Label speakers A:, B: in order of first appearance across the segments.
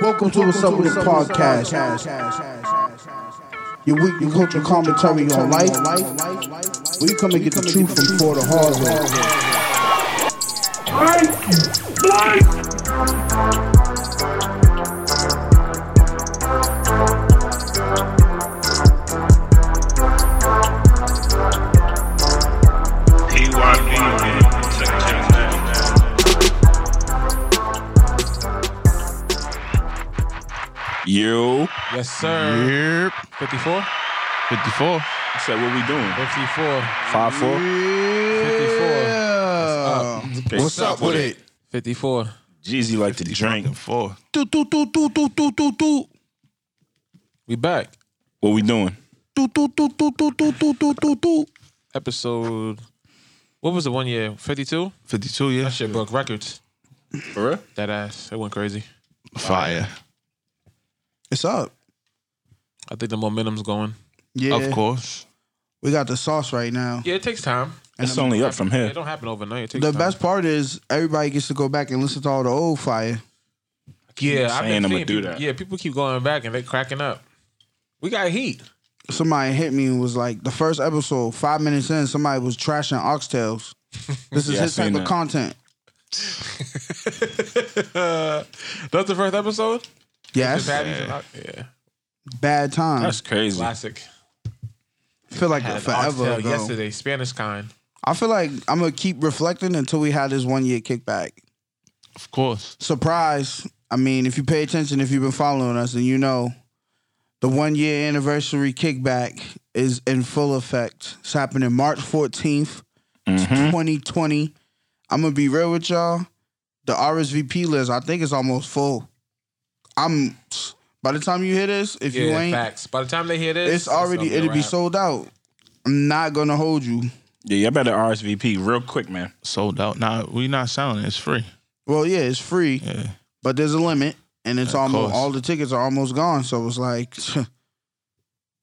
A: Welcome to What's Up With It podcast. Your weekly culture commentary on life. Where you come and get the truth from for the hard way.
B: PYP man, September
C: You
D: Yes, sir.
C: Yep.
D: 54?
C: 54. said, what we doing?
D: 54.
C: 5 4.
D: 54.
C: What's up with it?
D: 54.
C: Jeezy like to drink. Four.
A: Do, do, do, do, do, do, do, do.
D: We back.
C: What we doing?
A: Do, do, do, do, do, do, do, do, do, do.
D: Episode. What was the one year? 52?
E: 52, yeah.
D: That shit broke records.
C: For real?
D: That ass. It went crazy.
E: Fire.
A: It's up.
D: I think the momentum's going.
A: Yeah.
E: Of course.
A: We got the sauce right now.
D: Yeah, it takes time.
C: It's only up from
D: It
C: here.
D: don't happen overnight. It takes
A: The
D: time.
A: best part is everybody gets to go back and listen to all the old fire.
D: Yeah, I've
C: saying
D: been
C: I'ma
D: seeing
C: do
D: people-
C: that.
D: Yeah, people keep going back and they cracking up. We got heat.
A: Somebody hit me and was like, the first episode, five minutes in, somebody was trashing oxtails. This is
C: Yeah, I
A: his type
C: seen
A: of
C: that.
A: content.
D: That's the first episode?
A: Yes.
D: Patty from- yeah.
A: Bad times.
C: That's crazy.
D: Classic.
A: feel like
D: Had
A: forever
D: oxtail
A: ago.
D: yesterday, Spanish kind.
A: I feel like I'm gonna keep reflecting until we have this one year kickback.
E: Of course.
A: Surprise! I mean, if you pay attention, if you've been following us, and you know, the one year anniversary kickback is in full effect. It's happening March 14th,
E: Mm-hmm.
A: 2020. I'm gonna be real with y'all. The RSVP list, I think, is almost full. I'm. By the time you hear this, if you
D: Yeah,
A: ain't,
D: facts. By the time they hear this,
A: it's already
D: gonna a
A: it'll be
D: wrap.
A: sold out. I'm not gonna hold you.
C: Yeah, y'all better RSVP real quick, man.
E: Sold out. Nah, we not selling it. It's free.
A: Well, yeah, it's free.
E: Yeah.
A: but there's a limit, and it's almost
E: course.
A: all the tickets are almost gone. So it's like,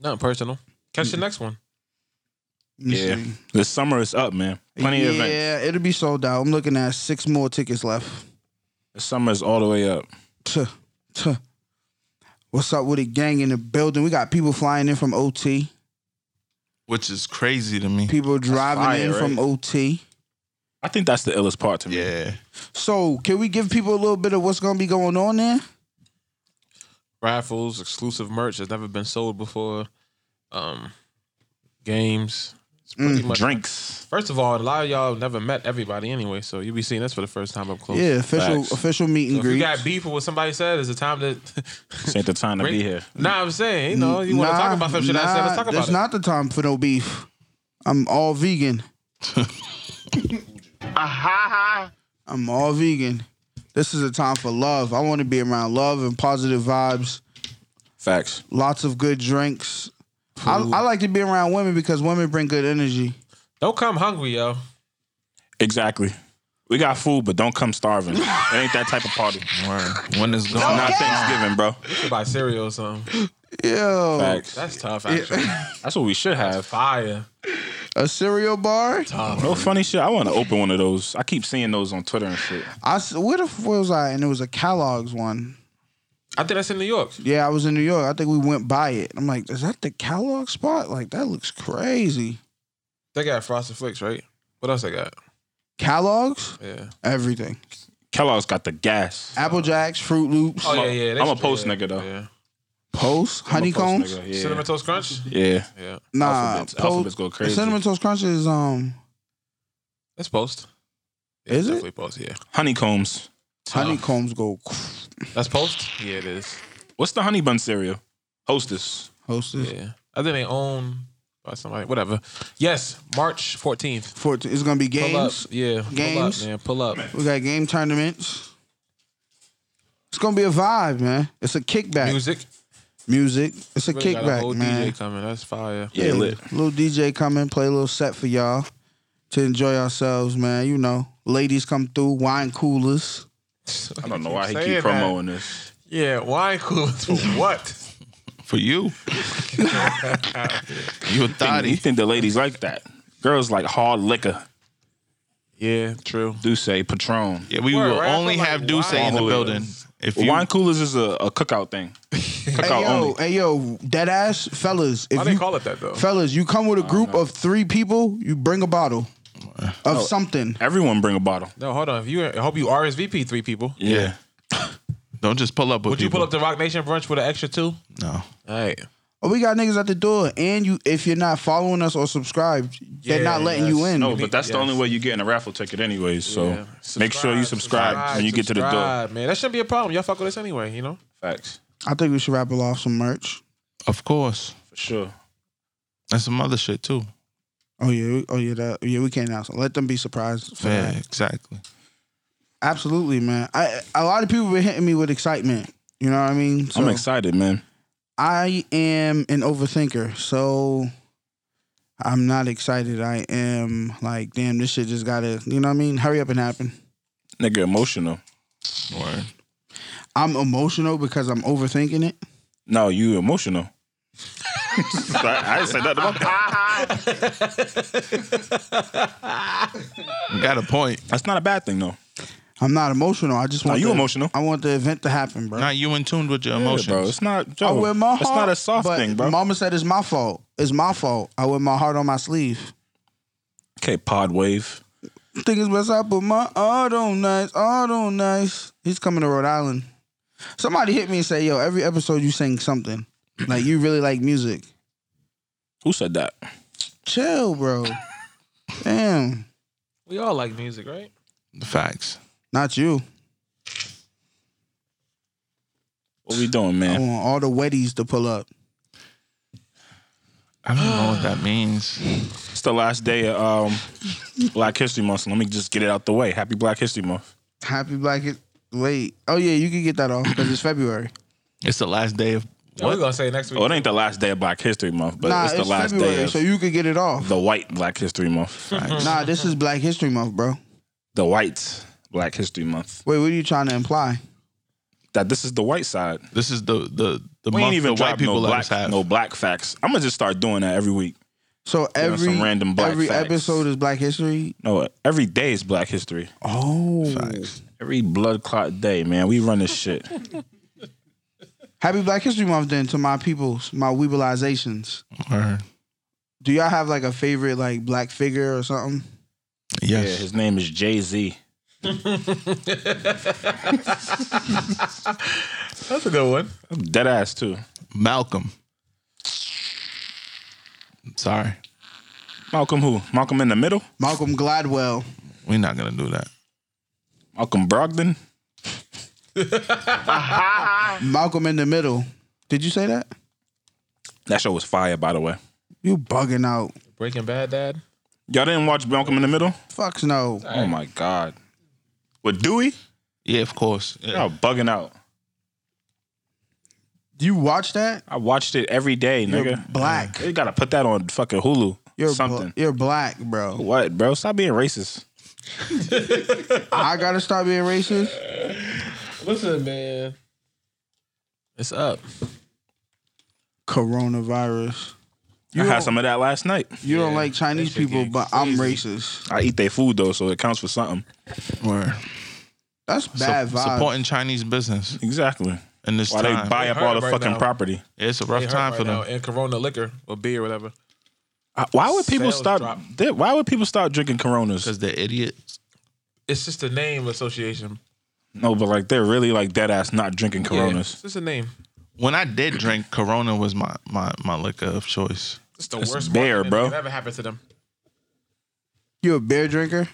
D: Nothing personal. Catch the next one.
C: Yeah. The summer is up, man. Plenty
A: yeah,
C: of events.
A: it'll be sold out. I'm looking at six more tickets left.
C: The summer is all the way up.
A: Tuh, tuh. What's up with the gang in the building? We got people flying in from OT,
E: Which is crazy to me.
A: people driving
C: fire,
A: in from
C: right?
A: OT.
C: I think that's the illest part to me.
E: Yeah.
A: So, can we give people a little bit of what's gonna be going on there?
D: Raffles, exclusive merch has never been sold before. Um, games. It's
A: Mm.
D: pretty much.
C: Drinks.
D: First of all, a lot of y'all never met everybody anyway, so you'll be seeing this for the first time up close.
A: Yeah, official
C: Oh, Facts.
A: official meet and
D: So if you
A: greet.
D: got beef with what somebody said, is the time to.
C: This ain't the time to be here.
D: Nah, I'm saying, you know, you want to talk about some shit. I said, let's talk about
A: It's
D: it.
A: not the time for no beef. I'm all vegan. I'm all vegan. This is a time for love. I want to be around love and positive vibes.
C: Facts.
A: Lots of good drinks. I, I like to be around women because women bring good energy.
D: Don't come hungry, yo.
C: Exactly. We got food, but don't come starving. it ain't that type of party.
E: Word. When it's gone.
C: Not Thanksgiving, bro.
D: You buy cereal or something.
A: Yo,
C: Facts.
D: That's tough, actually.
C: That's what we should have.
D: Fire.
A: a cereal bar.
C: No funny shit. I want to open one of those. I keep seeing those on Twitter and shit.
A: I s- where the f- where was I? And it was a Kellogg's one.
D: I think that's in New York.
A: Yeah, I was in New York. I think we went by it. I'm like, is that the Kellogg spot? Like that looks crazy.
D: They got Frosted Flakes, right? What else they got?
A: Kellogg's.
D: Yeah.
A: Everything.
C: Kellogg's got the gas.
A: Apple Jacks, Fruit Loops,
D: Oh,
C: a-
D: yeah, yeah. they
C: I'm a
D: should-
C: post
D: yeah,
C: nigga, though.
D: Yeah.
A: Post,
C: I'm a post
A: Honeycombs.
C: nigga, Yeah.
D: Cinnamon Toast Crunch?
C: yeah.
D: Yeah.
A: Nah,
C: Alphabets.
A: Post-
C: Alphabets go crazy.
A: Cinnamon Toast Crunch is um
D: That's post.
A: Is
D: it's
A: it?
D: Definitely post, yeah.
C: Honeycombs.
A: Honeycombs go cr-
D: That's post? Yeah, it is.
C: What's the honey bun cereal? Hostess.
A: hostess.
D: Yeah. I think they own by somebody, whatever. Yes, March 14th.
A: 14. It's gonna be
D: Pull
A: games.
D: up. Yeah.
A: Games.
D: Pull up, man. Pull up.
A: We got game tournaments. It's gonna be a vibe, man. It's a kickback. Music.
D: Music.
A: It's a
D: Really got a
A: kickback,
D: whole
A: man.
D: DJ coming. That's fire.
C: Yeah, lit.
A: Little DJ come in, play a little set for y'all to enjoy ourselves, man. You know, ladies come through, wine coolers.
C: I don't know why he
D: Saying
C: keep
D: that.
C: promoting this.
D: Yeah, wine coolers for what?
E: For you. you a
C: Think, you
E: thotty.
C: think the ladies like that? Girls like hard liquor.
D: Yeah, true.
C: Duce, Patron.
E: Yeah, we
D: Word,
E: will
D: right? I
E: only
D: feel like
E: have Duce
D: wine
E: in the
C: coolers.
E: building. If you
C: Wine coolers is a, a cookout thing.
A: Hey
C: Cookout
A: yo,
C: only.
A: hey yo, dead ass fellas. If
D: Why
A: you
D: they call it that though?
A: fellas, you come with a group of three people, you bring a bottle of
C: Oh.
A: something.
C: Everyone bring a bottle.
D: No, hold on. If you, I hope you RSVP three people.
E: yeah, don't just pull up with
D: Would you pull up to Rock Nation brunch with an extra two?
E: no.
D: All right.
A: Oh, we got niggas at the door, and you if you're not following us or subscribed, they're
D: Yeah,
A: not letting you
D: yes.
A: in.
C: No, but that's the
D: Yes.
C: only way you get in a raffle ticket, anyways. So
D: Yeah.
C: make sure you subscribe, when you get to the door.
D: subscribe, Man, that shouldn't be a problem. Y'all fuck with us anyway, you know?
C: Facts
A: I think we should wrap it off some merch.
E: Of course,
C: for sure.
E: and some other shit too.
A: Oh yeah, we- oh yeah, that, yeah. We can't announce. it. Let them be surprised. For
E: Yeah,
A: that.
E: exactly.
A: Absolutely, man. I a lot of people been hitting me with excitement. You know what I mean? So
C: I'm excited, man.
A: I am an overthinker, so I'm not excited. I am like, damn, this shit just gotta. You know what I mean? Hurry up and happen.
C: Nigga, emotional.
E: Word.
A: I'm emotional because I'm overthinking it.
C: No, you emotional. I, I didn't say nothing about that.
E: You Got a point.
C: That's not a bad thing, though.
A: I'm not emotional. I just
C: Are
A: want
C: you
A: the-
C: emotional?
A: I want the event to happen, bro.
E: Now you in tune with your
C: Emotion,
E: emotions.
C: bro. It's not. Joe,
A: I wear my heart.
C: It's not a soft
A: but
C: thing, bro.
A: Mama said it's my fault. It's my fault. I wear my heart on my sleeve.
C: okay, pod wave.
A: Think it's best I put my heart on nice, heart on nice. He's coming to Rhode Island. Somebody hit me and say, "Yo, every episode you sing something. Like you really like music."
C: Who said that?
A: Chill, bro. Damn,
D: We all like music, right?
E: Facts.
A: not you.
C: What we doing,
A: I
C: man?
A: want all the weddies to pull up.
E: I don't know what that means.
C: It's the last day of um, Black History Month. So let me just get it out the way. Happy Black History Month.
A: Happy Black. Hi- Wait. Oh yeah, you can get that off because it's February.
E: It's the last day of
D: What? We're going to say next week.
C: Well, it ain't the last day of Black History Month, but
A: nah,
C: it's the last
A: February,
C: day of
A: so you could get it off.
C: the White Black History Month.
A: Nah, this is Black History Month, bro.
C: The White Black History Month.
A: Wait, what are you trying to imply?
C: That this is the white side.
E: This is the the the
C: We
E: month
C: ain't even
E: the white
C: drop no
E: people
C: black
E: let us have.
C: no black facts. I'm gonna just start doing that every week.
A: So every
C: some random black
A: every
C: facts.
A: episode is Black History.
C: No, every day is Black History.
A: Oh,
C: Every blood clot day, man. We run this shit.
A: happy Black History Month then to my peoples, my weebleizations.
E: Word.
A: Do y'all have like a favorite like black figure or something?
C: Yeah,
E: Yes.
C: his name is Jay Z.
D: That's a good one.
C: I'm dead ass too.
E: Malcolm. Sorry.
C: Malcolm who? Malcolm in the middle?
A: Malcolm Gladwell.
E: We're not gonna do that.
C: Malcolm Brogdon?
A: Malcolm in the middle. Did you say that?
C: That show was fire, by the way.
A: You bugging out.
D: Breaking Bad, Dad.
C: Y'all didn't watch Malcolm in the Middle?
A: Fucks no.
C: Oh my god. With Dewey?
E: Yeah, of course. Yeah.
C: Y'all bugging out.
A: Do you watch that?
C: I watched it every day,
A: You're
C: nigga.
A: black.
C: They gotta put that on fucking Hulu.
A: You're
C: something.
A: Bl- you're black, bro.
C: what, bro? Stop being racist.
A: I gotta stop being racist.
D: Listen, man. It's up.
A: Coronavirus.
C: You I had some of that last night.
A: You don't like Chinese
D: shit
A: people,
D: get
A: but I'm racist.
C: I eat their food though, so it counts for something.
E: Word.
A: That's bad
E: Sup-
A: vibes.
E: Supporting Chinese business
C: Exactly.
E: in this
C: Why
E: time.
C: they buy up
D: hurt
C: all the
D: right
C: fucking
D: now.
C: property?
E: it's a rough
D: It hurt
E: time
D: right
E: for them.
D: now. And Corona liquor or beer or whatever.
C: Uh, Why would people
D: Sales
C: stop?
D: drop.
C: they- Why would people stop drinking Coronas?
E: Because they're idiots.
D: It's just a name association.
C: No, but like they're really like dead ass not drinking
D: Yeah,
C: Coronas.
D: it's just a name.
E: When I did drink, Corona was my my, my liquor of choice.
D: It's the
C: It's
D: worst
C: beer,
D: marketing
C: bro.
D: that ever happened to them.
A: you a beer drinker?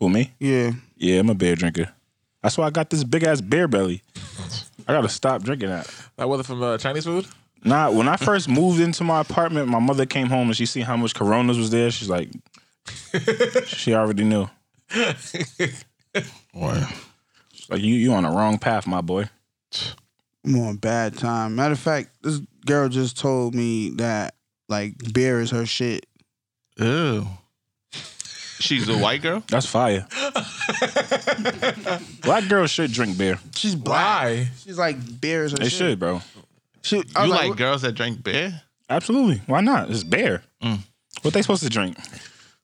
C: Who me?
A: Yeah.
C: Yeah, I'm a beer drinker. That's why I got this big ass beer belly. I gotta stop drinking that.
D: That wasn't from uh, Chinese food.
C: Nah, when I first moved into my apartment, my mother came home and she seen how much Coronas was there. She's like, she already knew.
E: Word.
C: She's like you, you on the wrong path, my boy.
A: I'm on bad time. Matter of fact, this girl just told me that like beer is her shit.
E: Ew. She's a white girl?
C: That's fire. Black girls should drink beer.
A: She's black.
D: Why?
A: She's like beer is her
C: They
A: shit.
C: should, bro.
A: She, I
E: You
A: was
E: like,
A: what-
E: girls that drink beer?
C: Mm. Absolutely. Why not? It's beer. What they supposed to drink?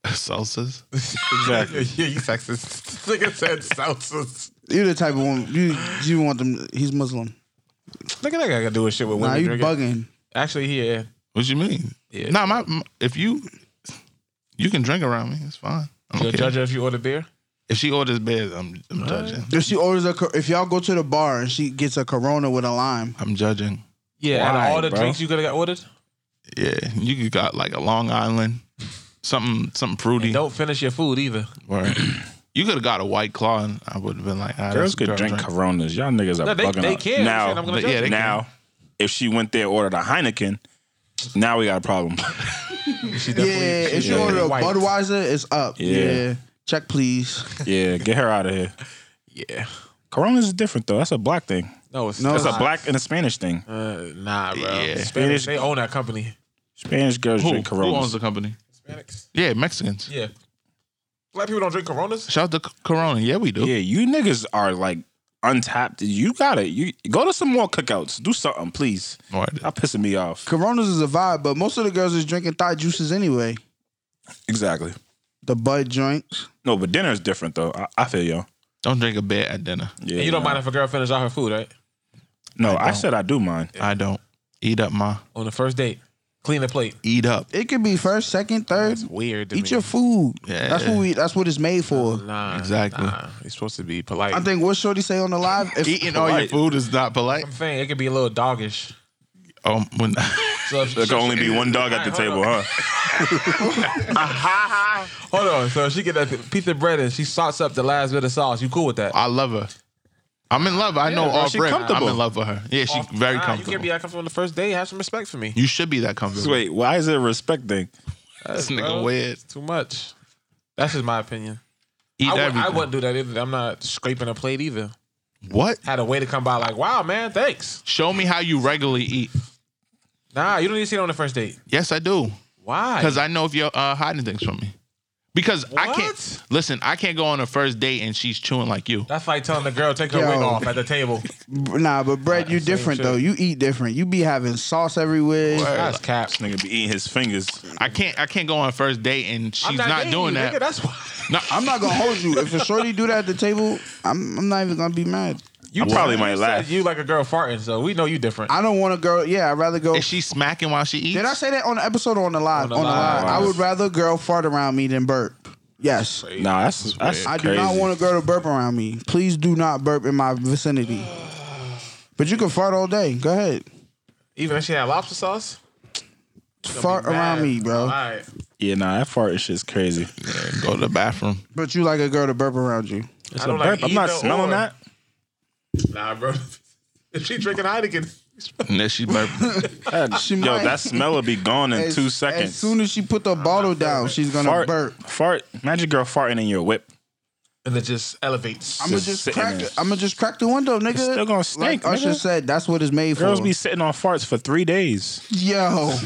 E: Salsas.
C: Exactly.
F: yeah, you sexist. Nigga said salsas.
A: You the type of woman you you want them. He's Muslim.
C: Look at that guy doing shit with women.
A: Nah, you
C: drinking.
A: bugging.
D: Actually, yeah.
E: What you mean?
D: Yeah.
E: Nah, my, my- if you you can drink around me, it's fine. I
D: You'll
E: don't care.
D: judge her if you order beer.
E: If she orders beers, I'm I'm judging.
A: If she orders a, cor- if y'all go to the bar and she gets a Corona with a lime,
E: I'm judging.
D: Yeah, out
C: Why,
D: of all the
C: bro?
D: drinks you could have got ordered,
E: Yeah, you could got like a Long Island, something something fruity.
D: don't finish your food either.
E: Or you could have got a White Claw, and I would have been like, ah,
C: Girls
E: that's a
C: could
E: girl
C: drink Coronas. Y'all niggas are
D: No, they-
C: bugging
D: they
C: out.
D: can. I'm
C: Now,
D: saying I'm gonna
C: but yeah,
E: judge
C: they
E: them.
C: now, if she went there ordered a Heineken, now we got a problem.
D: She
A: yeah.
D: definitely,
A: If she
C: yeah.
A: order a
D: White.
A: Budweiser, it's up.
C: Yeah.
A: Yeah. Check please.
C: yeah, get her out of here.
D: yeah.
C: Coronas is different though. That's a black thing.
D: No, it's
A: No,
D: no,
C: That's
A: it's
D: it's
C: a black and a Spanish thing.
D: uh, nah, bro.
E: Yeah.
D: Spanish, they own that company.
C: Spanish girls
E: Who,
C: drink
E: who owns
C: Coronas.
E: the company?
D: Hispanics.
E: Yeah, Mexicans.
D: Yeah. Black people don't drink Coronas.
E: Shout out to C- Corona. Yeah, we do.
C: yeah, you niggas are like untapped. You got it. You go to some more cookouts. Do something, please.
E: Or-
C: Y'all pissing me off.
A: Coronas is a vibe, but most of the girls is drinking thigh juices anyway.
C: Exactly.
A: The bud joints.
C: No, but dinner is different though. I, I feel y'all.
E: Don't drink a beer at dinner.
C: Yeah,
D: And you don't
C: nah.
D: mind if a girl finish all her food, right?
C: No, I, said I do mind.
E: I don't. Eat up my.
D: On the first date, clean the plate.
E: Eat up.
A: It could be first, second, third.
D: That's weird. To
A: Eat
D: me.
A: your food.
E: Yeah.
A: That's what we. That's what it's made for.
D: Nah,
E: Exactly.
D: Nah. You're supposed to be polite.
A: I think what Shorty say on the live. If,
E: Eating all your food is not polite.
D: I'm saying it could be a little doggish.
E: Oh, when
D: So if
C: There can only be one dog at the table, huh?
D: Hold on. So if she get that pizza bread and she sauce up the last bit of sauce. You cool with that?
E: I love her. I'm in love. I know
D: Yeah, bro,
E: all
D: she
E: bread. I'm
C: comfortable.
E: in love with her. Yeah, she's very
D: Nah, You
E: comfortable.
D: can't be that comfortable on the first date. Have some respect for me.
E: You should be that comfortable.
C: Wait, why is it a respect thing?
E: This
D: Yes,
E: nigga
D: bro.
E: weird.
D: It's too much. That's just my opinion.
E: Eat
D: I, would,
E: everything.
D: I wouldn't do that either. I'm not scraping a plate either.
E: what?
D: Had a way to come by like, wow, man, thanks.
E: Show me how you regularly eat.
D: Nah, you don't need to see it on the first date.
E: Yes, I do.
D: Why?
E: Because I know if you're uh, hiding things from me. Because I can't
D: What?
E: listen. I can't go on a first date and she's chewing like you.
D: That's like telling the girl take her
A: Yo.
D: wig off at the table.
A: nah, but Brett, you different
D: shit.
A: though. You eat different. You be having sauce everywhere.
D: That's cap.
C: This nigga be eating his fingers.
E: I can't. I can't go on a first date and she's not,
D: dating
E: doing
D: you,
E: that.
D: Nigga, that's why.
E: No,
A: I'm not gonna hold you. If a shorty do that at the table, I'm, I'm not even gonna be mad.
C: You probably might
D: You
C: laugh.
D: said You like a girl farting, so we know you different.
A: I don't want a girl. Yeah, I'd rather go.
E: Is she smacking while she eats?
A: Did I say that on the episode or on the live?
D: On
A: On
D: the
A: the,
D: live.
A: live. I would rather a girl fart around me than burp. Yes.
C: Nah, that's that's
A: I do
C: crazy.
A: not want a girl to burp around me. Please do not burp in my vicinity. But you can fart all day. Go ahead.
D: Even if she had lobster sauce,
A: fart around me,
D: All
A: bro.
D: right.
C: Yeah, nah, that farting shit's crazy.
E: Yeah, go to the bathroom.
A: But you like a girl to burp around you.
C: It's
D: don't
C: a
D: like
C: burp. I'm not
D: either
C: smelling
D: or.
C: that.
D: Nah, bro. If she drinking Heineken,
E: And then she burping.
C: That-
A: She
C: yo,
A: might.
C: that smell will be gone in
A: As-
C: two
A: As
C: seconds.
A: soon as she put the bottle down, she's gonna
C: fart,
A: burp.
C: fart. Imagine girl farting in your whip.
D: and it just elevates.
A: I'ma
C: Just
A: just
C: sitting
A: crack.
C: there.
A: I'ma just crack the window, nigga.
C: still gonna stink,
A: Like Usher
C: nigga.
A: said, that's what it's made
C: Girls
A: for.
C: be sitting on farts for three days.
A: yo, yo.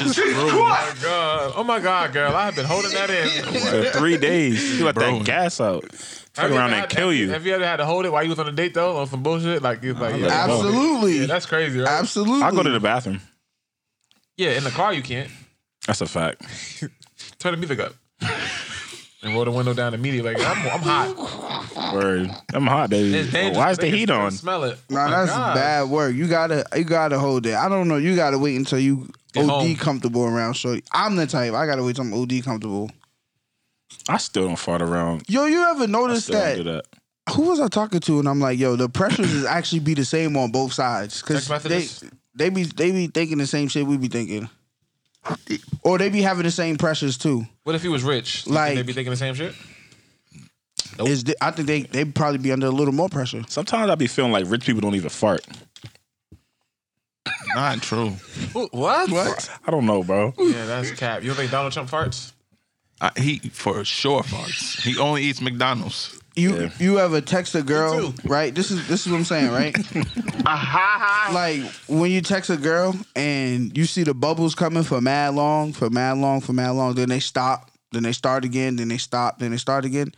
E: Just rude.
D: Oh my god! Oh my god, girl! I have been holding that in.
C: For three days, you let
E: Bro.
C: that gas out. Fuck
D: Have you
C: around
D: ever
C: and
D: had-
C: kill you.
D: Have you ever had to hold it while you was on a date though, on some bullshit? Like you like yeah,
A: Absolutely.
D: yeah, that's crazy, right?
A: Absolutely.
C: I go to the bathroom.
D: yeah, in the car you can't
C: That's a fact.
D: turn the music up and roll the window down immediately. Like I'm, I'm hot.
C: Word. I'm hot, baby.
D: It's dangerous.
C: Why is the
D: Niggas
C: heat
D: can
C: on?
D: Smell it.
A: Nah,
D: Oh my
A: that's
D: God.
A: bad work. You gotta, you gotta hold it. I don't know. You gotta wait until you
D: Get
A: OD
D: home.
A: comfortable around shorty. I'm the type. I gotta wait till I'm OD comfortable.
C: I still don't fart around.
A: Yo, you ever notice
C: Still don't do
A: that?
C: that.
A: Who was I talking to? And I'm like, yo, the pressures is actually be the same on both sides because
D: Text
A: they
D: messages?
A: they be they be thinking the same shit we be thinking, or they be having the same pressures too.
D: What if he was rich? Like
A: Like-
D: they be thinking the same shit. Nope.
A: Is I think they they probably be under a little more pressure.
C: Sometimes I be feeling like rich people don't even fart.
E: Not true.
D: What? What?
C: I don't know, bro.
D: Yeah, that's cap. You don't think Donald Trump farts?
E: I, he for sure farts. He only eats McDonald's.
A: You
C: Yeah.
A: you ever text a girl,
D: too.
A: right? This is this is what I'm saying, right?
D: Uh-huh.
A: like when you text a girl and you see the bubbles coming for mad long, for mad long, for mad long, then they stop, then they start again, then they stop, then they start again.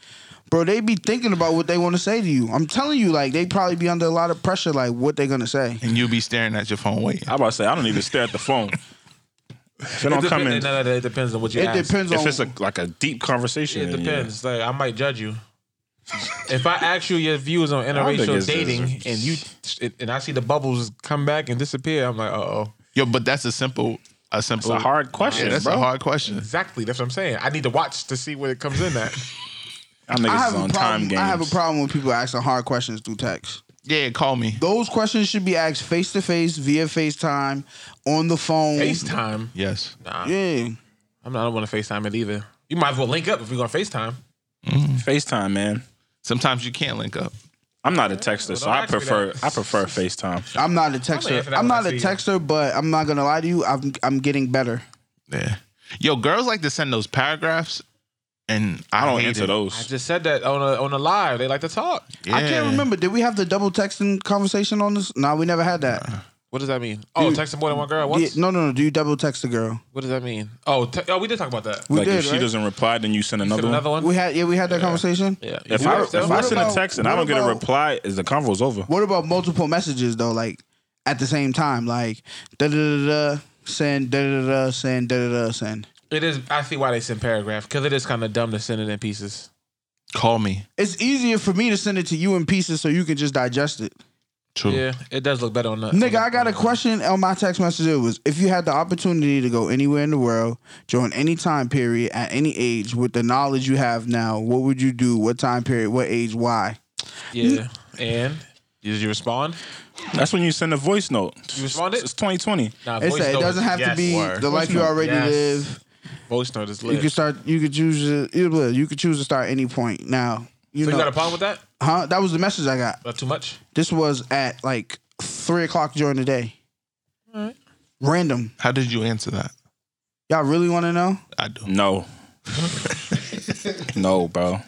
A: Bro, they be thinking about what they want to say to you. I'm telling you, like they probably be under a lot of pressure, like what they gonna say.
E: And you be staring at your phone waiting.
C: I about to say I don't even stare at the phone. If it don't
D: It
C: come
D: depend-
C: in,
D: no, no, no, it depends on what you
A: It
D: ask.
A: depends
C: if
A: on.
C: it's a, like a deep conversation,
D: It
C: then yeah.
D: depends. Like I might judge you. if I ask you your views on
C: don't think
D: interracial
C: it's-
D: dating and you and I see the bubbles come back and disappear, I'm like, uh oh.
E: Yo, but that's a simple, a simple.
C: It's a hard question,
E: Yeah, that's
C: bro.
E: a hard question.
D: Exactly. That's what I'm saying. I need to watch to see what it comes in at.
C: I think
A: I
C: it's
A: have a
C: on time
A: problem.
C: games.
A: I have a problem with people asking hard questions through text.
E: Yeah, call me.
A: Those questions should be asked face to face via FaceTime on the phone.
D: FaceTime.
E: Yes.
D: Nah,
A: Yeah.
D: I'm not, I don't want to FaceTime it either. You might as well link up if we're gonna FaceTime.
C: FaceTime, man.
E: Sometimes you can't link up.
C: I'm not a texter, so
D: don't
C: I
D: ask me
C: prefer
D: that.
C: I prefer FaceTime.
A: I'm not a texter.
D: answer that
A: I'm
D: when I
A: not a
D: see you.
A: texter, but I'm not gonna lie to you. I'm I'm getting better.
E: Yeah. Yo, girls like to send those paragraphs, and I,
C: I don't
E: hate
C: answer
E: it.
D: I
C: those.
D: just said that on a on a live. They like to talk.
A: I can't
E: Yeah.
A: remember. Did we have the double texting conversation on this? No, we never had that.
D: What does that mean? Oh,
A: Dude.
D: texting more than one girl.
A: Yeah,
D: What?
A: no, no, no. Do you double text the girl?
D: What does that mean? Oh, te- oh, we did talk about that.
A: We
C: like
A: did.
C: if she
A: right?
C: doesn't reply, then you send another,
D: Send another
C: one.
D: one.
A: We had yeah, we had that conversation.
D: yeah.
C: If
D: You
C: I
D: watched that
C: if I
D: one?
A: What
C: send a
A: about-
C: text and I
A: what
C: don't get a
A: about-
C: reply, is the convo's over?
A: What about multiple messages though? Like at the same time, like da da da da send da da da send da da da send.
D: it is. I see why they send paragraph because it is kind of dumb to send it in pieces.
E: Call me.
A: It's easier for me to send it to you in pieces so you can just digest it.
E: True.
D: Yeah, it does look better on the
A: Nigga, I got a question on my text message. It was if you had the opportunity to go anywhere in the world during any time period at any age with the knowledge you have now, what would you do? What time period? What age? Why?
D: Yeah, and did you respond?
C: That's when you send a voice note.
D: You responded?
C: It's 2020.
D: Nah,
A: It's that it
D: note-
A: doesn't have to
D: yes,
A: be
D: word.
A: the life you already
D: Yes.
A: live.
D: voice note is
A: You
D: lit.
A: could start. You could choose. To, you could- you could choose to start any point now. You
D: so
A: know,
D: you got a problem with that?
A: huh? That was the message I got.
D: Not too much.
A: This was at like three o'clock during the day. Random.
E: How did you answer that?
A: Y'all really want to know?
E: I do.
C: No. no, bro.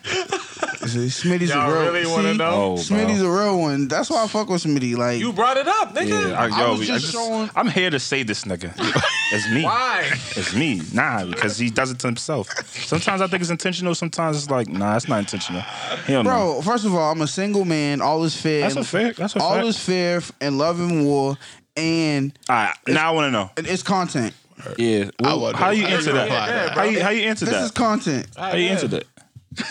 A: Smitty's a real. see?
C: know? Oh, bro.
A: Smitty's a real one. That's why I fuck with Smitty. Like
D: You brought it up, nigga.
C: Yeah, I,
A: I
C: yo,
A: was
C: I
A: just
C: just-
A: showing-
C: I'm here to say this nigga. It's me.
D: Why?
C: It's me. Nah, because he does it to himself. Sometimes I think it's intentional. Sometimes it's like, nah, it's not intentional. Hell no.
A: Bro, first of all, I'm a single man. All is fair.
C: That's a fact. That's a
A: all
C: fact.
A: is fair and love and war, and
C: All right, now I want to know.
A: and it's content.
C: Yeah.
E: would-
C: how you
E: I
C: answer
E: would
C: that?
E: reply that.
C: how, you, how you answer
A: This
C: that?
A: is content.
C: how you answer that?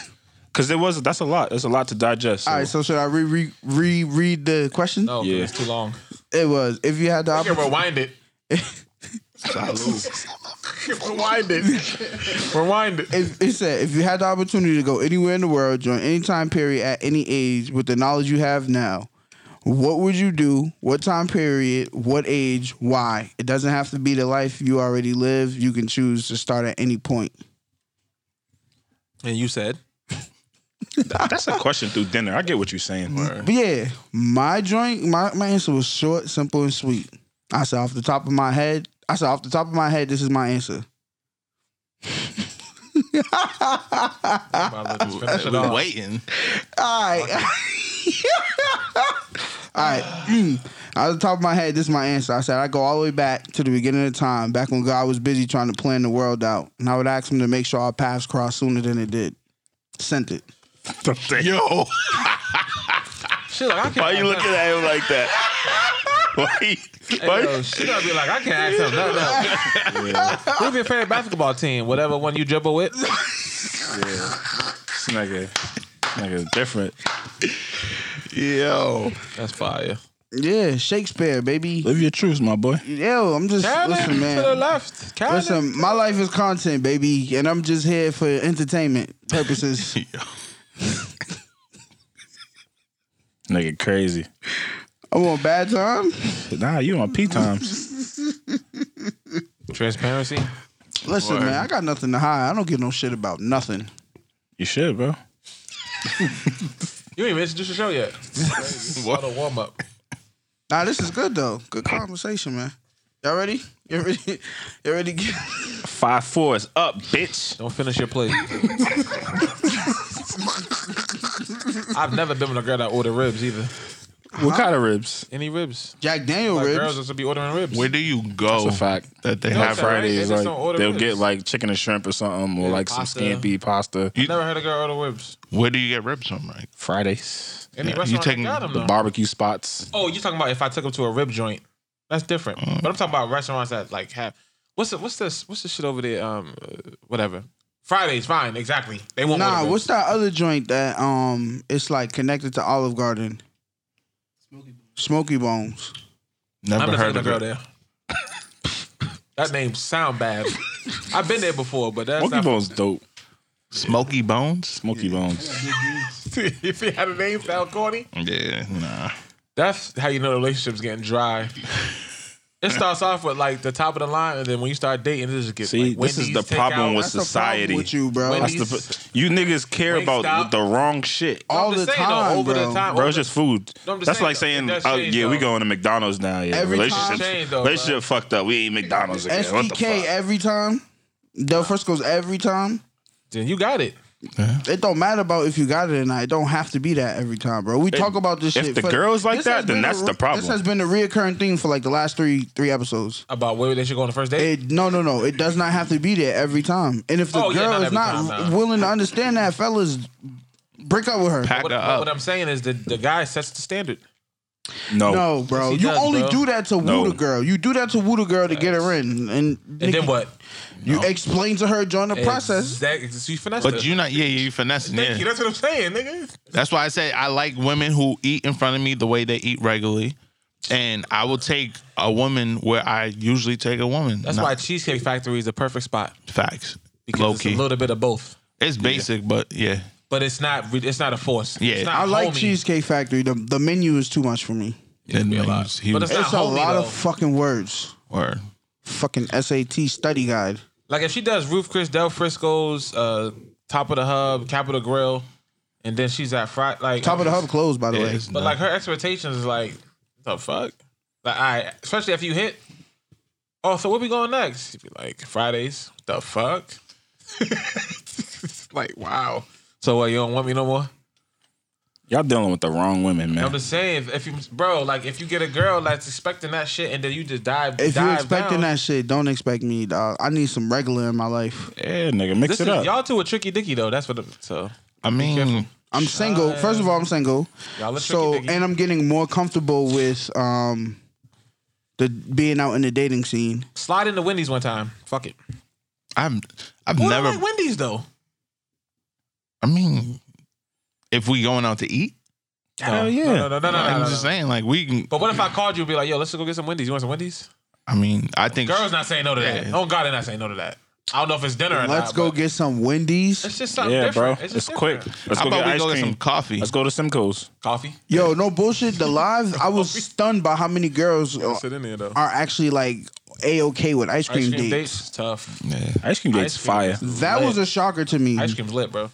C: Because there was that's a lot. That's a lot to digest. so-
A: All right, so should I re re reread the question?
D: No,
C: Yeah.
D: yeah. Oh, it's too long.
A: It was if you had the
D: Okay,
A: opportunity.
D: rewind it. rewind it. rewind it.
A: It, it said if you had the opportunity to go anywhere in the world during any time period at any age with the knowledge you have now, what would you do? What time period? What age? Why? It doesn't have to be the life you already live. You can choose to start at any point.
D: And you said,
C: that's a question through dinner. I get what you're saying.
A: But yeah, my joint, my, my answer was short, simple, and sweet. I said off the top of my head, I said off the top of my head, this is my answer.
D: "My lips, finish it
E: We
D: off."
E: waiting.
A: All right. All right. Mm. Off the top of my head, this is my answer. I said I go all the way back to the beginning of time, back when God was busy trying to plan the world out, and I would ask Him to make sure our paths crossed sooner than it did. Sent it.
E: Yo,
D: Shit, like, I can't.
E: why you looking at him like that? Why?
D: Hey,
E: why-
D: yo, she gotta be like, I can't ask him. No, no. Who's your favorite basketball team? Whatever one you dribble with.
C: This nigga, nigga different.
E: Yo.
D: That's fire.
A: Yeah, Shakespeare, baby.
C: Live your truth, my boy.
A: Yo, I'm just
D: Carry
A: listen, man.
D: to the left. Carry
A: Listen, my life is content, baby, and I'm just here for entertainment purposes.
C: Nigga crazy.
A: I want bad time.
C: Nah, you on P times.
D: Transparency.
A: Listen, man, I got nothing to hide. I don't give no shit about nothing.
C: You should, bro.
D: You ain't even introduced the show yet. what a warm up.
A: Nah, this is good though. Good conversation, man. Y'all ready? You ready? You ready? Get-
C: Five four is up, bitch.
D: Don't finish your plate. I've never been with a girl that ordered ribs either.
C: What kind of ribs?
D: Any ribs?
A: Jack Daniel
D: Like
A: ribs.
D: girls just be ordering ribs.
E: Where do you go?
C: That's a fact.
E: That they
C: Oh. They
E: have
C: have
D: it's all right.
E: Friday.
D: They
C: Fridays
D: just don't
C: like
D: order
C: they'll
D: ribs.
C: get like chicken and shrimp or something, or
D: Yeah,
C: like
D: pasta.
C: some scampi pasta.
E: You-
D: Never heard a girl order ribs.
E: Where do you get ribs from, right?
C: Fridays,
D: Any
E: Yeah, you
D: restaurant
E: taking
D: that got them
C: the
D: though.
C: barbecue spots.
D: oh, you talking about if I took them to a rib joint? That's different. But I'm talking about restaurants that like have What's the, what's this? What's the shit over there? Um, uh, whatever.
F: Fridays, fine, exactly. They won't.
A: Nah, what's that other joint that um it's like connected to Olive Garden? Smoky Bones.
E: Never
D: I'm not
E: heard
D: the
E: of
D: girl there.
E: it.
D: That name sound bad. I've been there before, but that's
C: Smoky
D: not.
C: Bones dope.
E: Smoky Bones?
C: Smoky Bones.
F: if you had a name sound corny?
E: Yeah, nah.
D: That's how you know the relationship's getting dry. It starts off with like the top of the line, and then when you start dating, it just gets.
C: See,
D: like,
C: this is
D: Wendy's
C: the problem
D: takeout.
C: with
D: That's-
A: That's the problem
C: society.
A: with you, bro.
D: Wendy's-
C: That's the you niggas care about
D: Wingstop.
C: the wrong shit.
A: all
D: I'm just
A: the
D: saying, though,
A: time,
D: over
A: bro.
D: the time,
C: Bro,
D: over
C: it's
D: the-
C: just food.
D: Oh, No, I'm just
C: That's
D: saying,
C: like saying,
D: though, it does
C: oh,
D: change,
C: yeah, we
D: though.
C: going to McDonald's now. Yeah,
A: Every time-
C: relationships,
D: Change, though,
C: relationship fucked up. We eat McDonald's again. What the
A: SDK
C: fuck?
A: every time. Del Frisco's every time.
D: then you got it.
A: It don't matter about if you got it or not. It don't have to be that every time, bro. We talk about this shit.
C: If the
A: for-
C: girl's like
A: This has
C: that,
A: been
C: then
A: a
C: that's
A: re-
C: the problem.
A: This has been a reoccurring theme for like the last three three episodes.
D: About where they should go on the first date.
A: It no no no. It does not have to be there every time. And if the
D: Oh, yeah,
A: girl
D: not
A: is
D: every
A: not
D: time, nah.
A: willing to understand that, fellas, break up with her.
E: Pack
D: What,
E: her
D: but
C: uh,
D: what
E: up.
D: I'm saying is that the guy sets the standard.
C: no,
A: No, bro.
D: Yes,
A: You
D: he does,
A: only
D: bro.
A: do that to
C: No.
A: woo the girl. You do that to woo the girl to get her in, and,
D: And then what?
A: You explain to her during the process.
D: Exactly. She finessed
E: But
D: it.
E: you not, yeah, you finessing.
F: Thank you.
E: Yeah.
F: That's what I'm saying, nigga.
E: That's why I say I like women who eat in front of me the way they eat regularly. And I will take a woman where I usually take a woman.
D: That's
E: Not
D: why Cheesecake Factory is the perfect spot
E: facts.
D: because
E: Low
D: it's
E: key.
D: a little bit of both.
E: it's basic, but yeah.
D: But it's not. re- It's not a force.
E: Yeah.
D: it's not
A: I like
D: homey.
A: Cheesecake Factory. The the menu is too much for me.
E: Then
D: be a
E: he
D: lot.
E: was- he
D: But
E: was-
D: It's not
A: It's a
D: homey,
A: lot
D: though.
A: of fucking words.
E: or
A: Fucking SAT study guide.
D: Like if she does Roof Chris Del Frisco's, uh, Top of the Hub, Capital Grill, and then she's at Fried like
A: Top of the hub closed, by the
E: yeah,
A: way.
E: it's
D: But
E: not-
D: like her expectations is like the fuck. Like I especially if you hit. Oh, so where we going next? You'd be like Fridays. The fuck. like wow. So what? You don't want me no more?
C: y'all dealing with the wrong women, man.
D: I'm just saying, if, if you, bro, like if you get a girl that's expecting that shit and then you just dive,
A: If
D: dive
A: you're expecting
D: down,
A: that shit, don't expect me, dog. I need some regular in my life.
C: yeah, nigga, mix
D: this
C: it
D: is,
C: up.
D: y'all two are tricky dicky though. That's what. I'm, so
E: I mean,
A: I'm single. First of all, I'm single.
D: Y'all are
A: So
D: tricky dicky.
A: and I'm getting more comfortable with um the being out in the dating scene.
D: slide into Wendy's one time. Fuck it.
E: I'm I've
D: Who
E: never
D: don't like Wendy's though?
E: I mean, if we going out to eat,
C: Hell
D: no,
C: yeah.
D: No, no, no, no, no, no,
E: I'm
D: no,
E: just
D: no.
E: saying, like we can.
D: But what if I called you and be like, yo, let's go get some Wendy's. You want some Wendy's?
E: I mean, I think
D: Girls not saying no to that.
E: Yeah.
D: Oh God, they're not saying no to that. I don't know if it's dinner or not.
A: Let's go
D: but
A: get some Wendy's.
D: It's just something
C: yeah, bro,
D: different.
C: it's,
D: just
C: quick.
D: different.
C: Let's
E: How
C: go get
E: about we
C: ice
E: go get
C: cream.
E: some coffee?
C: Let's go to Simcoe's.
D: Coffee.
A: Yo, no bullshit. The live, I was stunned by how many girls are
D: Sit in there though.
A: are actually like a okay with ice
D: Ice
A: cream, dates.
D: cream dates tough.
E: Yeah.
C: Ice cream dates
D: Ice cream
C: fire.
D: is
A: That was a shocker to me.
D: Ice cream's lit, bro.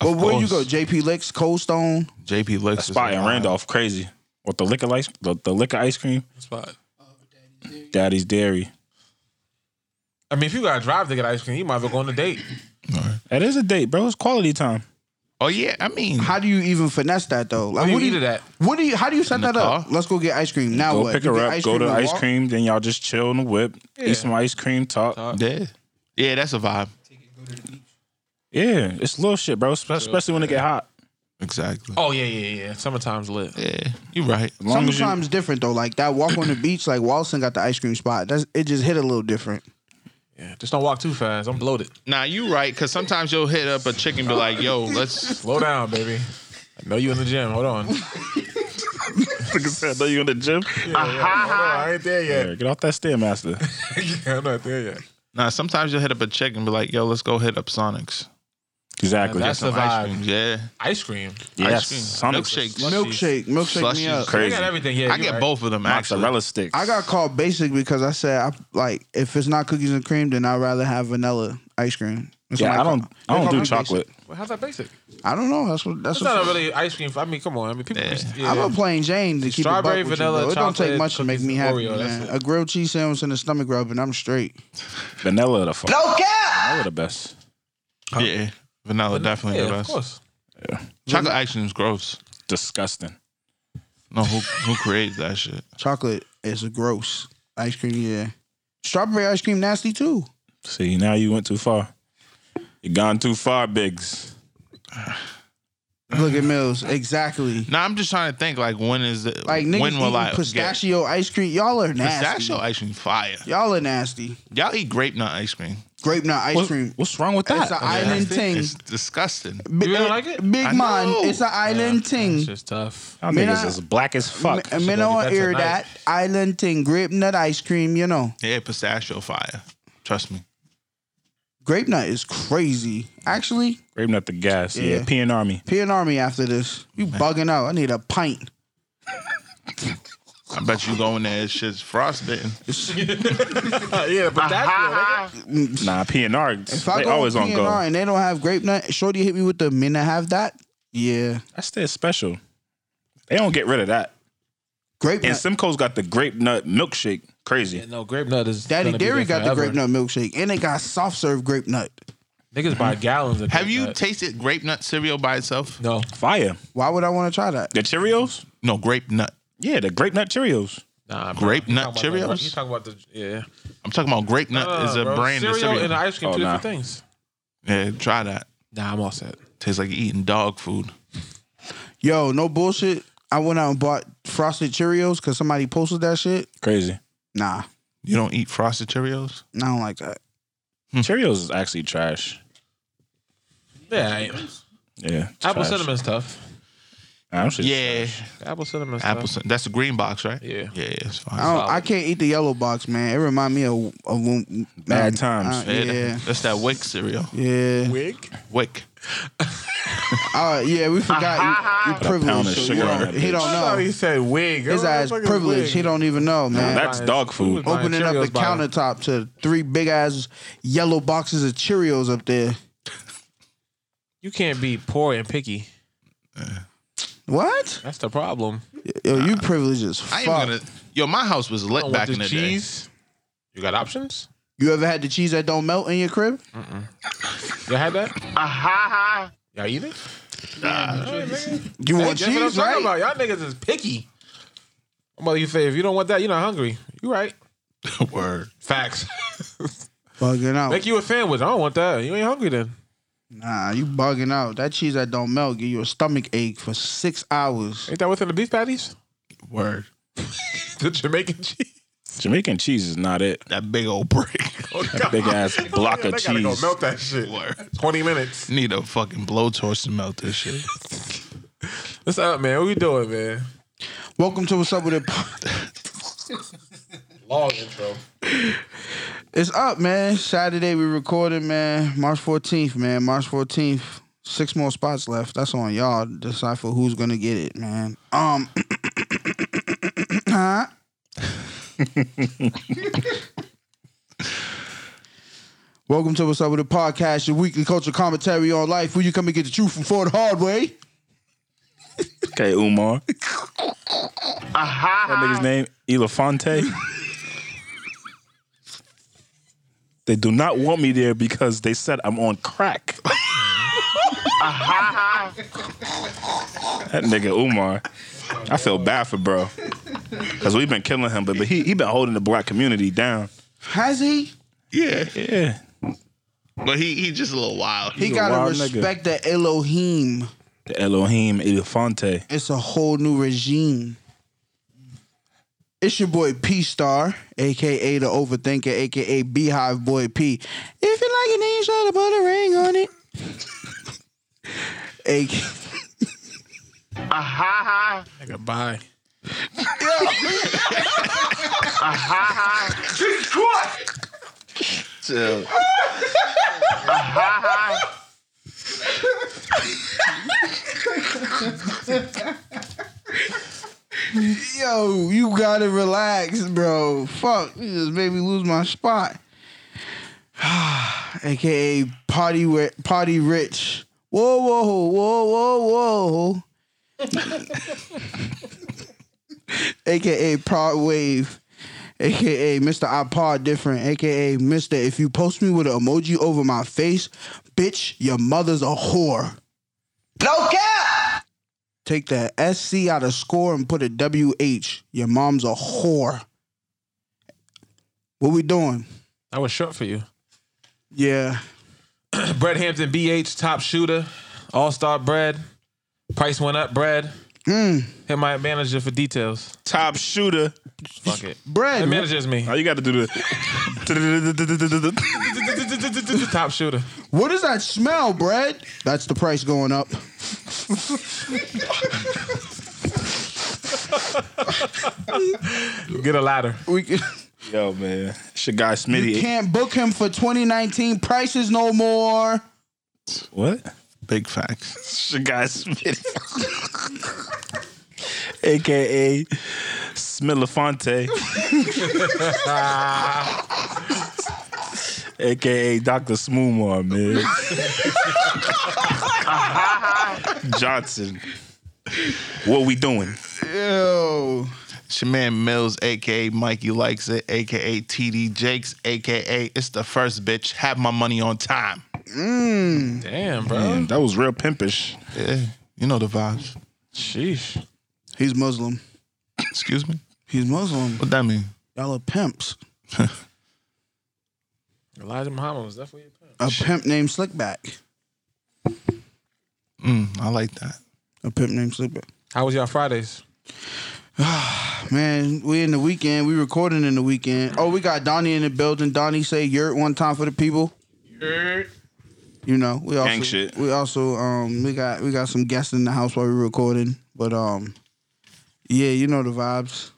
A: But where you go?
E: course.
A: JP Licks, Cold Stone.
E: JP Lex
C: Spot in Randolph, crazy. With the liquor ice, the, the liquor ice cream,
D: Spot.
C: Daddy's Dairy.
D: I mean, if you gotta drive to get ice cream, you might as well go on a date.
C: That is a date, bro. It's quality time.
E: Oh yeah, I mean,
A: How do you even finesse that though? Like,
D: Where you
A: what do
D: eat it at?
A: What do you? How do you set
E: In the
A: that up?
E: car?
A: Let's go get ice cream. Now
C: Go
A: what?
C: pick
A: You
C: her
A: get
C: up.
A: ice
C: Go to
A: and
C: ice
A: walk?
C: cream. Then y'all just chill in the whip.
D: Yeah.
C: Eat some ice cream. Talk.
E: yeah, yeah, that's a vibe.
C: Yeah, it's little shit, bro. Spe- Especially when it get hot.
E: Exactly.
D: Oh yeah, yeah, yeah. Summertime's lit.
E: Yeah, you're right.
C: As long as you-
A: Sometimes different though. Like that walk on the beach. Like Walson got the ice cream spot. That's it. Just hit a little different.
D: Yeah. Just don't walk too fast. I'm bloated.
E: Nah, you right. Cause sometimes you'll hit up a chick and be like, "Yo, let's."
D: Slow down, baby. I know you in the gym. Hold on.
C: I know you in the gym.
E: Ah,
F: I ain't there yet.
C: Yeah, get off that stairmaster.
D: yeah, I'm not there yet.
E: Nah, sometimes you'll hit up a chick and be like, "Yo, let's go hit up Sonics."
C: Exactly.
D: That's
E: Some
D: the
E: ice
D: vibe.
E: cream. Yeah,
D: Ice cream.
C: yes.
E: ice cream,
C: Sonic's
E: milkshakes,
A: Milkshake. Milkshake me
E: Slushies.
A: up.
D: They
C: Crazy.
D: got everything. Yeah,
E: I
D: you
E: get
D: right.
E: both of them. Actually,
C: Mozzarella sticks.
A: I got called basic because I said I like if it's not cookies and cream, then I'd rather have vanilla ice cream. And
C: Yeah,
A: somebody
C: I don't.
A: called-
C: I
A: they
C: don't
A: called
C: do
A: me
C: chocolate.
D: Well, how's that basic?
A: basic. I don't know. That's what. That's
D: It's
A: what.
D: not a really ice cream. I mean, come on. I mean, people.
E: Yeah.
D: Yeah.
A: I'm a plain Jane to keep
D: Strawberry,
A: it buck with
D: vanilla,
A: you, bro. It don't take
D: chocolate,
A: much to make me happy,
D: cookies, Oreo, that's
A: man.
D: it.
A: A grilled cheese sandwich and a stomach rub, and I'm straight.
C: Vanilla the fuck. No cap. Vanilla the best.
E: yeah, vanilla definitely
D: yeah,
E: the
D: of
E: best.
D: course.
E: Chocolate ice cream is gross.
C: Disgusting.
E: No, who who created that shit?
A: Chocolate is gross. Ice cream, yeah. Strawberry ice cream, nasty too.
C: See, now you went too far. You gone too far, Biggs.
A: Look at Mills. Exactly.
E: Now I'm just trying to think like when is it?
A: Like niggas
E: when will
A: eating
E: I get-
A: pistachio ice cream. Y'all are nasty.
E: pistachio ice cream fire?
A: Y'all are nasty.
E: Y'all eat grape nut ice cream.
A: Grape nut ice
C: What-
A: cream.
C: What's wrong with
A: It's
C: that?
A: an island ting.
E: It's disgusting.
A: Bi-
D: You don't like it?
A: Big
E: I
A: man,
E: know.
A: it's an island ting.
D: It's just tough.
C: Y'all
A: Man,
C: niggas
A: I-
C: is black as fuck.
A: And men don't
D: that's a
A: hear
D: knife.
A: that island ting. Grape nut ice cream, you know.
E: Yeah, pistachio fire. Trust me.
A: Grape nut is crazy. Actually,
C: Grape nut the gas. Yeah,
A: Yeah.
C: P and Army.
A: P and Army after this. You bugging out. I need a pint.
E: I bet you go in there, it's shit's frostbitten.
D: Yeah, but that
C: Nah, P and R.
A: If I
C: They
A: go
C: always on
A: P&R
C: go.
A: and they don't have grape nut, Shorty hit me with the men that have that. Yeah.
C: That's their special. They don't get rid of that.
A: Grape
C: And
A: nut.
C: Simcoe's got the grape nut milkshake. Crazy.
D: no grape nut is.
A: Daddy
D: gonna be
A: Dairy got
D: there
A: the
D: forever.
A: grape nut milkshake. And they got soft serve grape nut.
D: Niggas buy gallons of.
E: Mm-hmm. Have
D: grape
E: you
D: nut.
E: tasted grape nut cereal by itself?
D: no.
C: Fire.
A: Why would I want to try that?
C: The Cheerios?
E: No, grape nut.
C: Yeah, the grape nut Cheerios.
D: Nah, bro.
E: Grape
D: You
E: nut
D: talking about the-
E: Cheerios?
D: You talking about the yeah?
E: I'm talking about grape nut is a
D: Nah, Uh, bro.
E: brand of
D: cereal
E: cereal.
D: and ice cream,
C: Oh,
D: two
C: nah.
D: different things.
E: yeah, try that.
D: Nah, I'm all set.
E: Tastes like you're eating dog food.
A: Yo, no bullshit. I went out and bought frosted Cheerios because somebody posted that shit.
C: Crazy.
A: Nah,
E: You don't eat frosted Cheerios?
A: I don't like that.
C: Hmm. Cheerios is actually trash.
D: Yeah, I ain't.
C: Yeah. it's
D: apple
C: trash.
D: cinnamon's tough.
C: Nah, them shit's
E: Yeah.
C: trash.
D: Apple cinnamon's
E: Apple.
D: tough.
E: cin- That's the green box, right?
D: Yeah.
E: Yeah, it's fine.
A: I don't. I can't eat the yellow box, man. It remind me of, of when- um,
C: Bad times.
A: uh,
E: Yeah,
A: yeah,
E: That's that wick cereal.
A: yeah.
F: Wig?
E: Wick.
A: Uh, yeah. We forgot you, you
C: pound of
A: privileged. so you
C: sugar on
A: don't-
C: that
A: He
C: bitch.
A: don't
F: I thought
A: know.
F: he said wig.
A: Oh, His ass privileged. He don't even know, man.
C: That's dog food.
D: Buying
A: Opening up the
D: Cheerios by-
A: countertop to three big ass yellow boxes of Cheerios up there.
D: You can't be poor and picky.
A: What?
D: That's the problem.
A: Yo, you privileged as
E: I
A: fuck.
E: ain't gonna. Yo, my house was
D: I
E: lit
D: want
E: back
D: the
E: in the
D: cheese. You got options?
A: You ever had the cheese that don't melt in your crib?
D: You had that? Ah Y'all eat it?
A: You
D: Hey,
A: want
D: that's what I'm
A: cheese,
D: talking
A: right?
D: about. Y'all niggas is picky. I'm about to say if you don't want that, you're not hungry. You right?
E: day. Word.
D: Facts.
A: Bugging out.
D: Make you a sandwich. I don't want that. You ain't hungry then.
A: Nah, you bugging out. That cheese that don't melt give you a stomach ache for six hours.
D: Ain't that within the beef patties?
E: Word.
D: The Jamaican cheese.
C: Jamaican cheese is not it.
E: That big old brick.
C: Big ass block of
F: I gotta go
C: cheese.
F: melt that shit.
E: Word.
F: 20 minutes.
E: Need a fucking blowtorch to melt this shit.
D: What's up, man? What we doing, man?
A: Welcome to what's up with it. Long intro. It's up, man. Saturday we recorded, man. March fourteenth, man. March fourteenth. Six more spots left. That's on y'all. to Decide for who's gonna get it, man. Um. huh? Welcome to what's up with the podcast, your weekly culture commentary on life. Where you come and get the truth from Ford Hard Way.
C: Okay, Umar. That nigga's name Elafonte. they do not want me there because they said I'm on crack. that nigga Umar. I feel bad for bro. Cause we've been killing him, but, but he he been holding the black community down.
A: Has he?
E: Yeah,
C: Yeah.
E: but he he just a little wild.
A: He
C: a
A: gotta
C: wild nigga.
A: respect the Elohim.
C: The Elohim Elafonte.
A: It's a whole new regime. It's your boy P Star, aka the Overthinker, aka Beehive Boy P. If you like an angel, try to put a ring on it. A-
D: Nigga, bye.
E: Chill.
A: Yo, you gotta relax, bro. Fuck, you just made me lose my spot. aka Party ri- Party Rich. Whoa, whoa, whoa, whoa, whoa. aka Prod Wave, aka Mr. I Pod Different, aka Mr. If you post me with an emoji over my face, bitch, your mother's a whore. No cap! Take that SC out of score and put a WH. Your mom's a whore. What we doing?
D: That was short for you.
A: Yeah.
D: Brett Hampton, BH, top shooter, all star Brad, Price went up. Bread. Hit my manager for details.
C: Top shooter.
D: Fuck it.
A: Bread.
D: It manages me.
C: Oh, you got to do the.
D: Top shooter.
A: What does that smell, bread? That's the price going up.
D: Get a ladder.
A: We can,
C: Yo, man. It's your guy
A: you
C: Smitty.
A: can't book him for 2019 prices no more.
C: What?
E: Big facts.
C: It's your guy Smitty. AKA Smillafonte. AKA Dr. Smoothmore, man. Johnson. What we doing?
A: Ew.
E: It's your man Mills, aka Mikey likes it, aka TD Jakes, aka it's the first bitch. Have my money on time.
D: Damn, bro.
C: Man, that was real pimpish.
E: Yeah, you know the vibes.
D: Sheesh.
A: He's Muslim.
E: Excuse me.
A: He's Muslim.
E: What that mean?
A: Y'all are pimps.
D: Elijah Muhammad was definitely a pimp.
A: A pimp named Slickback.
E: Mm, I like that.
A: A pimp named Slickback.
D: How was y'all Fridays?
A: Man, we in the weekend. We recording in the weekend. Oh, we got Donnie in the building. Donnie say yurt one time for the people. You know, we also
C: Gang shit.
A: we also um we got we got some guests in the house while we recording. But um yeah, you know the vibes.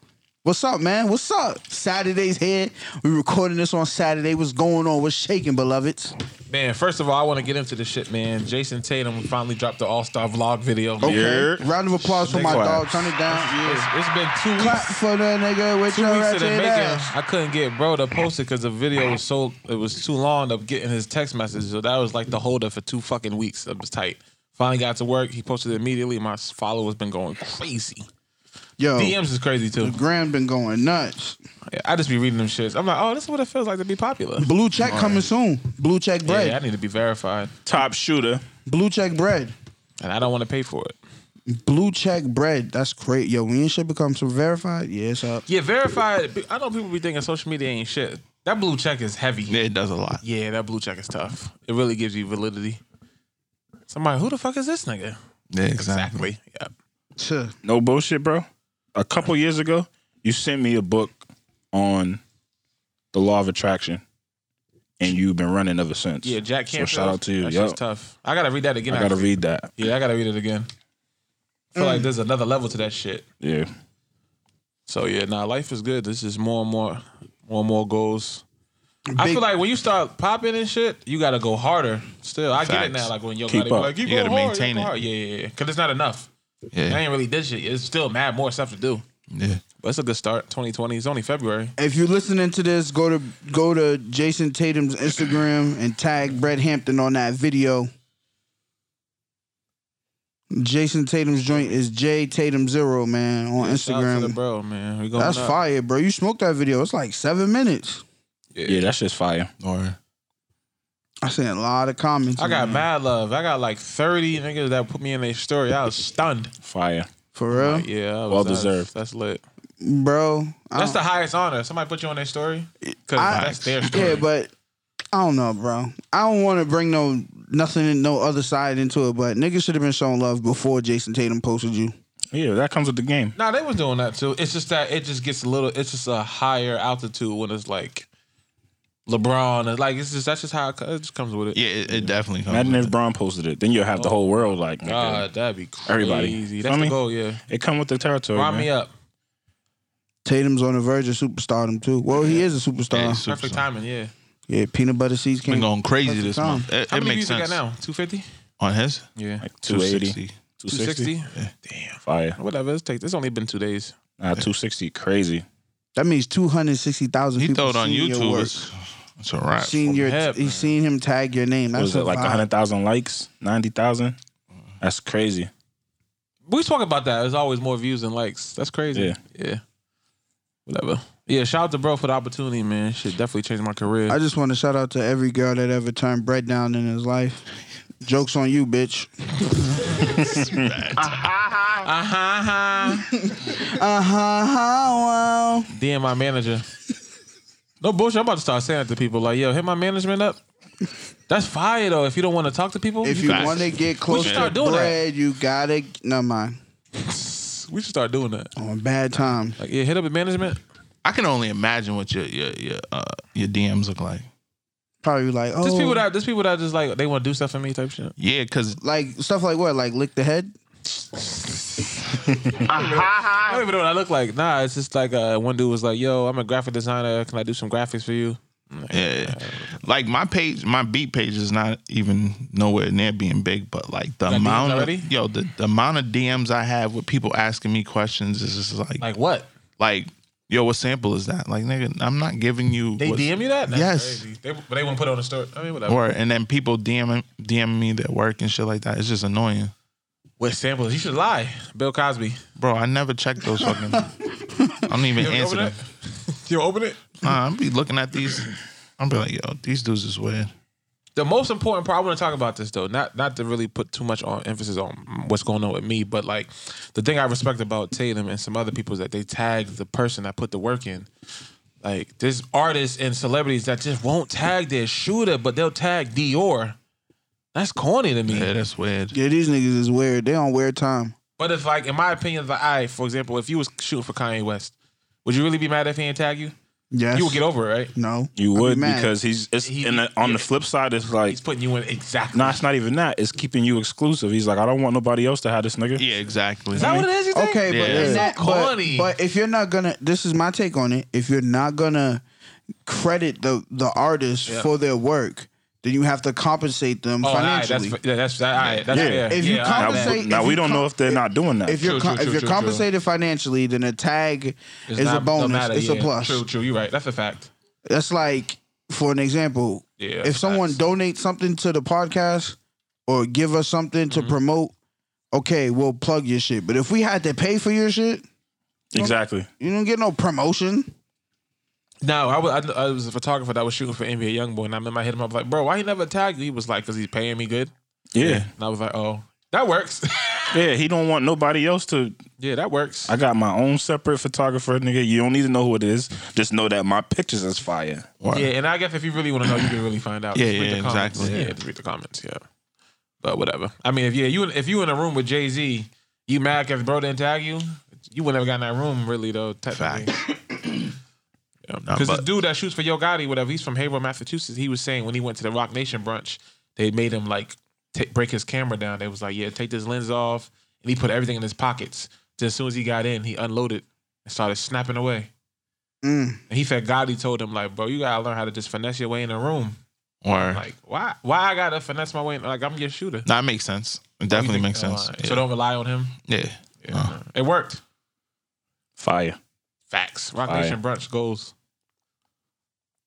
A: What's up, man? What's up? Saturday's here. We recording this on Saturday. What's going on? What's shaking, beloveds?
D: Man, first of all, I want to get into this shit, man. Jason Tatum finally dropped the All Star vlog video.
A: Okay.
C: Yurt.
A: Round of applause for my
C: Nigga.
A: dog. Turn it down.
D: It's-
A: Yeah.
D: it's been two
A: Clap
D: weeks.
A: for the nigga with
D: Two
A: your
D: weeks in the
A: ratchet
D: making.
A: ass.
D: I couldn't get bro to post it because the video was so it was too long of getting his text message. So that was like the holder for two fucking weeks. It was tight. Finally got to work. He posted it immediately. My followers been going crazy.
A: Yo,
D: DMs is crazy too.
A: Graham been going nuts.
D: Yeah, I just be reading them shits. I'm like, oh, this is what it feels like to be popular.
A: Blue check coming soon. Blue check bread.
D: Yeah, I need to be verified,
C: Top shooter.
A: Blue check bread.
D: and I don't want to pay for it.
A: Blue check bread. That's great. Yo, when your shit becomes verified, yeah, it's up.
D: Yeah, verified. I know people be thinking social media ain't shit. That blue check is heavy.
E: Yeah, it does a lot.
D: Yeah, that blue check is tough. It really gives you validity. Somebody, who the fuck is this nigga?
E: Yeah,
D: Exactly. Yeah.
A: Tuh.
C: No bullshit, bro. A couple years ago, you sent me a book on the law of attraction, and you've been running ever since.
D: Yeah, Jack Canfield.
C: So shout out to you.
D: That
C: Yo,
D: shit's tough. I gotta read that again.
C: I gotta read that.
D: yeah, I gotta read it again. I feel like there's another level to that shit.
C: Yeah,
D: So yeah, nah, life is good. This is more and more, more and more goals. I
A: Big-
D: feel like when you start popping and shit, you gotta go harder. Still, I get it
E: Facts.
D: now. Like when yo
C: Keep
D: gotta be
C: up.
D: like, keep
E: You gotta
D: going hard,
E: maintain
D: keep
E: it.
D: hard. Yeah, yeah, yeah. Cause it's not enough. I
E: Yeah,
D: ain't really did shit. It's still mad more stuff to do.
E: yeah.
D: But it's a good start. 2020. It's only February.
A: If you're listening to this, go to go to Jason Tatum's Instagram and tag Brett Hampton on that video. Jason Tatum's joint is J Tatum Zero, man, on
D: Shout out to the
A: Instagram.
D: bro, man. We going
A: That's
D: up.
A: fire, bro. You smoked that video. It's like seven minutes.
C: yeah, that shit's fire.
E: Or
A: I seen a lot of comments.
D: I got
A: man.
D: mad love. I got like 30 niggas that put me in their story. I was stunned.
C: Fire.
A: For real?
D: Like, yeah, I was-
C: Well
D: that's-
C: deserved.
D: That's lit.
A: Bro. I
D: That's
A: don't-
D: the highest honor. Somebody put you on their story
A: Um,
D: because
A: I-
D: that's their story.
A: Yeah, but I don't know, bro. I don't want to bring no nothing, no other side into it. But niggas should have been showing love before Jason Tatum posted you.
C: Yeah, that comes with the game.
D: nah, they was doing that too. It's just that it just gets a little. It's just a higher altitude when it's like LeBron. And like it's just that's just how it, co- it just comes with it.
E: yeah, it, it definitely comes.
C: Imagine
E: with
C: if Braun posted it, then you'll have the whole world like. nigga.
D: Oh God, that'd be crazy.
C: Everybody.
D: That's
C: Feel
D: the
C: me?
D: goal. Yeah,
C: It come with the territory.
D: round me
C: man.
D: up.
A: Tatum's on the verge of superstardom too. Well, he is a
E: it. Yeah,
A: superstar.
E: it's super
D: Perfect
E: soft.
D: timing. Yeah.
A: Yeah, peanut butter seeds
E: Been
A: came.
E: going crazy
A: Perfect
E: this
A: time.
E: month. It,
D: How
E: it
D: many
E: makes
D: views you
E: sense.
D: got now? Two fifty.
E: On his
D: Yeah.
C: Like 280,
D: 260?
C: 260. Fire.
D: Whatever. It's take. It's only been two days.
C: Nah, 260, crazy.
A: That means two hundred sixty thousand.
E: He throw it on YouTube.
A: Work.
E: It's, it's a wrap.
A: Seen your,
D: Hep,
A: he's seen him tag your name.
C: What
A: That's
C: was it like
A: a vibe.
C: 100,000 likes, 90,000? That's crazy.
D: We talk about that. There's always more views than likes. That's crazy.
C: Yeah.
D: Yeah. Whatever. Yeah, shout out to bro for the opportunity, man. Shit definitely changed my career.
A: I just want to shout out to every girl that ever turned bread down in his life. Jokes on you, bitch.
D: uh-huh.
A: Uh huh. Wow.
D: DM my manager. No bullshit. I'm about to start saying it to people. Like, yo, hit my management up. That's fire though. If you don't want to talk to people,
A: If
D: you
A: you
E: Facts.
A: want to get close to
D: start doing that.
A: bread, you gotta. No mind.
D: can- we should start doing that.
A: On bad time.
D: Like, yeah, hit up a management.
E: I can only imagine what your your your uh, your DMs look like.
A: Probably like oh.
D: Just people that just people that just like they want to do stuff for me type shit.
E: Yeah, because
A: like stuff like what like lick the head.
D: I don't even know what I look like. Nah, it's just like uh, one dude was like, "Yo, I'm a graphic designer. Can I do some graphics for you?"
E: yeah, like my page, my beat page is not even nowhere near being big, but like the
D: got DMs
E: amount of
D: already?
E: yo the, the amount of DMs I have with people asking me questions is just like like,
D: Like what?
E: yo, what sample is that? Like nigga, I'm not giving you.
D: They
E: what's-
D: DM you that? That's
E: Yes.
D: crazy. They, but they want to put it on the story. I mean, whatever.
E: Or and then people DM DM me their work and shit like that. It's just annoying,
D: What samples? You should lie, Bill Cosby.
E: bro. I never check those fucking. I don't even
D: ever
E: answer
D: open
E: them.
D: You open it.
E: Nah, I'm be looking at these. I'm be like, yo, these dudes is weird.
D: The most important part I want to talk about this though, not not to really put too much on emphasis on what's going on with me, but like the thing I respect about Tatum and some other people is that they tag the person that put the work in. Like there's artists and celebrities that just won't tag their shooter, but they'll tag Dior. That's corny to me.
E: Yeah, that's weird.
A: Yeah, these niggas is weird. They on weird time.
D: But if like in my opinion, like I, for example, if you was shooting for Kanye West, would you really be mad if he didn't tag you?
A: Yes.
D: You would get over it, right?
A: No.
C: You
A: I'd be
C: would
A: mad.
C: because he's it's
D: He-
C: and the- on the flip side it's like
D: He's putting you in exactly.
C: nah, it's not even that. It's keeping you exclusive. He's like, I don't want nobody else to have this nigga.
E: Yeah, exactly.
D: Is that what it is? You think?
A: Okay, but,
E: Yeah.
A: in
E: It's
A: that,
D: so
A: but-
D: corny.
A: But, if you're not gonna, this is my take on it. If you're not gonna credit the the artist for their work, then you have to compensate them
D: Oh, all right,
A: financially.
D: that's yeah, that's that, all right, that's
C: Yeah.
D: fair.
A: If you
D: yeah,
C: Now,
D: all
A: compensate-
D: right.
A: if
C: now
A: you
C: we don't
A: com-
C: know if they're not doing that.
A: if you're
D: True,
A: com-
D: true,
A: if
D: true,
A: you're
D: true, true.
A: compensated financially, then a tag
D: It's
A: is
D: not-
A: a
D: don't
A: bonus.
D: matter,
A: it's a
D: yeah.
A: plus.
D: True, true. You're right. That's a fact.
A: That's like, for an example,
D: Yeah,
A: if someone
D: facts.
A: donates something to the podcast or give us something
D: Mm-hmm.
A: to promote, okay, we'll plug your shit. But if we had to pay for your shit,
C: exactly.
A: you don't get no promotion.
D: No, I was, I, I was a photographer that was shooting for NBA Youngboy, and I remember I hit him up like, "Bro, why he never tagged you?" He was like, "Cause he's paying me good."
C: Yeah.
D: And I was like, "Oh, that works."
C: Yeah, he don't want nobody else to.
D: yeah, that works.
C: I got my own separate photographer, nigga. You don't need to know who it is. Just know that my pictures is fire.
D: yeah, and I guess if you really want to know, you can really find out.
E: Yeah,
D: Just read
E: yeah,
D: the comments.
E: exactly.
D: Yeah. just read the comments. Yeah, but whatever. I mean, if yeah, you if you in a room with Jay Z, you mad because bro didn't tag you? You would never got in that room, really though. Technically.
E: Nah,
D: Because the
E: but-
D: dude that shoots for Yo Gotti, whatever, he's from Haverhill, Massachusetts. He was saying when he went to the Rock Nation brunch, they made him like ta- break his camera down. They was like, "Yeah, take this lens off," and he put everything in his pockets. Then as soon as he got in, he unloaded and started snapping away.
A: Mm.
D: And he said Gotti told him like, "Bro, you gotta learn how to just finesse your way in a room."
E: Or
D: Like, why? Why I gotta finesse my way? In, like, I'm your shooter.
E: that makes sense. It definitely
D: You think-
E: makes
D: oh,
E: sense.
D: all right.
E: Yeah.
D: So don't rely on him.
E: yeah.
D: Yeah, it worked.
C: Fire.
D: Facts. Rock
C: Fire.
D: Nation brunch goals.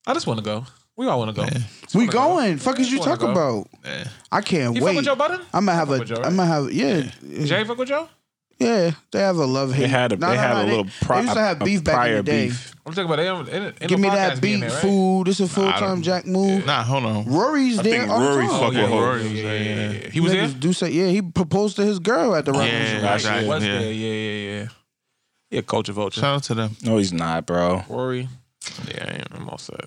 D: I just want to go. We all want to go.
E: Yeah.
A: We
D: wanna go.
A: going. Fuck is you
D: Wanna
A: talking
D: go.
A: about?
E: Yeah.
A: I can't
D: You fuck
A: wait.
D: with Joe Budden?
A: I'm gonna have
D: fuck
A: a.
D: with Joe,
A: I'm gonna have yeah.
D: Jay fuck with Joe?
A: Yeah, they have a love hate.
C: They had a,
A: No,
C: they
A: no,
C: had
A: no,
C: a little
A: They,
C: pri-
A: they used to have
C: a- a
A: beef back in
C: prior
A: the day.
C: beef.
D: I'm talking about they don't- they don't- ain't
A: Give
D: no
A: me that
D: podcast being
A: beat
D: there, right?
A: food. It's a full
E: I
A: time
E: don't-
A: Jack move.
E: Nah, hold on.
A: Rory's
C: I
A: there.
C: think
A: all the
C: Rory
A: time.
C: fuck
D: Yeah,
C: with Rory.
D: Rory was there, yeah, yeah, yeah. He
A: Niggas
D: was there?
A: Do say yeah. He proposed to his girl at the rock.
E: Yeah,
A: Nation.
E: that's
D: Right,
E: right.
D: he was
E: yeah.
D: there. Yeah, yeah, yeah. Yeah, culture vulture.
E: Shout out to them.
C: No, he's not, bro.
D: Rory. Yeah, I am. I'm all set.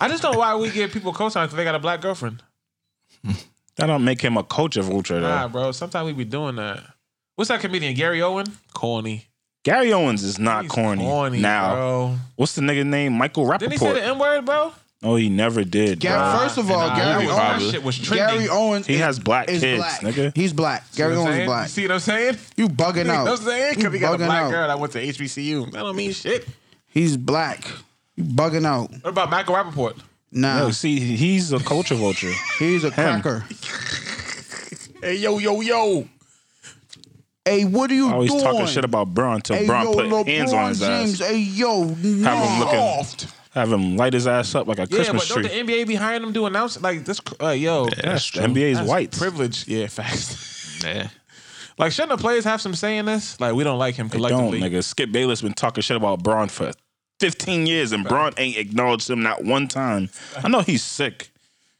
D: I just don't know why we give people cosign because they got a black girlfriend.
C: That don't make him a coach of Ultra, though.
D: Nah, bro. Sometimes we be doing that. What's that comedian? Gary Owen? Corny.
C: Gary Owens is not
D: He's
C: corny. now,
D: bro.
C: what's the nigga name? Michael
D: Didn't he say the
C: Rappaport.
D: N word, bro?
C: No, Oh, he never did.
A: Gary-
C: bro.
A: First of all,
D: Nah,
A: Gary
D: that
E: Owens-
D: shit was trending.
A: Gary Owens.
C: He
A: is-
C: has black
A: is
C: kids,
A: black.
C: nigga.
A: He's black. Gary
D: You know what I'm
A: Owens
D: saying?
A: is black.
D: You see what I'm saying?
A: You bugging
D: You know what
A: out.
D: I'm saying? Because he got a
A: bugging
D: black
A: out.
D: girl that went to HBCU. That don't mean shit.
A: He's black. You bugging out.
D: What about Michael Rappaport?
A: Nah,
C: No, see, he's a culture vulture.
A: he's a cracker.
D: Hey, yo, yo, yo.
A: Hey, what are you
C: Always
A: doing?
C: talking shit about Bron till
A: Hey,
C: Bron
A: yo,
C: put
A: LeBron
C: hands on his
A: James.
C: ass.
A: Hey, yo,
C: Have him
A: nah.
C: looking, have him light his ass up like a
D: Yeah,
C: Christmas
D: but don't
C: tree.
D: the NBA be hiring them to announce it? Like, this, cr- uh, yo.
C: Yes, the NBA's
D: That's
C: white.
D: Privilege. Yeah, facts.
E: Yeah.
D: like, shouldn't the players have some say in this? Like, we don't like him
C: Don't
D: collectively.
C: nigga. Skip Bayless been talking shit about Braun for 15 years, and Braun ain't acknowledged him not one time. I know he's sick,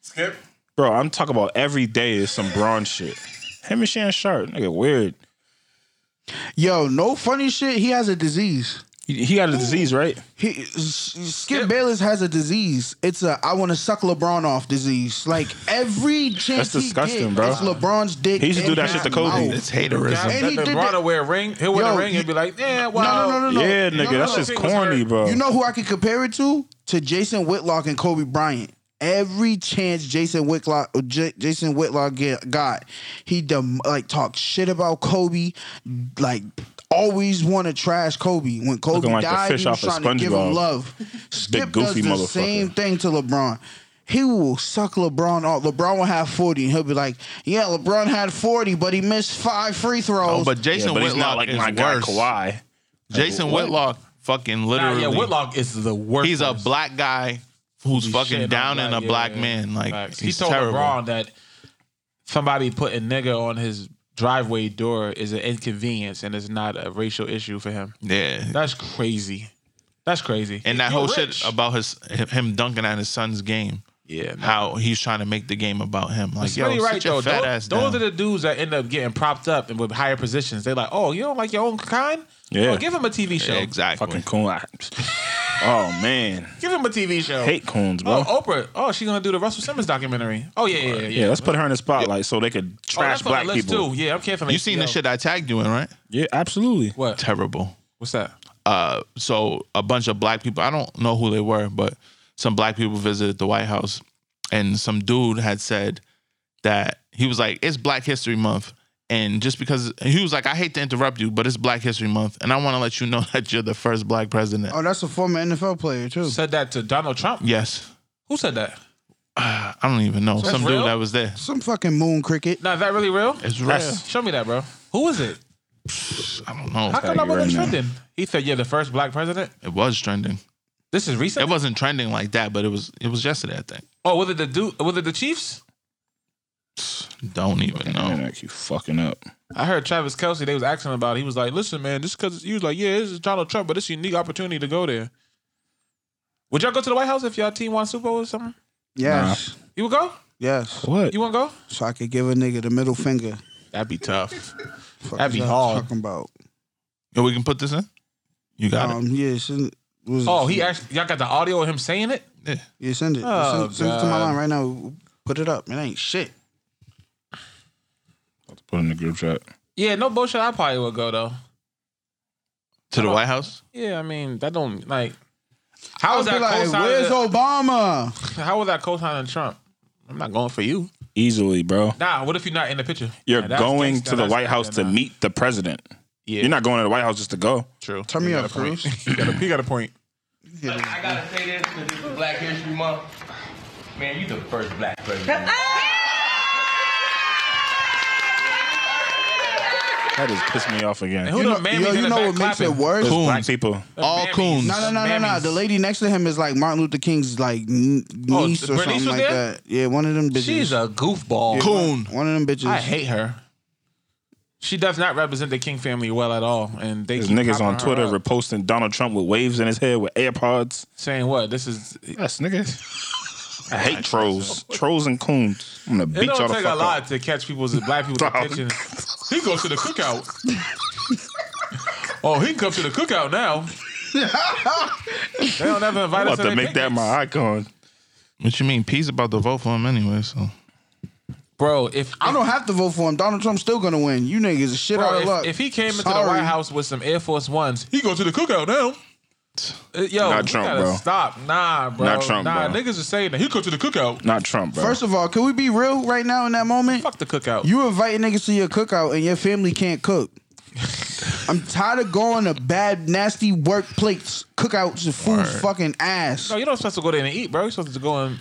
F: Skip.
C: bro. I'm talking about every day is some Braun shit. Him and Shannon Sharp, nigga, weird.
A: Yo, no funny shit. He has a disease.
C: He, he got a disease, right?
A: He, S- Skip Bayless has a disease. It's a I want to suck LeBron off disease. Like every chance he
C: disgusting,
A: get,
C: bro.
A: It's LeBron's dick.
C: He used to do
A: in
C: that
A: his
C: shit to Kobe.
A: mouth.
E: It's haterism.
A: And he
D: Let
A: did
D: LeBron
A: that-
D: wear a ring. He'll wear
A: Yo,
D: a ring. He'll be like, yeah,
A: No,
D: well,
A: no, no, no, no.
C: yeah,
A: No,
C: nigga,
A: no,
C: that
A: no.
C: shit's
D: He was
C: corny,
D: hurt.
C: bro.
A: You know who I can compare it to? To Jason Whitlock and Kobe Bryant. Every chance Jason Whitlock, J- Jason Whitlock get, got, he dem- like talked shit about Kobe, like always want to trash Kobe. When Kobe
C: Looking like the
A: died,
C: fish
A: he was
C: off of
A: trying to give him
C: SpongeBob.
A: love. Skip
C: goofy
A: does the
C: motherfucker.
A: same thing to LeBron. He will suck LeBron off. LeBron will have forty, and he'll be like, "Yeah, LeBron had forty, but he missed five free throws."
E: Oh, but Jason
C: yeah, but he's
E: Whitlock
C: not like
E: is
C: my guy
E: worse.
C: Kawhi.
E: Jason Whitlock fucking
D: Nah,
E: literally.
D: yeah, Whitlock is the worst.
E: He's a
D: person.
E: black guy who's fucking
D: shitting
E: down
D: on
E: and a black
D: yeah, yeah.
E: man. Like
D: Facts.
E: he's
D: he told
E: terrible.
D: LeBron that somebody put a nigga on his driveway door is an inconvenience and it's not a racial issue for him.
E: Yeah,
D: That's crazy. That's crazy.
E: and that
D: You're
E: whole
D: rich.
E: shit about his him dunking at his son's game.
D: yeah. nah.
E: How he's trying to make the game about him. Like
D: It's
E: yo,
D: really right
E: sit your
D: though.
E: fat
D: Tho-
E: ass
D: those
E: down.
D: are the dudes that end up getting propped up and with higher positions. They're like, "Oh, you don't like your own kind?
C: Yeah.
D: Well, give him a TV show.
E: Yeah, exactly.
C: Fucking coon. oh man,
D: Give him a TV show.
C: hate coons, bro.
D: oh, Oprah. Oh, she's gonna do the Russell Simmons documentary. Oh yeah, yeah, yeah.
C: yeah, let's put her in the spotlight so they could
D: Oh,
C: trash
D: that's on
C: black
D: the list
C: people.
D: too. Yeah, I'm canceling.
E: You seen the
D: HBO.
E: shit I tagged you in, right?
C: Yeah, absolutely.
D: What?
E: Terrible.
D: What's that?
E: uh, so a bunch of black people, I don't know who they were, but some black people visited the White House and some dude had said that he was like, it's Black History Month. And just because and he was like, I hate to interrupt you, but it's Black History Month. And I want to let you know that you're the first black president.
A: oh, that's a former NFL player too.
D: Said that to Donald Trump.
E: Yes.
D: Who said that?
E: I don't even know. some
D: real?
E: dude that was there.
A: Some fucking moon cricket.
D: Now, is that really real?
E: It's real.
D: Show me that, bro. Who is it?
E: I don't know.
D: How come I
C: you right
D: wasn't
C: now.
D: trending? He said, "You're the first black president."
E: It was trending.
D: This is recent.
E: It wasn't trending like that, but it was it was yesterday, I think.
D: oh, was it the dude? Was it the Chiefs?
E: Don't even know.
C: Internet, you fucking up.
D: I heard Travis Kelsey. They was asking about. it. He was like, "Listen, man, just because he was like, yeah, this is Donald Trump, but it's a unique opportunity to go there." Would y'all go to the White House if y'all team won Super Bowl or something?
A: Yes,
D: You would go?
A: yes.
C: What?
D: You want to go?
A: So I could give a nigga the middle finger.
D: That'd be tough.
A: Fuck
D: That'd be
A: is that
D: hard.
A: Talking about.
E: Yo, we can put this in? You got it.
A: Um, yeah, send, was,
D: Oh, he actually. Y'all got the audio of him saying it.
A: yeah, send it.
D: Oh,
A: send, send it to my
D: God.
A: line right now. Put it up. It ain't shit.
C: Put in the group chat.
D: Yeah, no bullshit. I probably would go though.
E: To the White House?
D: Yeah, I mean, that don't like. How was
A: I'll
D: that
A: be like,
D: co-signing?
A: where's Obama?
D: How was that co-signing Trump? I'm not going for you.
C: Easily, bro.
D: Nah, what if you're not in the picture?
C: You're
D: Nah, that's
C: going
D: gangsta.
C: to the
D: That's
C: White House
D: gangsta.
C: to
D: Nah.
C: meet the president.
D: Yeah,
C: You're not going to the White House just to go.
D: true.
A: Turn me up, Cruz.
D: He got a, he got a point.
G: I gotta say this because it's Black History Month. Man, you the first black president.
C: That just pissed me off again.
D: And who
A: You
D: the
A: know,
D: mammies
A: yo,
D: in
A: you
D: the
A: know
D: back
A: what makes it
D: clapping?
A: worse?
C: It's
E: Coons.
C: black people.
D: The
E: All
D: mammies.
E: coons.
A: No, no, no, no, no.
D: Mammies.
A: The lady next to him is like Martin Luther King's like n-
D: Oh,
A: niece or
D: Bernice
A: something
D: was
A: like
D: there?
A: that. Yeah, one of them bitches.
D: She's a goofball.
A: Yeah,
E: coon.
A: One, one of them bitches.
D: I hate her. She does not represent the King family well at all, and they
C: There's
D: keep
C: niggas
D: popping
C: on
D: her
C: Twitter
D: up,
C: reposting Donald Trump with waves in his head with AirPods.
D: saying what this is. It
C: Yes, niggas. I hate trolls. Trolls and coons. I'm gonna beat
D: don't
C: y'all the
D: take a
C: fuck up.
D: lot to catch people's uh, black people's
C: Dog.
D: attention. He goes to the cookout. oh, he can come to the cookout now. they don't ever invite
C: I'm
D: us.
C: about to
D: their
C: make that
D: picnics.
C: my icon.
E: What you mean? P's about to vote for him anyway, so
D: bro. If
A: I don't have to vote for him. Donald Trump's still gonna win. You niggas are shit
D: Bro,
A: out of
D: if,
A: luck.
D: if he came into
A: Sorry.
D: the White House with some Air Force Ones, he go to the cookout now. Uh, Yo,
C: Not
D: we
C: Trump,
D: gotta
C: bro.
D: Stop, nah, bro.
C: Not Trump,
D: nah,
C: bro.
D: niggas are saying that he go to the cookout.
C: Not Trump, bro.
A: First of all, can we be real right now in that moment?
D: Fuck the cookout.
A: You invite niggas to your cookout and your family can't cook. I'm tired of going to bad, nasty work plates, cookouts, and food fucking ass.
D: no, you don't supposed to go there and eat, bro. You're supposed to go and,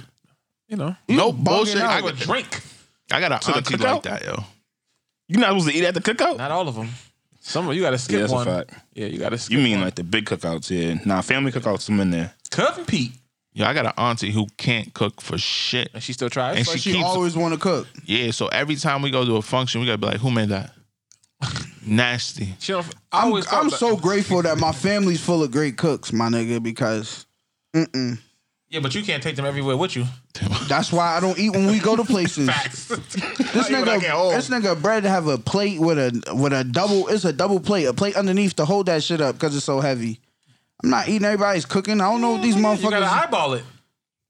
D: you know,
E: no
A: bugging
E: bullshit.
A: out.
E: I,
D: have a drink.
E: I got
C: the
E: an auntie like
C: cookout?
E: that, yo.
C: you not supposed to eat at the cookout?
D: Not all of them. Some of you gotta skip
C: Yeah, that's a
D: one.
C: fact.
D: Yeah, you gotta skip.
C: You mean
D: one.
C: like the big cookouts? Yeah. Nah, family cookouts. I'm in there.
D: cousin Pete?
E: Yo, I got an auntie who can't cook for shit.
D: And she still tries.
E: And
D: Like,
E: she,
A: she
E: keeps
A: always want to cook.
E: yeah. So every time we go to a function, we gotta be like, who made that? Nasty.
D: she don't. I
A: I'm,
D: always thought
A: I'm
D: that-
A: so grateful that my family's full of great cooks, my nigga, because
D: Yeah, but you can't take them everywhere with you.
A: that's why I don't eat when we go to places. This nigga, this nigga bread have a plate with a with a double. It's a double plate, a plate underneath to hold that shit up because it's so heavy. I'm not eating everybody's cooking. I don't know what these
D: Mm, You gotta
A: motherfuckers.
D: eyeball it.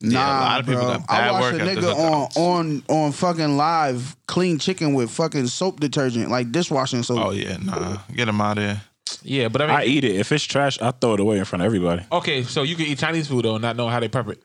A: Nah,
E: Yeah, a lot of people
A: bro.
E: got
A: I
E: bad
A: watched a
E: work ethics
A: nigga on
E: sometimes.
A: on on fucking live clean chicken with fucking soap detergent, like dishwashing soap.
E: Oh yeah, nah, get him out of here.
D: Yeah, but I mean,
C: I eat it. If it's trash, I throw it away in front of everybody.
D: okay, so you can eat Chinese food though, and not know how they prep it.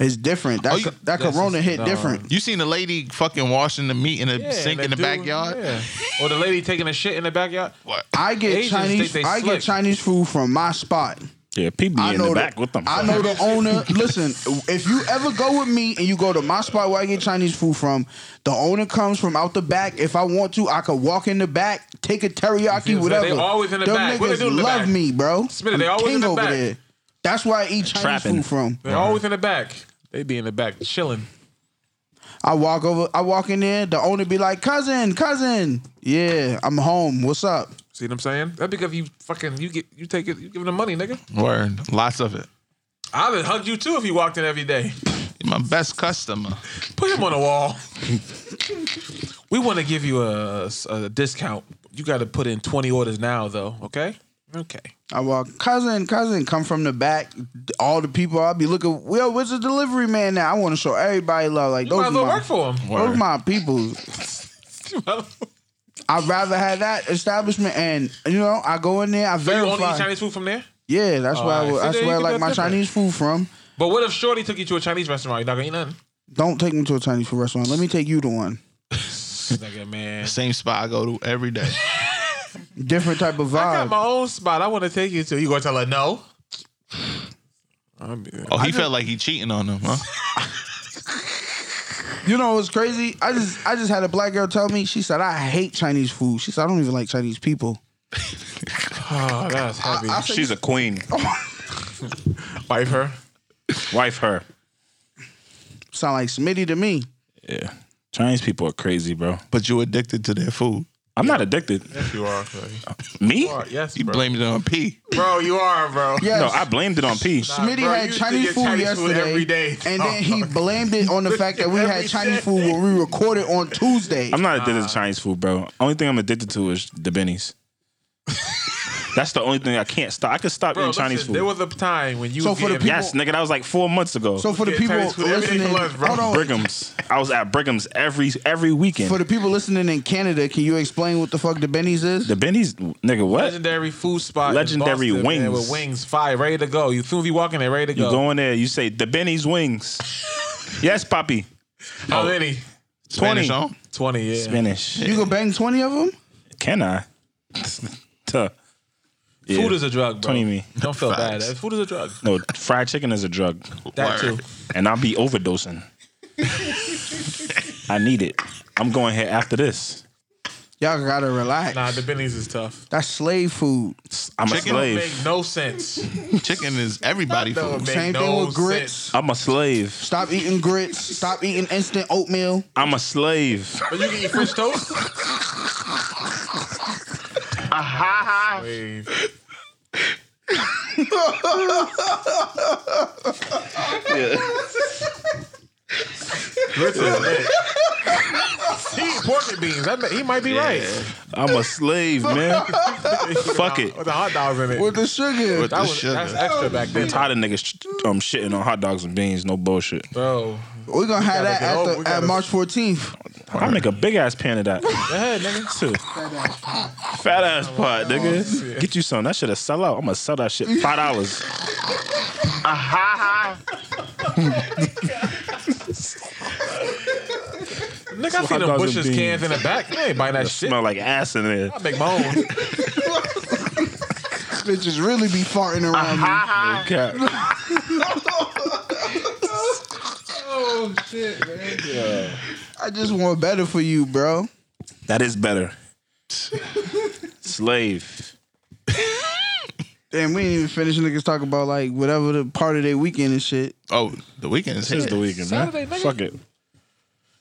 A: It's different. That
E: Oh, you-
A: co- that
D: that's
A: Corona
D: just-
A: hit
D: nah.
A: different.
E: You seen the lady fucking washing the meat in the sink in
D: and
E: the
D: dude-
E: backyard?
D: yeah. or the lady taking a shit in the backyard.
E: What?
A: I get
D: Asians think
A: Chinese.
D: they
A: I
D: slick.
A: get Chinese food from my spot.
C: Yeah, people
A: I
C: in the
A: know
C: back
A: the,
C: with them.
A: I know the owner. Listen, if you ever go with me and you go to my spot where I get Chinese food from, the owner comes from out the back. If I want to, I could walk in the back, take a teriyaki,
D: They
A: whatever.
D: always in the
A: them
D: back.
A: Niggas
D: What they do in the
A: love
D: back?
A: me, bro.
D: Smitty,
A: I'm
D: they always
A: king
D: in the
A: over
D: back.
A: there. That's where I eat Chinese
C: Trapping.
A: food from.
D: They're always in the back. They be in the back chilling.
A: I walk over. I walk in there. The owner be like, "Cousin, cousin, yeah, I'm home. What's up?"
D: See what I'm saying? That's because you fucking you get you take it you giving them money, nigga.
E: Word, lots of it.
D: I'd have hugged you too if you walked in every day.
E: You're my best customer.
D: Put him on the wall. we want to give you a, a discount. You got to put in 20 orders now, though. Okay. Okay.
A: I walk, Uh, cousin, cousin, come from the back. All the people I'll be looking, yo, where's the delivery man now? I want to show everybody love. Like,
D: You might
A: those,
D: as
A: are
D: well
A: my,
D: work for him.
A: those are my people.
D: You might as well-
A: I'd rather have that establishment. And, you know, I go in there, I
D: So you only eat
A: verify.
D: Chinese food from there?
A: Yeah, that's where, I,
D: Alright,
A: would-
D: so
A: that's
D: there you
A: where I
D: can
A: like
D: go
A: my
D: different.
A: Chinese food from.
D: But what if Shorty took you to a Chinese restaurant? You're not gonna eat nothing.
A: Don't take me to a Chinese food restaurant. Let me take you to one.
D: Nigga, man.
E: Same spot I go to every day.
A: Different type of
D: I got
A: vibe.
D: my own spot. I want to take you to. You gonna tell her no? I'm-
E: Oh, he felt like he cheating on them, huh?
A: You know what's crazy? I just I just had a black girl tell me, she said, I hate Chinese food. She said, I don't even like Chinese people.
D: Oh, that's heavy.
A: I said,
C: She's a queen.
D: Wife her.
C: Wife her.
A: sound like Smitty to me.
C: Yeah. Chinese people are crazy, bro.
E: But you addicted to their food.
C: I'm not addicted.
D: You are.
C: Me?
D: All right, yes,
E: You
D: bro.
E: blamed it on P.
F: Bro, you are, bro.
A: Yes.
C: No, I blamed it on P.
A: Smitty
F: Bro,
A: had
F: you
A: Chinese
F: get
A: food
F: Chinese food
A: yesterday,
F: every day.
A: and
D: Oh,
A: then he blamed it on the fact that we had
F: Every
A: Chinese
F: day.
A: food when we recorded on Tuesday.
C: I'm not addicted to Chinese food, bro. Only thing I'm addicted to is the bennies. That's the only thing I can't stop. I could stop
D: Bro,
C: eating Chinese
D: listen,
C: food.
D: There was a time when you
A: So
D: was
A: for the
D: getting-
C: yes, nigga, that was like four months ago.
A: so for the
D: Yeah,
A: people
D: Chinese food every day for
A: listening,
D: lunch, bro.
A: hold on.
C: Brigham's. I was at Brigham's every every weekend.
A: For the people listening in Canada, can you explain what the fuck the Benny's is?
C: the bennies, nigga, what?
D: legendary food spot. in
C: Legendary
D: Boston, man,
C: wings.
D: with wings, fire, ready to go. You soon as you walk in there, ready to
C: You
D: go.
C: go in there, you say the Benny's wings. yes, Poppy.
D: How many?
E: Spanish
C: 20.
E: on?
D: Twenty. Yeah.
C: Spanish.
A: You go bang twenty of them.
C: Can I? Tuh. Yeah.
D: Food is a drug, bro.
C: 20 me.
D: Don't feel bad.
E: Facts.
D: Food is a drug.
C: No, fried chicken is a drug.
D: That
E: Word.
D: too.
C: And I'll be overdosing. I need it. I'm going here after this.
A: Y'all gotta relax.
D: Nah, the Benny's is tough.
A: That's slave food.
C: I'm a
E: Chicken
C: slave.
D: Make no sense.
E: Chicken is everybody
D: Don't
E: food.
D: make
A: Same thing
D: no
A: with grits.
D: sense.
C: I'm a slave.
A: Stop eating grits. Stop eating instant oatmeal.
C: I'm a slave.
D: But you can eat French toast. Wave. Listen, man. He eat pork and beans. That, ma- he might be right.
C: I'm a slave, man. Fuck it.
D: With the hot dogs in it.
A: With the sugar.
E: With
D: that
E: the
D: was, that's
E: sugar.
D: extra back then,
C: I'm tired of niggas um, shitting on hot dogs and beans. No bullshit.
D: bro.
A: We're gonna have
D: gotta
A: that
D: get
A: at,
D: over-
A: the,
D: we
A: at
D: gotta-
A: March 14th.
C: I'll make a big ass pan of that.
D: Hey, nigga.
C: too. Fat ass pot, nigga.
D: Oh, shit.
C: Get you some. That shit a sell out. I'm gonna sell that shit five dollars.
D: Nigga, I
C: Hot
D: see them
C: dogs and
D: bushes
C: beans.
D: cans in the back. I ain't buying that shit.
C: Smell like ass in there.
D: I make my own.
A: Bitches really be farting around me.
D: Uh-huh.
C: Okay.
A: I just want better for you, bro.
C: That is better. Slave.
A: Damn, we ain't even finished niggas talk about like whatever the part of their weekend and shit.
E: Oh, the weekend is
C: This is
E: hit.
C: the weekend, man. Fuck it.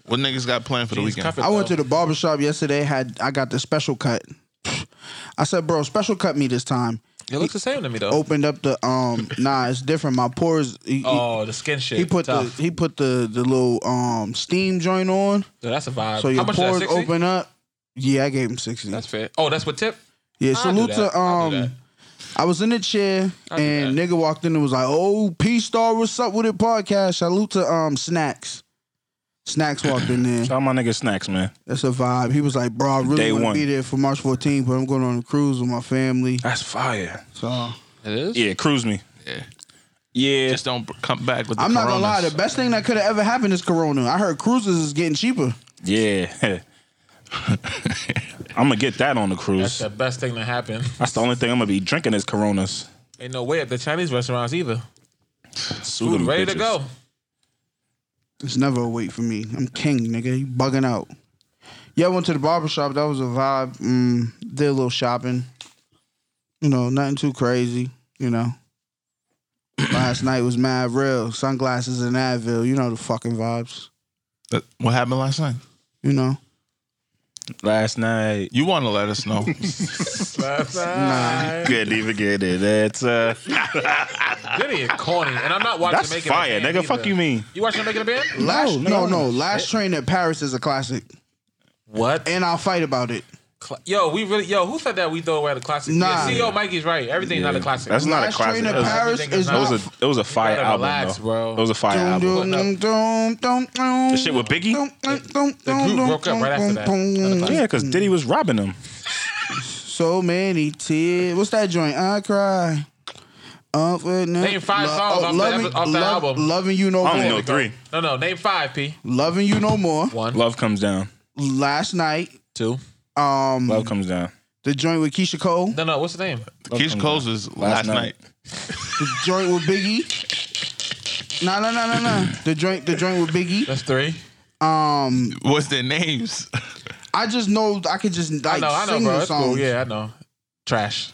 E: What niggas got planned for the
D: He's
E: weekend?
D: cuffing,
A: I went
D: though.
A: to the barbershop yesterday, had I got the special cut. I said, bro, special cut me this time.
D: It looks the same to me though.
A: Opened up the um nah, it's different. My pores he, he-
D: Oh, the skin shit.
A: he put
D: Tough.
A: the he put the the little um steam joint on.
D: Yo, that's a vibe.
A: So
D: How
A: your
D: much is
A: pores
D: that? 60?
A: open up. Yeah, I gave him sixty.
D: That's fair. Oh, that's what tip.
A: yeah,
D: I'll do
A: salute
D: that.
A: to
D: I'll do
A: um
D: that.
A: I was in the chair and nigga walked in and was like, "Oh, P Star, what's up with it?" Podcast. Salute to um snacks. Snacks walked in there.
C: Tell my nigga snacks, man.
A: That's a vibe. He was like, "Bro, I
C: Day
A: really
C: one.
A: want to be there for March 14th, but I'm going on a cruise with my family."
C: That's fire.
A: So
D: It is.
C: Yeah, cruise me.
E: Yeah.
C: Yeah.
E: Just don't come back with. The
A: I'm not gonna lie.
E: Coronas.
A: The best thing that could have ever happened is Corona. I heard cruises is getting cheaper.
C: yeah. I'm gonna get that on the
D: That's
C: cruise.
D: the best thing that happened.
C: That's the only thing I'm gonna be drinking is Coronas.
D: Ain't no way at the Chinese restaurants either.
C: Sue
D: Food
C: them
D: ready to
C: bitches.
D: go.
A: It's never a wait for me. I'm king, nigga. You bugging out. Yeah, I went to the barber shop. That was a vibe. Mm, did a little shopping. You know, nothing too crazy. You know. Last night was mad real. Sunglasses in Advil. You know the fucking vibes.
E: That- What happened last night?
A: You know.
C: Last night.
E: You want to let us know?
A: Nah.
C: Couldn't even get it. That's uh.
D: Diddy is corny, and I'm not watching.
C: That's
D: Making a
C: fire,
D: Band
C: nigga.
D: either.
C: Fuck you mean?
D: You watching Making a Band?
A: Last no, no, Last train at Paris is a classic.
D: What?
A: And I'll fight about it.
D: Cla- yo, we really. Yo, who said that we thought we had a classic?
A: Nah.
D: Yeah, see, yo, Mikey's right. Everything's not a classic.
C: That's not a
A: Last
C: classic.
A: train
C: That
A: to
C: was,
A: Paris
D: Everything
A: is
D: is
C: that was
A: not.
C: a it was a fire
D: gotta
C: album,
D: relax,
C: though.
D: bro.
C: It was a fire
A: Dum,
C: album.
A: dum, dum, dum, dum, dum.
C: The shit with Biggie.
A: The
D: group broke up right after that.
C: Yeah, because Diddy was robbing them.
A: So many tears. What's that joint? I cry. Up with no-
D: Name five songs off that- off that album.
A: Loving you no
C: I only
A: more.
C: know three.
D: no, no. Name five. P
A: Loving you no more.
D: one,
C: Love comes down.
A: Last night,
D: two.
A: um,
C: Love comes down.
A: the joint with Keisha Cole,
D: No, no. What's the name?
E: Keisha Cole's was
C: Last
E: last,
C: night.
E: night.
A: the joint with Biggie. No, no, no, no, no. The joint, the joint with Biggie.
D: That's three.
A: Um,
E: What's their names?
A: I just know I could just
D: I
A: like
D: know. I know,
A: sing
D: bro.
A: the
D: That's cool.
A: song.
D: Yeah, I know. Trash.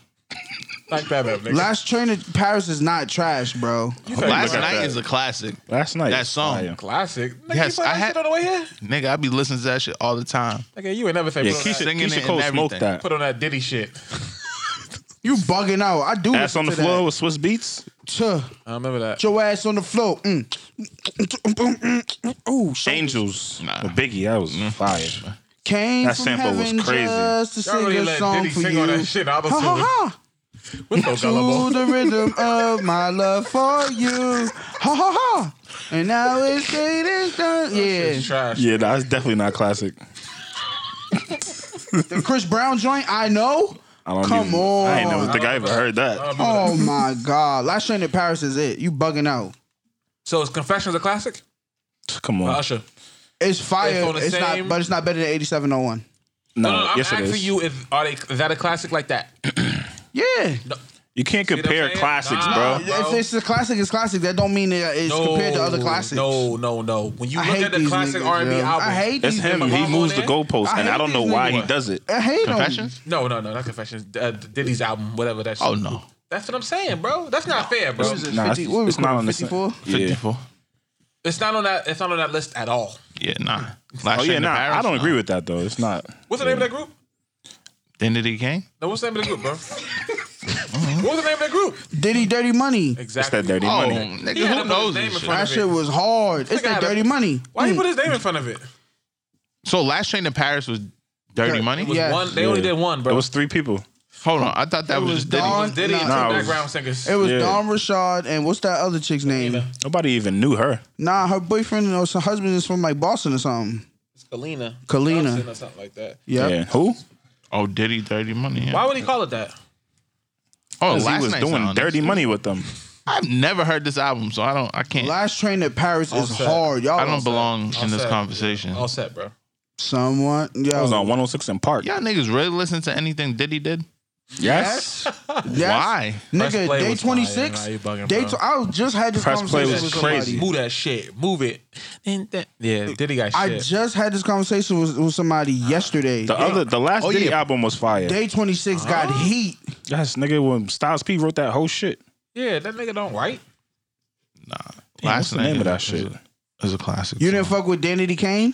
D: Like that up, nigga.
A: Last train to Paris is not trash, bro.
E: Last
C: Look at
E: night
C: that.
E: is a classic.
C: Last night.
E: That song.
C: Fire.
D: classic. Nigga,
E: Yes,
D: you played
E: I
D: that
E: had-
D: shit on the way here.
E: Nigga, I be listening to that shit all the time.
D: Nigga, you ain't never say
C: Yeah,
D: put, on
C: Keisha,
D: that,
E: Singing it
C: Keisha
E: and
C: Cole smoked
E: everything.
C: that.
D: put on that Diddy shit.
A: You bugging out. I do.
C: Ass on the
A: listen to
C: floor with Swiss Beats.
A: That. Tuh.
D: I remember that.
A: Put your ass on the floor. Mm. Ooh, shoulders.
C: Angels.
E: Nah.
C: With Biggie, that was fire.
A: Came
C: That
A: from
C: sample was
A: heaven
C: crazy.
A: just to
D: Y'all
A: sing
D: really
A: a
D: let
A: song
D: Diddy
A: for
D: sing
A: you.
D: on that shit. I was
A: Ha,
D: so,
A: ha, ha.
D: we're so
A: To
D: gullible.
A: the rhythm of my love for you. Ha ha ha. And now it's it is done.
D: It's
A: Yeah.
D: trash.
C: Yeah, that's definitely not classic.
A: The Chris Brown joint, I know.
C: I don't
A: Come
C: even- I ain't
A: on.
C: never think I, ever heard that.
A: Oh my God. Last train to Paris is it. You bugging out.
D: So is Confessions a classic?
C: Come on.
D: Usher.
A: It's fire.
D: It's on the
A: It's not,
D: same-
A: but it's not better than 8701.
C: No,
D: No, no, I'm
C: yes it
D: asking
C: is. You,
D: you if are they is that a classic like that?
A: Yeah.
C: can't
D: what I'm
C: compare
D: saying?
C: classics,
D: Nah,
C: bro.
D: bro.
A: If it's a classic, it's classic. That don't mean that it's compared to other classics.
D: No, no, no. When you
A: I
D: look
A: hate
D: at the
A: these
D: classic
A: niggas,
D: R and B
A: yo.
D: album,
A: I hate
C: It's
A: these
C: him.
A: niggas.
C: He
D: Mama
C: moves the
D: on there?
C: goalpost,
A: I
C: and I
A: hate
C: don't know
A: these
C: why he
A: niggas.
C: does it.
A: I hate him.
E: Confessions?
D: No, no, no, not Confessions. Uh, Diddy's album, whatever that. Shit.
E: Oh no,
D: that's what I'm saying, bro. That's not fair, bro.
A: What is it,
C: Nah,
A: 50
C: it's-
A: what are we
C: it's not
A: calling
C: on
A: it,
C: the same-
A: 54?
C: Yeah.
E: fifty-four.
D: It's not on that. It's not on that list at all.
E: Yeah, nah. Last
C: Oh
E: Train
C: yeah,
E: to
C: nah.
E: Paris,
C: I don't
E: nah.
C: agree with that though. It's not.
D: What's the name of that group?
E: The end of the game.
D: No, what's the name of the group, bro? what was the name of that group?
A: Diddy Dirty Money.
C: It's
D: Exactly.
C: that dirty
E: Oh,
C: money.
E: nigga,
D: He had to
E: who
D: put
E: knows
D: his name
E: this
D: in
E: shit?
D: front
A: That shit was hard. It's
D: Nigga
A: that
D: had a-
A: Dirty Money.
D: Why you
A: Mm.
D: put his name in front of it?
E: So last train to Paris was Dirty
A: Dirt-
E: Money.
A: was Yeah.
D: One. They only
C: Yeah.
D: did one,
C: It
D: bro.
C: was three people.
E: Hold on, I thought that
A: It
E: was,
A: was
E: just Diddy.
A: Dawn-
D: was Diddy and
A: Nah,
C: it
D: two
C: was-
D: background singers.
A: It was
C: Yeah.
A: Don Rashad and what's that other chick's name?
C: Nobody even knew her.
A: Nah, her boyfriend or her husband is from like Boston or something.
D: Kalina.
A: Kalina.
D: Thompson Or something like that.
A: Yep.
C: Yeah. Who?
E: Oh, Diddy Dirty Money. Yeah.
D: Why would he call it that?
E: oh,
C: 'Cause
E: last
C: he was
E: night's
C: doing
E: album.
C: dirty money with them.
E: I've never heard this album, so I don't. I can't.
A: Last Train to Paris is
D: set.
A: hard. Y'all
E: I don't belong
D: All
E: in this
D: set.
E: conversation.
D: All set, bro.
A: someone.
C: I was
A: Yo.
C: on 106 in Park.
E: Y'all niggas really listen to anything Diddy did?
C: Yes.
A: Yes.
E: Why?
D: Press
A: Nigga,
D: play
A: day
D: was fire.
A: 26.
D: Nah, you bugging,
A: day
D: bro.
A: tw- I just had this
C: Press play
A: conversation
C: was
A: with
C: crazy.
A: somebody.
D: Move that shit. Move it. And that- Yeah, Diddy got
A: I
D: shit.
A: just had this conversation with, with somebody yesterday.
C: The other, the last
E: Oh,
C: Diddy
E: yeah.
C: album was fire.
A: Day 26
D: Oh.
A: got heat.
C: yes, nigga. When Styles P wrote that whole shit.
D: yeah, that nigga don't write.
E: Nah.
C: Damn, what's the name of
E: is-
C: that shit?
E: Is a, is a classic.
A: You didn't
E: song.
A: fuck with Danity Kane?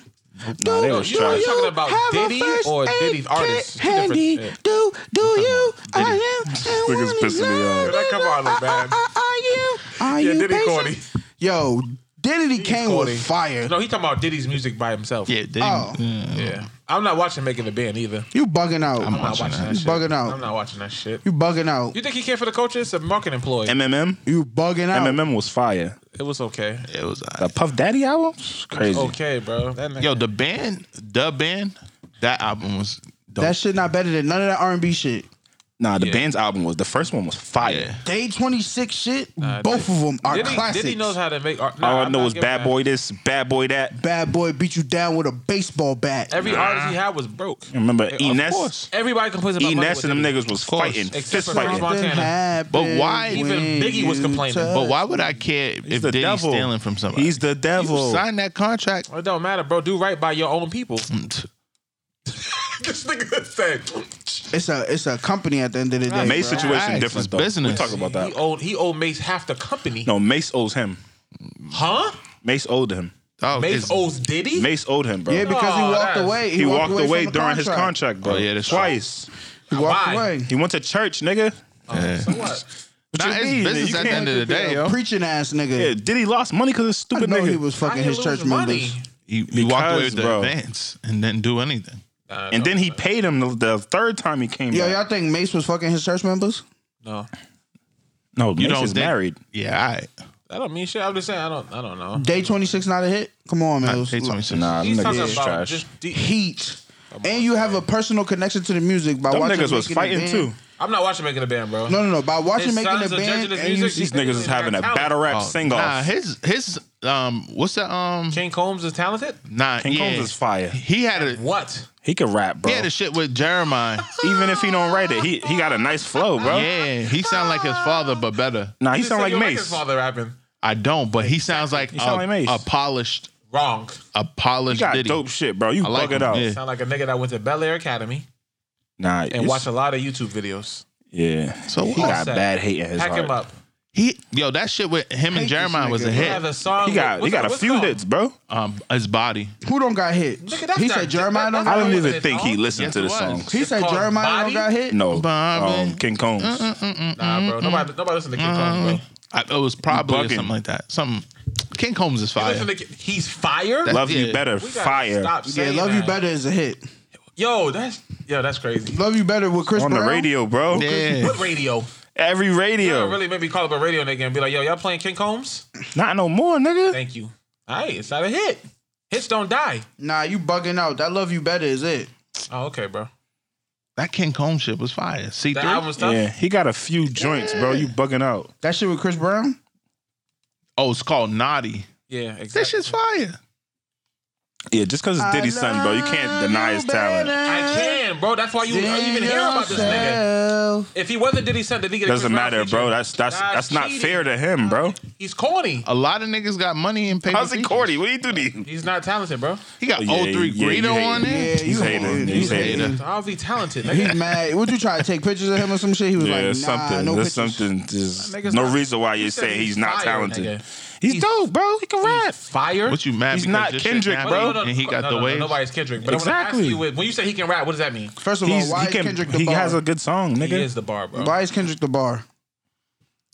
C: Nah, they
A: Do
C: was
D: You know
C: trash.
D: you talking about
A: have a
D: Diddy
A: first
D: or
A: aid
D: Diddy's
A: kit
D: artists? Two different-
A: Handy.
D: yeah.
A: Do do you? Are you? and
C: Niggas
A: wanna
C: pissing me
A: love
C: off.
D: That come on,
A: Are,
D: man.
A: are, are you? Are
D: Yeah,
A: you
D: Diddy
A: patient?
D: corny.
A: Yo, Diddy Kane
D: Cody.
A: was fire.
D: No, he talking about Diddy's music by himself.
E: Yeah, they,
A: Oh.
E: yeah.
D: yeah. I'm not watching making the band either.
A: You bugging out.
D: I'm not watching that
A: You
D: shit.
A: bugging
D: I'm
A: out.
D: not watching that shit.
A: You bugging out.
D: You think he cared for the culture? It's a marketing employee.
C: MMM.
A: You bugging out.
C: MMM was fire.
D: It was okay.
E: it was.
C: The Puff Daddy album, crazy.
D: Okay, bro. That nigga.
E: Yo, the band, the band, that album was dope.
A: That shit not better than none of that R and B shit.
C: Nah, the band's album was the first one was fire.
E: Yeah.
A: Day twenty six shit.
D: Nah,
A: both of them are
D: Diddy,
A: classics.
D: Diddy knows how to make art. Nah,
C: All I
D: I'm
C: know
D: not
C: is
D: giving
C: bad
D: that.
C: boy this, bad boy that.
A: Bad boy beat you down with a baseball bat.
D: Every artist he had was broke.
C: I remember
D: Of
C: Enes,
D: course. Everybody complains about money
C: Enes
D: with
C: and Mm. them
D: Diddy.
C: niggas was
E: course.
C: fighting,
D: Except
C: fist
D: for French
C: fighting.
D: Montana.
E: But why-
D: Even Biggie was complaining.
E: But why would I care if
C: the
E: Diddy's
C: devil.
E: stealing from somebody?
C: He's the devil.
E: You signed that contract.
D: It don't matter, bro. Do right by your own people.
F: this nigga said,
A: It's a it's a company at the end of the day.
C: Mace
A: bro.
C: situation
E: Facts, it's
C: different though. We
E: business.
C: talk about
D: He
C: that.
D: owed he owed Mace half the company.
C: No, Mace owes him.
D: Huh?
C: Mace owed him.
E: Oh,
D: Mace
E: it's-
D: owes Diddy.
C: Mace owed him, bro.
A: Yeah, because he
D: Oh,
A: walked
D: that's-
A: away.
C: he walked away,
A: from the
C: during his contract, bro.
E: Oh, yeah, that's true.
C: twice.
A: He walked
D: Why?
A: away.
C: He went to church, nigga.
E: yeah.
D: So what?
E: Nah,
C: you
E: it's
C: mean?
E: business
C: You
E: at the
C: can't
E: end of the day,
A: Yeah,
E: yo.
A: preaching ass
C: Yeah,
A: nigga.
C: Diddy lost money because of
A: I
C: stupid
A: know
C: nigga.
A: he was fucking
D: How you
A: his church
D: lose money?
A: members.
E: He, he walked away
C: Because,
E: with the
C: bro.
E: advance and didn't do anything.
C: and then he paid him the, the third time he came.
A: Yo,
C: back.
A: y'all think Mace was fucking his church members?
D: No,
C: no,
E: You
C: Mace
E: don't
C: is
E: think-
C: married.
E: Yeah, all right.
D: I don't mean shit. I'm just saying I don't I don't know.
A: Day twenty six not a hit. Come on, man. It was-
E: Hey, 26.
C: Nah, them
D: He's
C: niggas
D: talking
C: is
D: about
C: trash.
D: just D-
A: heat. And you have a personal connection to the music by
C: Them
A: watching
C: niggas
A: Making
C: was
A: the
C: fighting
A: Band.
C: too.
D: I'm not watching making a band, bro.
A: No, no, no. By watching
D: His
A: making
D: sons
A: the
D: are judging
A: band,
D: his
A: and you
D: music.
A: see
C: These niggas is having a
D: Talent.
C: battle rap
E: Oh,
C: sing
E: Nah,
C: off.
E: his his um, what's that um?
D: King Combs is talented.
E: Nah,
C: King
E: yeah.
C: Combs is fire.
E: He had a
D: What?
C: He could rap, bro.
E: he had a shit with Jeremiah.
C: Even if he don't write it, he he got a nice flow, bro.
E: yeah, he sound like his father, but better.
C: Nah, he
D: You
C: sound
D: said
C: like
D: you
C: Mace.
D: his father rapping.
E: I don't, but he sounds like,
C: sound
E: a,
C: like Mace.
E: a polished,
D: Wrong.
E: a polished
C: you got
E: Diddy.
C: dope shit, bro. You
E: I like
C: bug it
E: him,
C: out.
E: yeah.
D: Sound like a nigga that went to Bel Air Academy
C: Nah,
D: and watched a lot of YouTube videos.
C: Yeah.
E: So
C: he
E: what?
C: got bad hate in his
D: Pack
C: heart.
D: him up.
E: He yo, that shit with him and
A: this
E: Jeremiah was
A: nigga,
E: a
A: bro.
D: He have
E: hit.
D: a song.
C: He got he
D: what's
C: got
D: that-
C: a
D: what's
C: few
D: called?
C: hits, bro.
E: Um, his body.
A: who don't got hit.
D: Look at that
A: He
D: guy.
A: said Jeremiah don't
D: That-
A: got
C: I don't
A: hit.
D: was
C: even
D: it
C: think he
D: on?
C: listened
E: Yes,
C: to
E: it
C: the
E: was.
C: songs.
A: He said
D: called
A: Jeremiah
D: Body?
A: don't got hit.
C: No,
E: Bobby.
C: um, King Combs.
D: Nah, bro. Nobody, nobody listen to King Combs, bro.
E: I, it was probably or
C: bugging.
E: something like that. Some King Combs is
D: You
E: fire.
D: Listen to, Ki- he's fire.
E: That's-
C: Love
E: Yeah.
C: you better,
D: We gotta
C: fire
D: Stop
A: Yeah,
D: saying
A: love you
D: that.
A: better is a hit.
D: Yo, that's yo, that's crazy.
A: Love you better with Chris
C: on the
A: Brown?
C: radio, bro.
E: Yeah.
D: What radio?
C: Every radio,
D: Yo, really made me call up a radio nigga and be like, yo, y'all playing King Combs?
C: not no more, nigga.
D: Thank you. All right, it's not a hit. Hits don't die.
A: Nah, you bugging out. That love you better is it.
D: Oh, okay, bro.
E: That King Combs shit was fire. See
D: That
E: through.
D: album stuff.
C: Yeah, he got a few joints, bro. You bugging out.
A: That shit with Chris Brown?
E: Oh, it's called Naughty.
D: Yeah, exactly.
E: This shit's fire.
C: Yeah, just because it's Diddy's son, bro, you can't deny his talent.
D: I can, bro. That's why you even hear about this nigga.
A: nigga.
D: If he wasn't Diddy son, did he get a
C: Doesn't
D: Chris Brown
C: matter,
D: feature?
C: bro. That's that's
D: Nah,
C: that's not
D: cheating.
C: fair to him, bro.
D: He's corny.
E: A lot of niggas got money and paper.
C: How's he
E: features.
C: corny? What do you do to you?
D: He's not talented, bro.
E: He got
C: Oh, Yeah,
E: 03
C: yeah, you
E: Oh, Greedo
C: hate
E: on
C: him.
E: there.
A: Yeah,
C: He's
A: you
C: hating. He's hating.
D: He's obviously talented.
A: He's
D: Nigga.
A: mad. What you try to take pictures of him or some shit? He was
C: Yeah,
A: like, nah,
C: something.
A: no
C: There's
A: pictures.
C: something. There's
D: That nigga's
C: no
D: not-
C: reason why you
D: said
C: say
D: he's
C: he's not
D: fire,
C: talented.
D: nigga.
C: He's dope, bro. He can rap.
D: Fire.
E: What you mad?
C: He's
E: because
C: not
E: this shit
C: Kendrick,
E: happened
C: bro.
E: And he got
D: no,
E: the
D: no,
E: wave.
D: nobody's Kendrick. But
C: Exactly.
D: when, you, when you say he can rap, what does that mean?
A: First of all,
C: He's,
A: why
C: he
A: is
C: can.
A: Kendrick the
C: He
A: bar?
C: has a good song,
D: He
C: nigga.
D: is the bar, bro.
A: why is Kendrick the bar?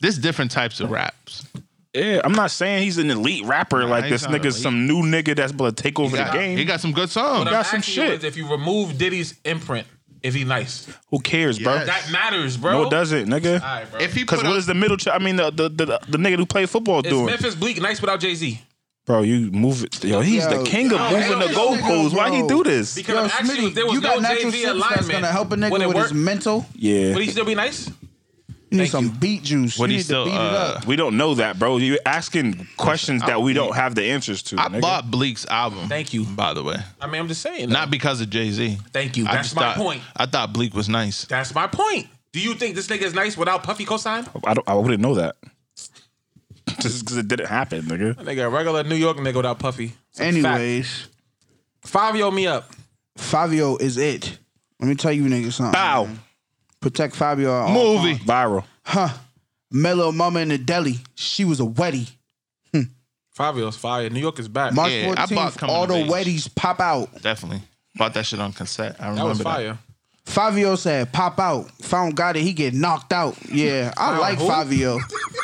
E: There's different types of raps.
C: Yeah, I'm not saying he's an elite rapper like this
E: he's not
C: nigga's
E: elite.
C: some new nigga that's about to take over the
E: Got-
C: game.
E: He got some good songs.
D: What
C: got
D: I'm
C: some
D: asking you
C: shit.
D: is if you remove Diddy's imprint, is he nice?
C: Who cares, bro?
E: Yes.
D: That matters, bro.
C: No, it doesn't,
D: All
C: nigga.
D: right, bro.
E: if he
C: Because
E: put
C: what
E: out-
C: is the middle? Ch- I mean, the the, the the nigga who played football
D: is
C: doing,
D: Memphis Bleak nice without Jay Z?
C: bro. You move it, yo. He's
A: Yo.
C: the king of
D: Yo,
C: moving the
D: this
C: goalposts.
A: nigga,
C: Why he
A: bro.
C: do this?
D: Because
A: Yo,
D: I'm asking you,
A: Smitty,
D: if there was
A: you got
D: no
A: natural
D: JV
A: steps that's
D: alignment.
A: gonna help a nigga
D: would it
A: with
D: work?
A: his mental.
C: yeah,
D: Would he still be nice?
A: You need
D: Thank
A: some
D: you.
A: beet juice. you
E: What he
A: need
E: still,
A: to beat it
E: uh,
A: up.
C: we don't know that, bro. You're asking questions that we don't have the answers to.
E: I
C: nigga.
E: bought Bleak's album.
D: Thank you.
E: By the way,
D: I mean, I'm just saying.
E: not because of Jay Z.
D: Thank you. That's my
E: thought,
D: point.
E: I thought Bleak was nice.
D: That's my point. Do you think this nigga is nice without Puffy cosign?
C: I don't. I wouldn't know that. Just because it didn't happen, nigga.
D: Nigga, a regular New York nigga without Puffy. It's a
A: Anyways,
D: fact. Fabio me up.
A: Fabio is it. Let me tell you niggas something.
C: Bow.
A: Protect Fabio. at all
E: Movie.
C: Viral.
A: Mellow Mama in the deli. She was a wetty.
D: Fabio's fire. New York is back.
A: March
E: Yeah, I bought
A: 14th,
E: Coming
A: all
E: of
A: the
E: Age.
A: wetties pop out.
E: Definitely bought that shit on cassette. I
D: that
E: remember
D: was fire.
A: Fabio said, pop out. Found God that he get knocked out. Yeah, I
D: Found
A: like
D: who?
A: Fabio.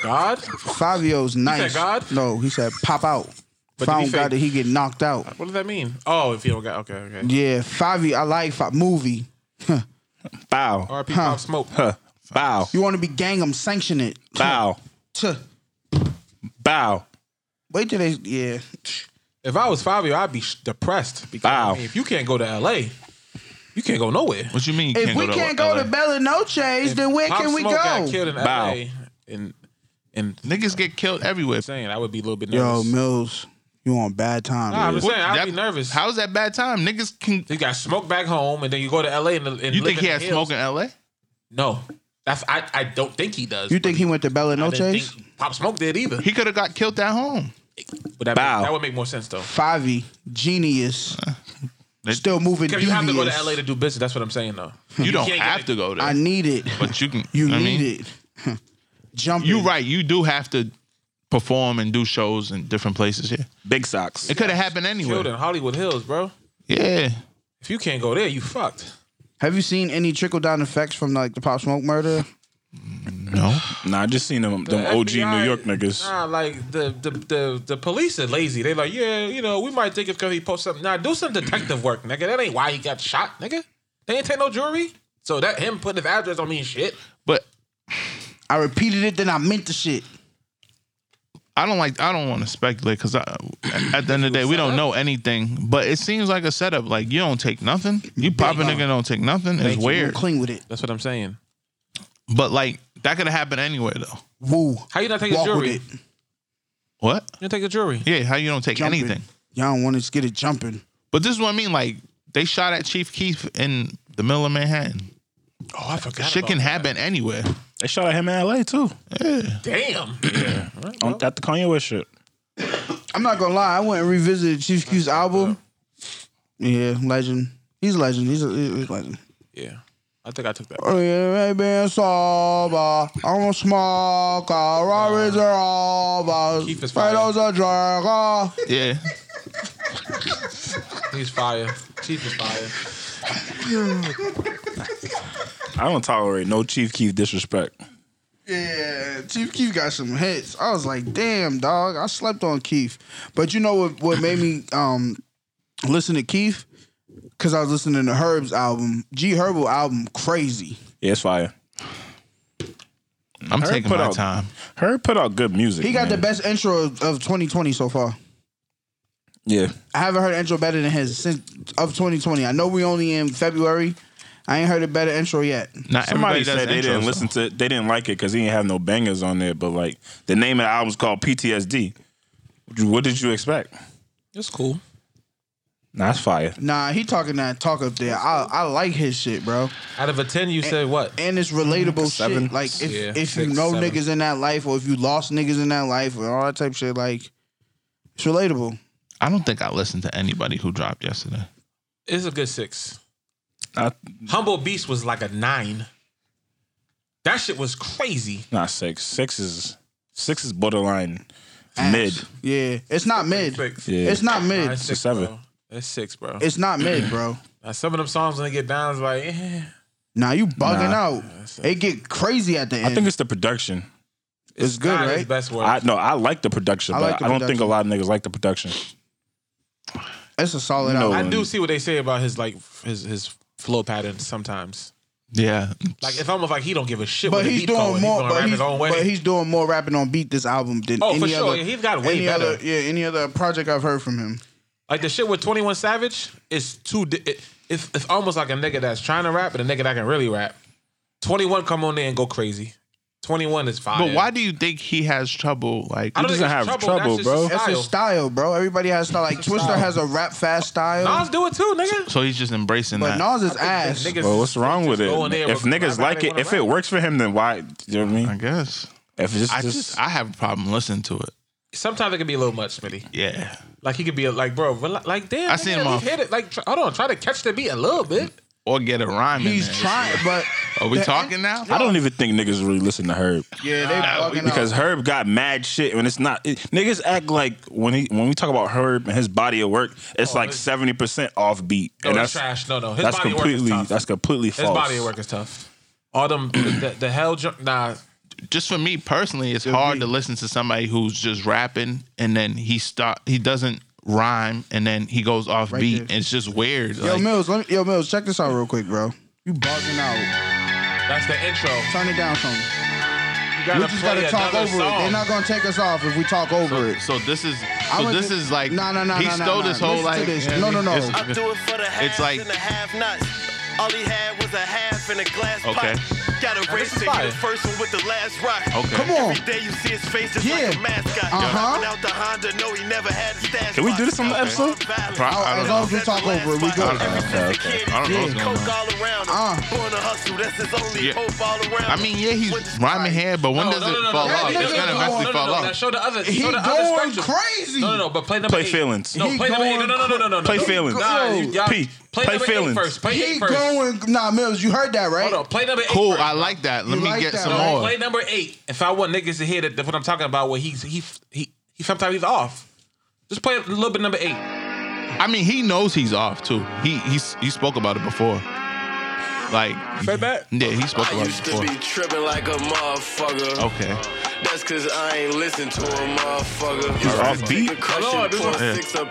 D: God?
A: Fabio's nice.
D: God?
A: No, he said, pop out.
D: But to be
A: Found
D: fair-
A: out that he get knocked out.
D: What does that mean? Oh, if you don't got okay, okay.
A: Yeah, Favi, I like Favi. Movie.
C: Bow.
D: R.P.
A: Huh.
D: Pop Smoke.
C: Huh. Bow.
A: You want to be Gangnam sanction it.
C: Bow.
A: Tuh.
C: Bow.
A: Wait till they, yeah.
D: If I was Fabio, I'd be sh- depressed because I
C: Wow.
D: mean, if you can't go to L.A., you can't go nowhere.
E: What you mean? you
A: If we can't go
E: LA?
A: to Bella Noches, then where
D: Pop
A: can we
D: Smoke Got
A: go?
D: killed in
C: Bow.
D: L.A. and and
E: Niggas get killed everywhere.
D: saying I would be a little bit
A: Yo,
D: nervous.
A: Mills, you on bad time.
D: Nah, I'm
A: dude.
D: just saying I'd
E: That-
D: be nervous.
E: How's that bad time? Niggas can.
D: you got smoke back home, and then you go to L.A. and, and
E: You
D: live
E: think he
D: in
E: had
D: the
E: smoke
D: hills?
E: in L.A.?
D: No, that's I. I don't think he does.
A: you think he went to Bella
D: I didn't
A: Noches?
D: think Pop Smoke did either.
E: He could have got killed at home.
D: But that,
C: Bow.
D: that would make more sense though.
A: Favi, genius.
E: Uh,
A: Still moving
D: Because
A: devious.
D: you have to go to LA to do business. That's what I'm saying though.
E: You don't
D: can't
E: have
D: get
E: to go there,
A: I need it.
E: but you can.
A: You
E: I
A: need
E: mean,
A: it. Jump.
E: You right. You do have to perform and do shows in different places. Yeah,
C: Big socks.
E: it could have happened anywhere.
D: Killed in Hollywood Hills, bro.
E: Yeah,
D: If you can't go there, you fucked.
A: Have you seen any trickle down effects from like the Pop Smoke murder?
E: no.
C: Nah, I just seen them, them
D: The
C: OG
D: FBI
C: New York niggas.
D: Nah, like the the, the the police are lazy. They like, yeah, you know, we might think it's because he posts something. Nah, do some detective work, nigga. That ain't why he got shot, nigga. They ain't take no jewelry. So that him putting his address don't mean shit.
E: But
A: I repeated it, then I meant the shit.
E: I don't like. I don't want to speculate because at the end of the day, we don't know anything. But it seems like a setup. Like you don't take nothing. You pop a nigga don't take nothing. It's
A: We're
E: weird.
A: clean with it.
D: That's what I'm saying.
E: But like that could have happened anywhere though.
A: Woo.
D: How you not take his
A: Walk
D: jewelry?
A: with
D: You
A: it.
E: What?
D: didn't take his jewelry.
E: Yeah. How you don't take
A: Jumping.
E: anything?
A: Y'all don't want us to get it jumping.
E: But this is what I mean. Like they shot at Chief Keith in the middle of Manhattan.
D: Oh, I forgot.
E: Shit can happen anywhere.
C: They shot at him in LA too.
D: Damn.
C: On, at the Kanye West shit.
A: I'm not gonna lie, I went and revisited Chief Q's album. Yeah, legend. He's a legend. He's a, he's a legend.
D: yeah. I think I took that.
A: Oh yeah, baby, sober. I'm a smoker. Robbers are all
D: Keith is fire.
A: Fredo's a drunk.
E: Yeah.
D: He's fire. Chief is fire.
C: I don't tolerate no Chief Keith disrespect.
A: Yeah, Chief Keef got some hits. I was like, damn, dog. I slept on Keith. But you know what what made me um listen to Keith? Cause I was listening to Herb's album. G Herbal album, crazy.
C: Yeah, it's fire.
E: I'm
C: Herb
E: taking
C: put
E: my
C: out-
E: time.
C: Her put out good music.
A: He got the
C: man.
A: best intro of, of 2020 so far.
C: Yeah.
A: I haven't heard an intro better than his since of 2020. I know we only in February. I ain't heard a better intro yet.
E: Not
C: Somebody
E: everybody does
C: said they
E: intros,
C: didn't listen
E: though.
C: to they didn't like it because he didn't have no bangers on there. But like the name of the album's called PTSD. What did you expect?
D: It's cool.
C: Nah, that's fire.
A: Nah, he talking that talk up there. I, I like his shit, bro.
D: Out of a ten, you said what?
A: And it's relatable
C: Seven.
A: shit. Like if
D: Yeah,
A: if you
D: six,
A: know
D: seven.
A: niggas in that life or if you lost niggas in that life or all that type of shit, like it's relatable.
E: I don't think I listened to anybody who dropped yesterday.
D: It's a good six.
C: Not
D: Humble Beast was like a nine. That shit was crazy.
C: not six. Six is six is borderline
A: Ass.
C: mid.
A: Yeah. It's not mid.
D: Six.
C: Yeah.
A: It's not
D: Nah,
A: mid.
D: it's six,
C: seven.
D: Bro. It's six, bro.
A: It's not mid, bro.
D: Now, some of them songs when they get down, it's like, eh.
A: Nah, you bugging
C: Nah.
A: out. It get crazy at the end.
C: I think it's the production.
A: it's, good,
D: not his
A: right?
D: best work.
C: I no, I like the production,
A: I
C: but
A: like the
C: I don't think
A: production.
C: a lot of niggas like the production.
A: It's a solid
C: No.
A: album.
D: I do see what they say about his like his his flow pattern sometimes.
E: Yeah.
D: Like it's almost like he don't give a shit.
A: But
D: what the
A: he's
D: beat
A: doing
D: going.
A: more.
D: He's gonna
A: but,
D: rap
A: he's,
D: his own way.
A: but he's doing more rapping on beat this album than
D: Oh,
A: any
D: for sure.
A: other.
D: He's got way
A: any
D: better.
A: other, yeah, any other project I've heard from him.
D: Like the shit with Twenty One Savage is too. Di- it, it's, it's almost like a nigga that's trying to rap and a nigga that can really rap. Twenty One come on there and go crazy. Twenty One is fine.
E: But why do you think he has trouble? Like,
D: I don't
C: doesn't
D: think it's
C: have
D: trouble,
C: trouble,
D: that's
C: bro.
D: just
A: That's his style, bro. Everybody has style. Like Twister has a rap fast style,
D: Nas do it too, nigga.
E: so he's just embracing
A: but
E: that.
A: Nas is ass.
D: Niggas
C: Well, what's wrong
D: just
C: with it?
D: go in there
C: If
D: because
C: niggas
D: why
C: like
D: they
C: it,
D: wanna
C: if
D: rap?
C: it works for him, then why? You know what I
E: I
C: mean?
E: guess.
C: If it's
E: I
C: just,
E: just I have a problem listening to it.
D: sometimes it can be a little much, Smitty.
E: Yeah.
D: Like he could be a, like, bro, rela- like damn,
E: I
D: I
E: seen
D: seen
E: him
D: him
E: off-
D: hit it. Like, try, hold on, try to catch the beat a little bit.
E: Or get a rhyme. in
A: He's
E: there.
A: trying, but
E: Are we
A: the-
E: talking now?
C: I don't even think niggas really listen to Herb.
A: Yeah, they bugging
E: because-
A: because
C: Because Herb got mad shit when it's not it- niggas act like when he when we talk about Herb and his body of work, it's
D: Oh,
C: like seventy percent off beat.
D: No,
C: and
D: that's Oh, trash. No, no, his
C: that's
D: body of work is
C: completely
D: tough.
C: that's completely
D: His
C: false.
D: body of work is tough. All them the, the hell jump. Nah,
E: just for me personally, it's hard to listen to somebody who's just rapping and then he stop he doesn't rhyme and then he goes off beat.
A: there.
E: It's just weird.
A: Yo,
E: like,
A: Mills, let me, yo, Mills, check this out real quick, bro. You bugging out.
D: That's the intro.
A: Turn it down some.
D: You
A: We
D: gotta
A: just
D: play
A: gotta talk
D: another
A: over it. They're
D: song.
A: not gonna take us off if we talk over it.
E: so this is
A: I
E: so
A: was
E: this
A: just-
E: is like
A: Nah, nah, nah,
E: he
A: nah, nah,
E: stole
A: nah.
E: this whole
A: Listen to
E: like
A: this. No, no, no.
E: it's-
H: I do it for the halves
E: It's like-
H: and the half nuts. All he had was a half and a glass
E: Okay.
H: pot. Got a race
D: is
H: to
D: fire.
H: hit his first one with the last rock.
E: Okay.
A: Come on.
H: Every day you see his face just
A: Yeah.
H: like a mascot.
A: Uh-huh.
H: Knocking out the Honda, no, he never had a stash.
C: Can we do
H: box.
C: this on the
H: Out
C: episode?
H: Valley.
E: Pro- I don't
A: as
E: know.
A: long as we talk over it, we
H: Every
A: good.
H: since a kid,
E: I don't know
H: he's
E: what's
H: coke
E: going
H: all around him.
A: Uh.
H: Born to hustle, that's his only
E: Yeah.
H: hope all around
E: I
H: him.
E: mean, yeah,
H: Went to
E: he's rhyming
H: strike.
E: here, but when
D: No,
E: does
D: no, no,
E: it
D: no,
E: fall
D: no,
E: off?
D: no,
E: It's
D: no,
E: gonna
D: no,
E: eventually
D: no, no,
E: fall
D: no, now
E: off.
D: Show the other.
A: He
D: show the
A: going
D: other spectrum.
A: crazy.
D: No, no, no. But play number
C: Play
D: eight.
C: feelings.
D: No,
A: He
D: play number eight. No,
A: going
D: no, no, no, no, no.
C: Play
D: no.
C: feelings.
D: Nah, you, y'all,
C: P,
D: play,
C: play
D: number
C: feelings.
D: eight first. Play
A: He
D: eight first.
A: going. Nah, Mills, you heard that, right?
D: Hold on. Play number eight.
E: Cool,
D: first.
E: I like that. Let
A: You
E: me
A: like
E: get
A: that,
E: some
A: right?
E: more.
D: Play number eight. If I want niggas to hear that, that's what I'm talking about. Where he's he he he sometimes he's off. Just play a little bit number eight.
E: I mean, he knows he's off too. He he's, he spoke about it before. Like,
C: back.
E: yeah, he spoke
I: I
E: about
I: used
E: it
I: to
E: before.
I: be tripping like a motherfucker.
E: Okay,
I: That's cause I ain't listen to a motherfucker.
C: off beat.
I: Crushing
D: this
I: four
E: one-
I: six up.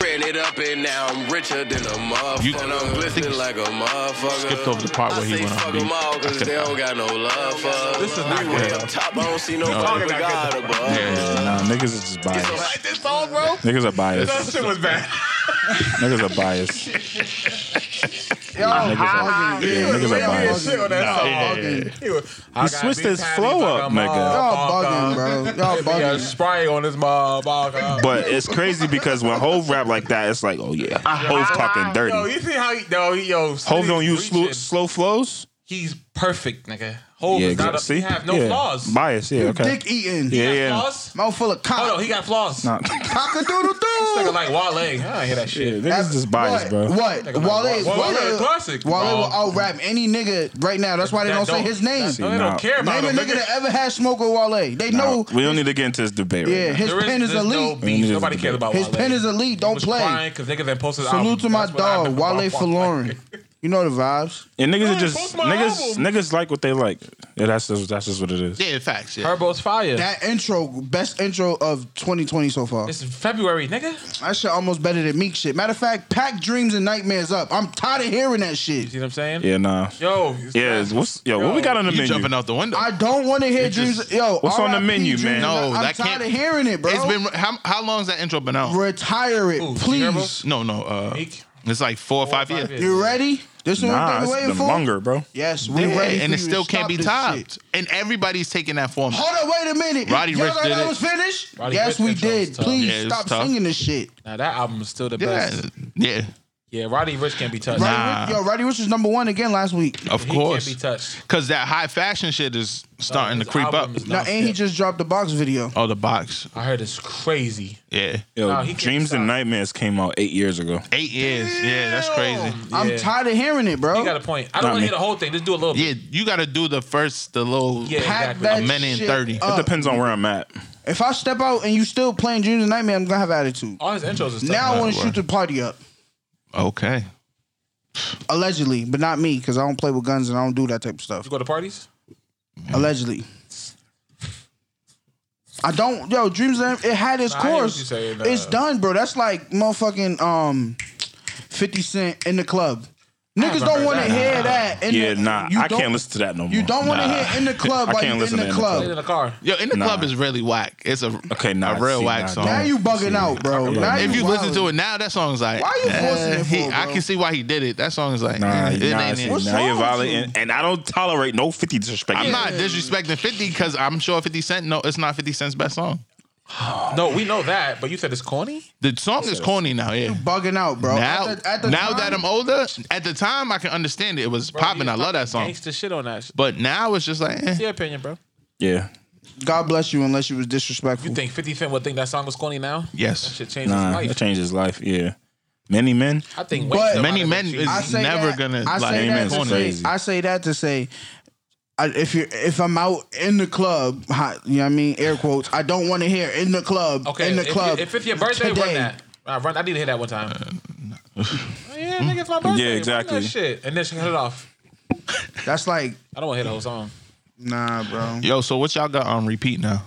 I: Ran it up and now I'm richer than a
E: You-
I: motherfucker.
E: I
I: I'm
E: think
I: glistening
E: you
I: like a motherfucker.
E: skipped over the part where
I: I
E: he
I: say
E: went off
I: fuck
E: beat.
I: 'em all
E: I
I: cause
E: said-
I: they don't got no love for us.
D: This is not
I: We way
D: good.
I: up top, I don't see no
E: No.
I: fucking God above us.
C: Nah, niggas is just
I: So
C: biased.
I: like this song, bro?
C: Niggas are biased.
D: shit was bad.
C: Niggas are biased. Yeah,
A: Yo,
C: Niggas are,
A: bugging.
C: yeah, niggas are biased.
D: He
C: He switched his flow up, nigga.
A: Y'all bugging, bro. Y'all
D: Yeah,
A: bugging.
D: spray on this mob.
C: But it's crazy because when Hove rap like that, it's like, oh yeah, Hove talking
D: Yo,
C: dirty.
D: you see how he, yo, he, yo,
C: Hove don't use
D: preaching.
C: slow, slow flows.
D: He's perfect, nigga. Hove is
C: exactly.
D: not a, he have no
C: yeah.
D: flaws.
C: Bias, yeah, okay.
A: Dick eating.
C: Yeah,
D: He got
C: yeah.
D: flaws?
A: Mouth full of
D: Oh no,
A: cock.
D: he got flaws.
C: Nah,
D: This nigga
A: Cock-a-doodle-doo.
D: like Wale. I don't hear that shit.
C: yeah, niggas just biased,
A: what?
C: bro.
A: What?
D: Nigga,
A: Wale, Wale,
D: Wale- Wale classic,
A: Wale
D: bro.
A: will out rap any nigga right now. That's why they
D: That
A: don't say his name.
D: No, they
C: Nah.
D: don't care
A: Name
D: about
A: a
D: him.
A: nigga
D: nigga.
A: that ever had smoke with Wale. They know.
C: we don't need to get into this debate right
A: Yeah,
C: now.
A: his
D: There
A: pen is
D: there's
A: elite.
D: No beef.
C: Niggas
D: Nobody
C: is
D: cared about
A: His
D: Wale.
A: pen is elite.
D: He
A: Don't
D: was
A: play.
D: Crying because niggas then posted
A: Salute to my dog, Wale
D: for
A: Falorin. You know the vibes.
C: And niggas
D: Yeah,
C: are just
D: post my
C: niggas.
D: album.
C: Niggas like what they like. Yeah, that's just, that's just what it is.
E: yeah, facts. Yeah.
D: Herbo's fire.
A: That intro, best intro of 2020 so far.
D: it's February, nigga.
A: That shit almost better than Meek shit. Matter of fact, pack dreams and nightmares up. I'm tired of hearing that
D: You see
A: shit.
D: what I'm saying?
C: Yeah, nah.
D: Yo.
C: Yeah, what's yo? What we got on the
E: You
C: menu?
E: jumping out the window.
A: I don't want to hear
E: It
A: dreams.
E: just-
A: yo,
C: What's on the
A: RIP
C: menu,
A: dreams.
C: man?
E: No,
A: I'm
E: that
A: tired
E: can't-
A: of hearing it, bro.
E: It's been how how long's that intro been out?
A: retire it,
D: Ooh,
A: please.
E: No, no. Uh,
D: Meek?
E: it's like four or five years.
A: You ready? This is what
C: Nah,
A: we've been
C: it's
A: waiting
C: been
A: for.
C: longer, bro.
A: Yes, we
E: Yeah,
A: ready. for
E: and it
A: you
E: still
A: to
E: can't be
A: stop this
E: topped.
A: shit.
E: And everybody's taking that format.
A: Hold on, wait a minute.
E: Roddy
A: Y'all
E: Ricch
A: thought
E: did
A: that
E: it.
A: was finished?
D: Roddy
A: yes,
D: Ricch
A: we
D: intro was
A: did.
D: tough.
A: Please
E: Yeah, it was
A: stop
E: tough.
A: singing this shit.
D: Now that album is still the
E: Yeah,
D: best.
E: yeah,
D: Yeah, Roddy Rich can't be touched.
E: Nah.
A: Roddy Ricch, yo, Roddy Rich was number one again last week.
E: of
D: He
E: course.
D: can't be touched.
E: Because that high fashion shit is starting
D: His
E: to creep up.
D: album is
A: Now,
D: not-
A: and he just dropped the box video.
E: Oh, the box.
D: I heard it's crazy.
E: Yeah.
C: Yo,
D: Nah, he can't
C: Dreams and
D: stop.
C: Nightmares came out eight years ago.
E: Eight years. Yeah, that's crazy.
A: I'm tired of hearing it, bro.
D: You got a point. I
C: Nah,
D: don't want to
C: man.
D: hear the whole thing. Just do a little
E: Yeah,
D: bit.
E: you got to do the first, the little.
D: Yeah,
A: Pack
D: exactly.
A: that
E: A minute and
A: shit
E: 30. It
A: up.
C: It depends on where I'm at.
A: If I step out and you still playing Dreams and Nightmare, I'm gonna have attitude.
D: All his intros is
A: now I
D: tough.
A: want to shoot the party up,
E: Okay.
A: allegedly, but not me because I don't play with guns and I don't do that type of stuff.
D: You go to parties?
A: Allegedly, I don't. Yo, Dreams and Nightmare, it had its
D: Nah, I hear what
A: course.
D: you saying, uh,
A: it's done, bro. That's like motherfucking um, Fifty Cent in the club. Niggas don't
D: remember
A: want to
D: that.
A: hear that. In
C: Yeah,
A: the,
C: nah,
A: you
C: I
A: don't-
C: can't listen to that no more.
A: You don't want to hear in the club
C: I
A: while
C: can't
A: you
C: listen
A: in the
C: to In the
A: club.
D: Play it in the car.
E: Yo, in the
C: Nah.
E: club is really whack. It's a
C: Okay, nah,
E: a real
C: see,
E: whack
C: nah,
E: song.
A: Now you bugging out, bro. Now
E: if you listen to
A: wildin'.
E: it now, that song's like. uh,
A: Why you forcing it
E: he-
A: for,
E: I
A: bro?
E: can see why he did it. That song's like.
C: Nah,
E: eh, it
C: nah,
E: ain't
C: see,
E: it.
A: What's
C: now you're
A: wrong with you?
C: violent, and, and I don't tolerate no fifty disrespect.
E: I'm not disrespecting 50 because I'm sure 50 Cent. No, it's not 50 Cent's best song.
D: No, we know that, but you said it's corny?
E: The song is corny now. Yeah.
A: bugging out, bro.
E: Now,
A: At the- at the
E: now
A: time-
E: that I'm older, at the time I can understand it. It was popping. I love that song.
D: Gangsta shit on that.
E: But now it's just like, eh.
D: What's your opinion, bro?
C: Yeah,
A: God bless you, unless you was disrespectful.
D: You think 50 Cent would think that song was corny now? That
E: yes.
D: shit changed
C: nah,
D: his
C: that
D: life.
C: changed his life. Yeah, many men.
D: I think
A: But-
D: Wayne's
E: Many
D: a lot of
E: men
D: good
E: is-
D: shit.
A: I say
E: never
A: that-
E: gonna,
A: I say
E: like,
A: that
C: Amen,
A: to
C: it's
A: say-
C: crazy.
A: I say that to say, I, if you if I'm out in the club, hot, you know what I mean, air quotes. I don't want to hear in the club.
D: Okay,
A: in the
D: if,
A: club.
D: If it's your birthday,
A: today.
D: run that. I run. I need to hear that one time. Oh, yeah, nigga, it's my birthday.
C: exactly.
D: Run that shit, and then she cut it off.
A: That's like
D: I don't want to hear the whole song.
A: Nah, bro.
E: Yo, so what y'all got on repeat now?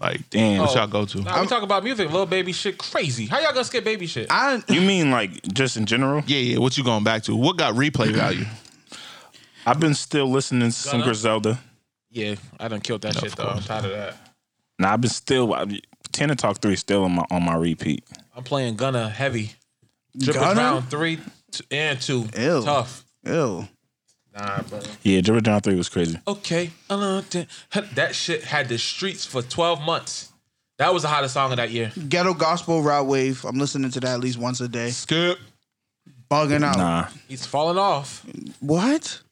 E: Like,
C: Damn.
A: Oh,
E: what y'all go to?
D: Nah, we talking about music, little baby shit, crazy. How y'all gonna skip baby shit?
A: I
C: You mean like just in general?
E: Yeah, yeah. What you going back to? What got replay value?
C: I've been still listening to some
D: Gunna?
C: Griselda.
D: yeah, I done killed that shit though. I'm tired of that.
C: Now I've been still I, Ten and Talk Three still on my on my repeat.
D: I'm playing Gunna heavy. Triple
A: Gunna?
D: round three t- and two.
A: Ew.
D: Tough.
A: ill.
D: Nah, bro.
C: Yeah, Dribble Down Three was crazy.
D: Okay, I loved it. that shit had the streets for 12 months. That was the hottest song of that year.
A: Ghetto gospel route wave. I'm listening to that at least once a day.
D: Skip.
A: Bugging
D: Oh.
A: out.
C: Nah,
D: He's falling off.
A: What?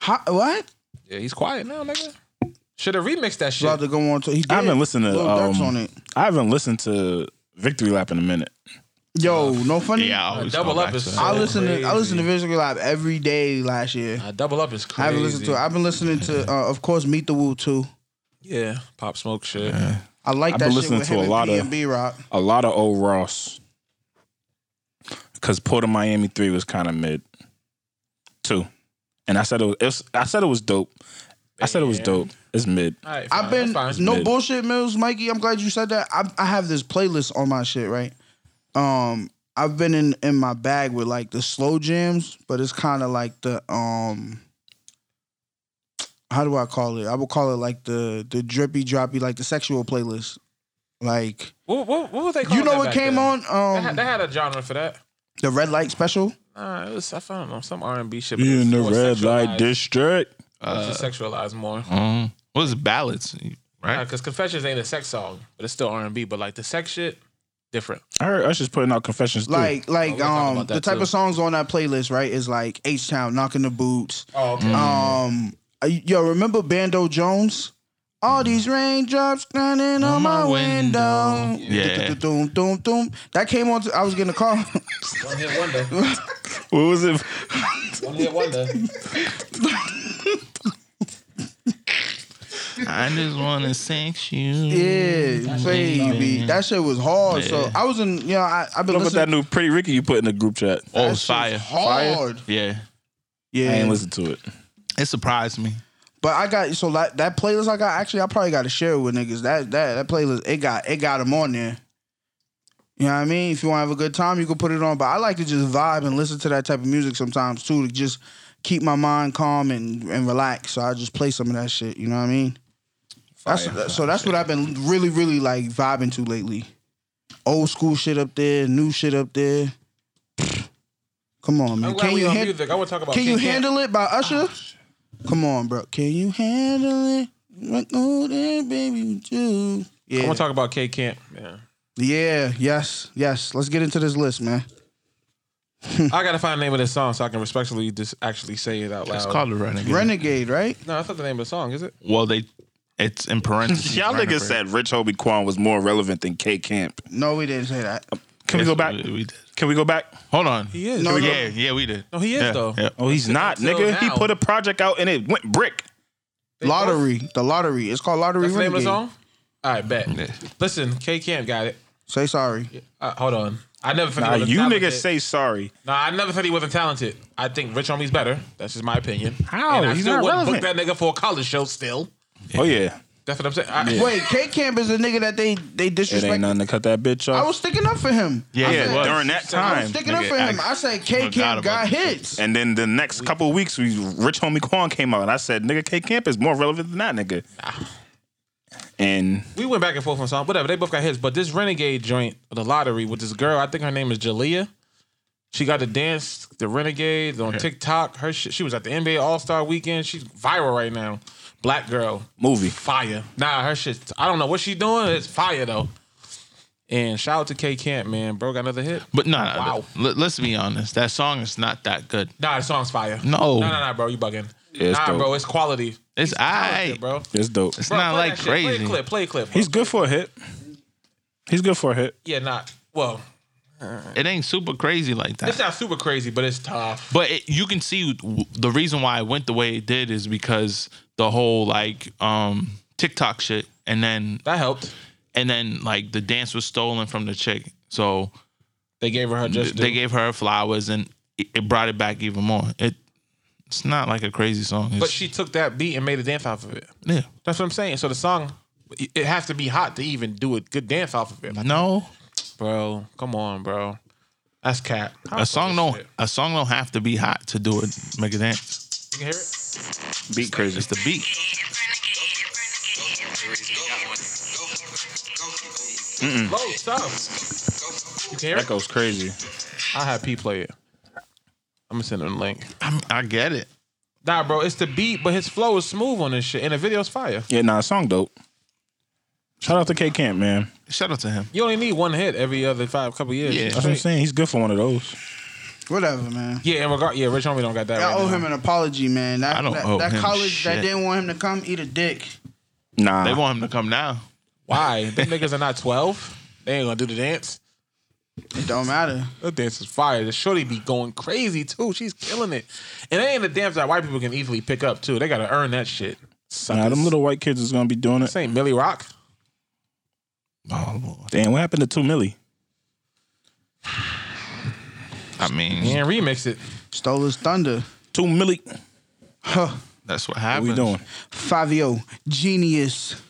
A: How, what?
D: Yeah, he's quiet now, nigga. Should have remixed that shit.
A: About to go on to. He did.
C: I haven't listened to
A: Lil Durk's
C: um,
A: on it.
C: I haven't listened to Victory Lap in a minute.
A: Yo, no funny.
E: Yeah, I always
D: Double
E: go
D: Up
E: back
D: is
E: to
D: so-
E: that.
A: I listen to I listen to
D: Crazy.
A: Visual Lab every day last year.
D: Nah, double up is crazy.
A: I haven't listened to it. I've been listening to, uh, of course, Meet the Woo too.
D: Yeah, pop smoke shit.
A: I like
C: I've
A: that
C: been
A: shit
C: listening
A: with
C: to
A: him
C: a lot
A: and
C: of-
A: B&B Rock.
C: A lot of old Ross. Cause Port of Miami Three was kind of mid. Two. And I said it was, it was I said it was dope. I said it was dope. It's mid.
D: All right, fine,
A: I've been
D: that's fine.
A: no
C: mid.
A: bullshit, Mills, Mikey. I'm glad you said that. I, I have this playlist on my shit, right? Um, I've been in in my bag with like the slow jams, but it's kind of like the um, how do I call it? I would call it like the the drippy droppy, like the sexual playlist. Like
D: What, what, what were they called
A: you know
D: that
A: what
D: back
A: came
D: then? They
A: on
D: had,
A: um
D: they had a genre for that.
A: the red light special.
D: Nah, it was, I found it on some R&B shit. but it
C: You
D: was
C: in the
D: more
C: red
D: sexualized.
C: light district.
D: It was just sexualized more.
E: Mm. What was it? Ballads, right?
D: Because Uh, Confessions ain't a sex song, but it's still R&B. But like the sex shit, different.
C: I heard Usher's putting out confessions too.
A: Like
D: Oh,
A: like
D: we talking
A: um
D: about that
A: the type
D: too.
A: of songs on that playlist, right? Is like H Town, knocking the boots.
D: Oh, okay.
A: Um, uh, yo, remember Bando Jones? All these raindrops standing on, my, window.
E: Yeah.
A: Doom, doom, doom. That came on. To, I was getting a call.
D: One hit wonder.
C: what was it?
D: One hit wonder.
E: I just wanna thank you.
A: yeah, baby. That shit was hard. So I was in. You know, I, I've been
C: What about that
A: listening.
C: new Pretty Ricky you put in the group chat?
E: Oh,
A: That
E: it's
A: shit's
E: fire.
A: Hard.
E: Yeah,
A: Yeah.
C: I ain't listen to it.
E: it surprised me.
A: But I got so that, that playlist I got actually I probably got to share it with niggas. That that that playlist it got it got them on there. You know what I mean? If you want to have a good time, you can put it on. But I like to just vibe and listen to that type of music sometimes too to just keep my mind calm and and relax. So I just play some of that shit. You know what I mean? That's, so that's what I've been really really like vibing to lately. Old school shit up there, new shit up there. Come on,
D: I'm
A: man.
D: glad
A: Can
D: we
A: you
D: on
A: hand-
D: music. I want to talk about
A: can you
D: Kid Cam.
A: handle it by
E: Oh,
A: Usher? Come on, bro. Can you handle it? Like, oh, there, baby, you do.
D: I
A: Yeah.
D: want to talk about K Camp.
C: Hmm.
D: Yeah.
A: yeah. Yes. Yes. Let's get into this list, man.
D: I gotta find the name of this song so I can respectfully just actually say it out loud.
E: It's called a renegade.
A: Renegade, right?
D: no, that's not the name of the song, is it?
E: well, they, it's in parentheses.
C: Y'all
E: renegade.
C: niggas said Rich Hobie Quan was more relevant than K Camp.
A: No, we didn't say that.
E: Uh,
C: Can we
E: Yes,
C: go back?
E: We, we did.
C: Can we go back?
E: Hold on. He
D: is.
A: No,
E: yeah,
A: no.
E: yeah, we did.
D: No, he is
E: Yeah,
D: though.
E: yeah.
C: Oh, he's not,
D: until
C: nigga. He
D: now.
C: put a project out and it went brick.
A: Lottery. The lottery. It's called Lottery
D: That's the name of
A: Renegade.
D: the song. All right, bet.
E: Yeah.
D: Listen, K Camp got it.
A: Say sorry.
D: Uh, hold on. I never think
C: Nah,
D: he wasn't
C: you
D: talented.
C: niggas say sorry.
D: Nah, I never said he wasn't talented. I think Rich Homie's better. That's just my opinion.
C: How?
D: And I
C: He's
D: still
C: not
D: wouldn't book that
C: relevant.
D: nigga for a college show. Still,
C: Oh yeah.
D: that's what I'm saying. I,
A: Wait, K Camp is a nigga that they they
C: It ain't
A: disrespect.
C: nothing to cut that bitch
A: I
C: off.
A: was sticking up for him.
E: Yeah,
A: I
E: yeah,
A: said-
E: was.
C: during that
A: I was
C: time.
A: sticking up
E: Nigga,
A: for him.
E: I
A: I said K
E: forgot
A: Camp
E: about
A: got
E: this shit.
A: hits.
C: And then the next couple weeks, we Rich Homie Quan came out, and I said, "Nigga, K Camp is more relevant than that nigga." And
D: we went back and forth on song. Whatever, they both got hits. But this Renegade joint, the lottery with this girl, I think her name is Jalea. She got to dance the Renegades on TikTok. Her shit, she was at the NBA All Star Weekend. She's viral right now. Black girl,
C: movie,
D: fire. Nah, her shit. I don't know what she doing. It's fire though. And shout out to K Camp, man. Bro got another hit.
E: But no, nah,
D: Wow.
E: let, us be honest. That song is not that good.
D: Nah, the song's fire.
E: No.
D: no, no, no bro, you bugging.
C: it's
D: nah,
C: dope.
D: bro, it's quality.
E: It's I.
D: Talented, bro.
C: it's dope.
E: It's
D: Bro,
E: not
D: play
E: like
D: that shit. Play
E: crazy.
D: a clip. Play a clip. Bro.
C: He's good for a hit. He's good for a hit.
D: yeah, not well.
E: It ain't super crazy like
D: It's
E: that.
D: not super crazy, but it's tough.
E: But it, you can see w- the reason why it went the way it did is because the whole like um TikTok shit, and then
D: That helped.
E: and then like the dance was stolen from the chick, so
D: They gave her her just.
E: they
D: due.
E: gave her flowers, and it, it brought it back even more. It It's not like a crazy song. It's,
D: But she took that beat and made a dance off of it.
E: yeah.
D: That's what I'm saying. So the song, it has to be hot to even do a good dance off of it. Like,
E: No,
D: bro, come on, bro. That's cat.
E: a song don't a song don't have to be hot to do it. Make a dance.
D: You can hear it?
C: Beat crazy.
E: It's the beat.
D: Low, stop. You can hear
C: That
D: it?
C: goes crazy.
D: I'll have P play it. I'm gonna send him the link.
E: I, I get it.
D: Nah, bro, it's the beat, but his flow is smooth on this shit, and the video's fire.
C: Yeah, nah, song dope. Shout out to K Camp, man.
E: Shout out to him.
D: You only need one hit every other five couple years.
E: Yeah.
C: That's what I'm saying. He's good for one of those.
A: Whatever, man.
D: Yeah, in regard, yeah, Rich Homie don't got that.
A: I
D: right
A: owe
D: now.
A: him an apology, man. That,
E: I don't
A: that,
E: owe
A: that
E: him
A: college that
E: shit.
A: didn't want him to come eat a dick.
C: Nah,
E: They want him to come now.
D: Why? Them niggas are not twelve. They ain't gonna do the dance.
A: It don't matter.
D: That dance is fire. The shorty be going crazy too. She's killing it, and it ain't a dance that white people can easily pick up too. They gotta earn that shit.
C: nah, them little white kids is gonna be doing it.
D: This ain't Millie Rock.
E: Oh, Lord.
C: Damn, what happened to Two Millie?
E: I mean,
D: And remix it.
A: Stole his thunder.
C: Two Millie,
E: that's what
C: what
E: happens.
C: we doing?
A: Fabio, genius.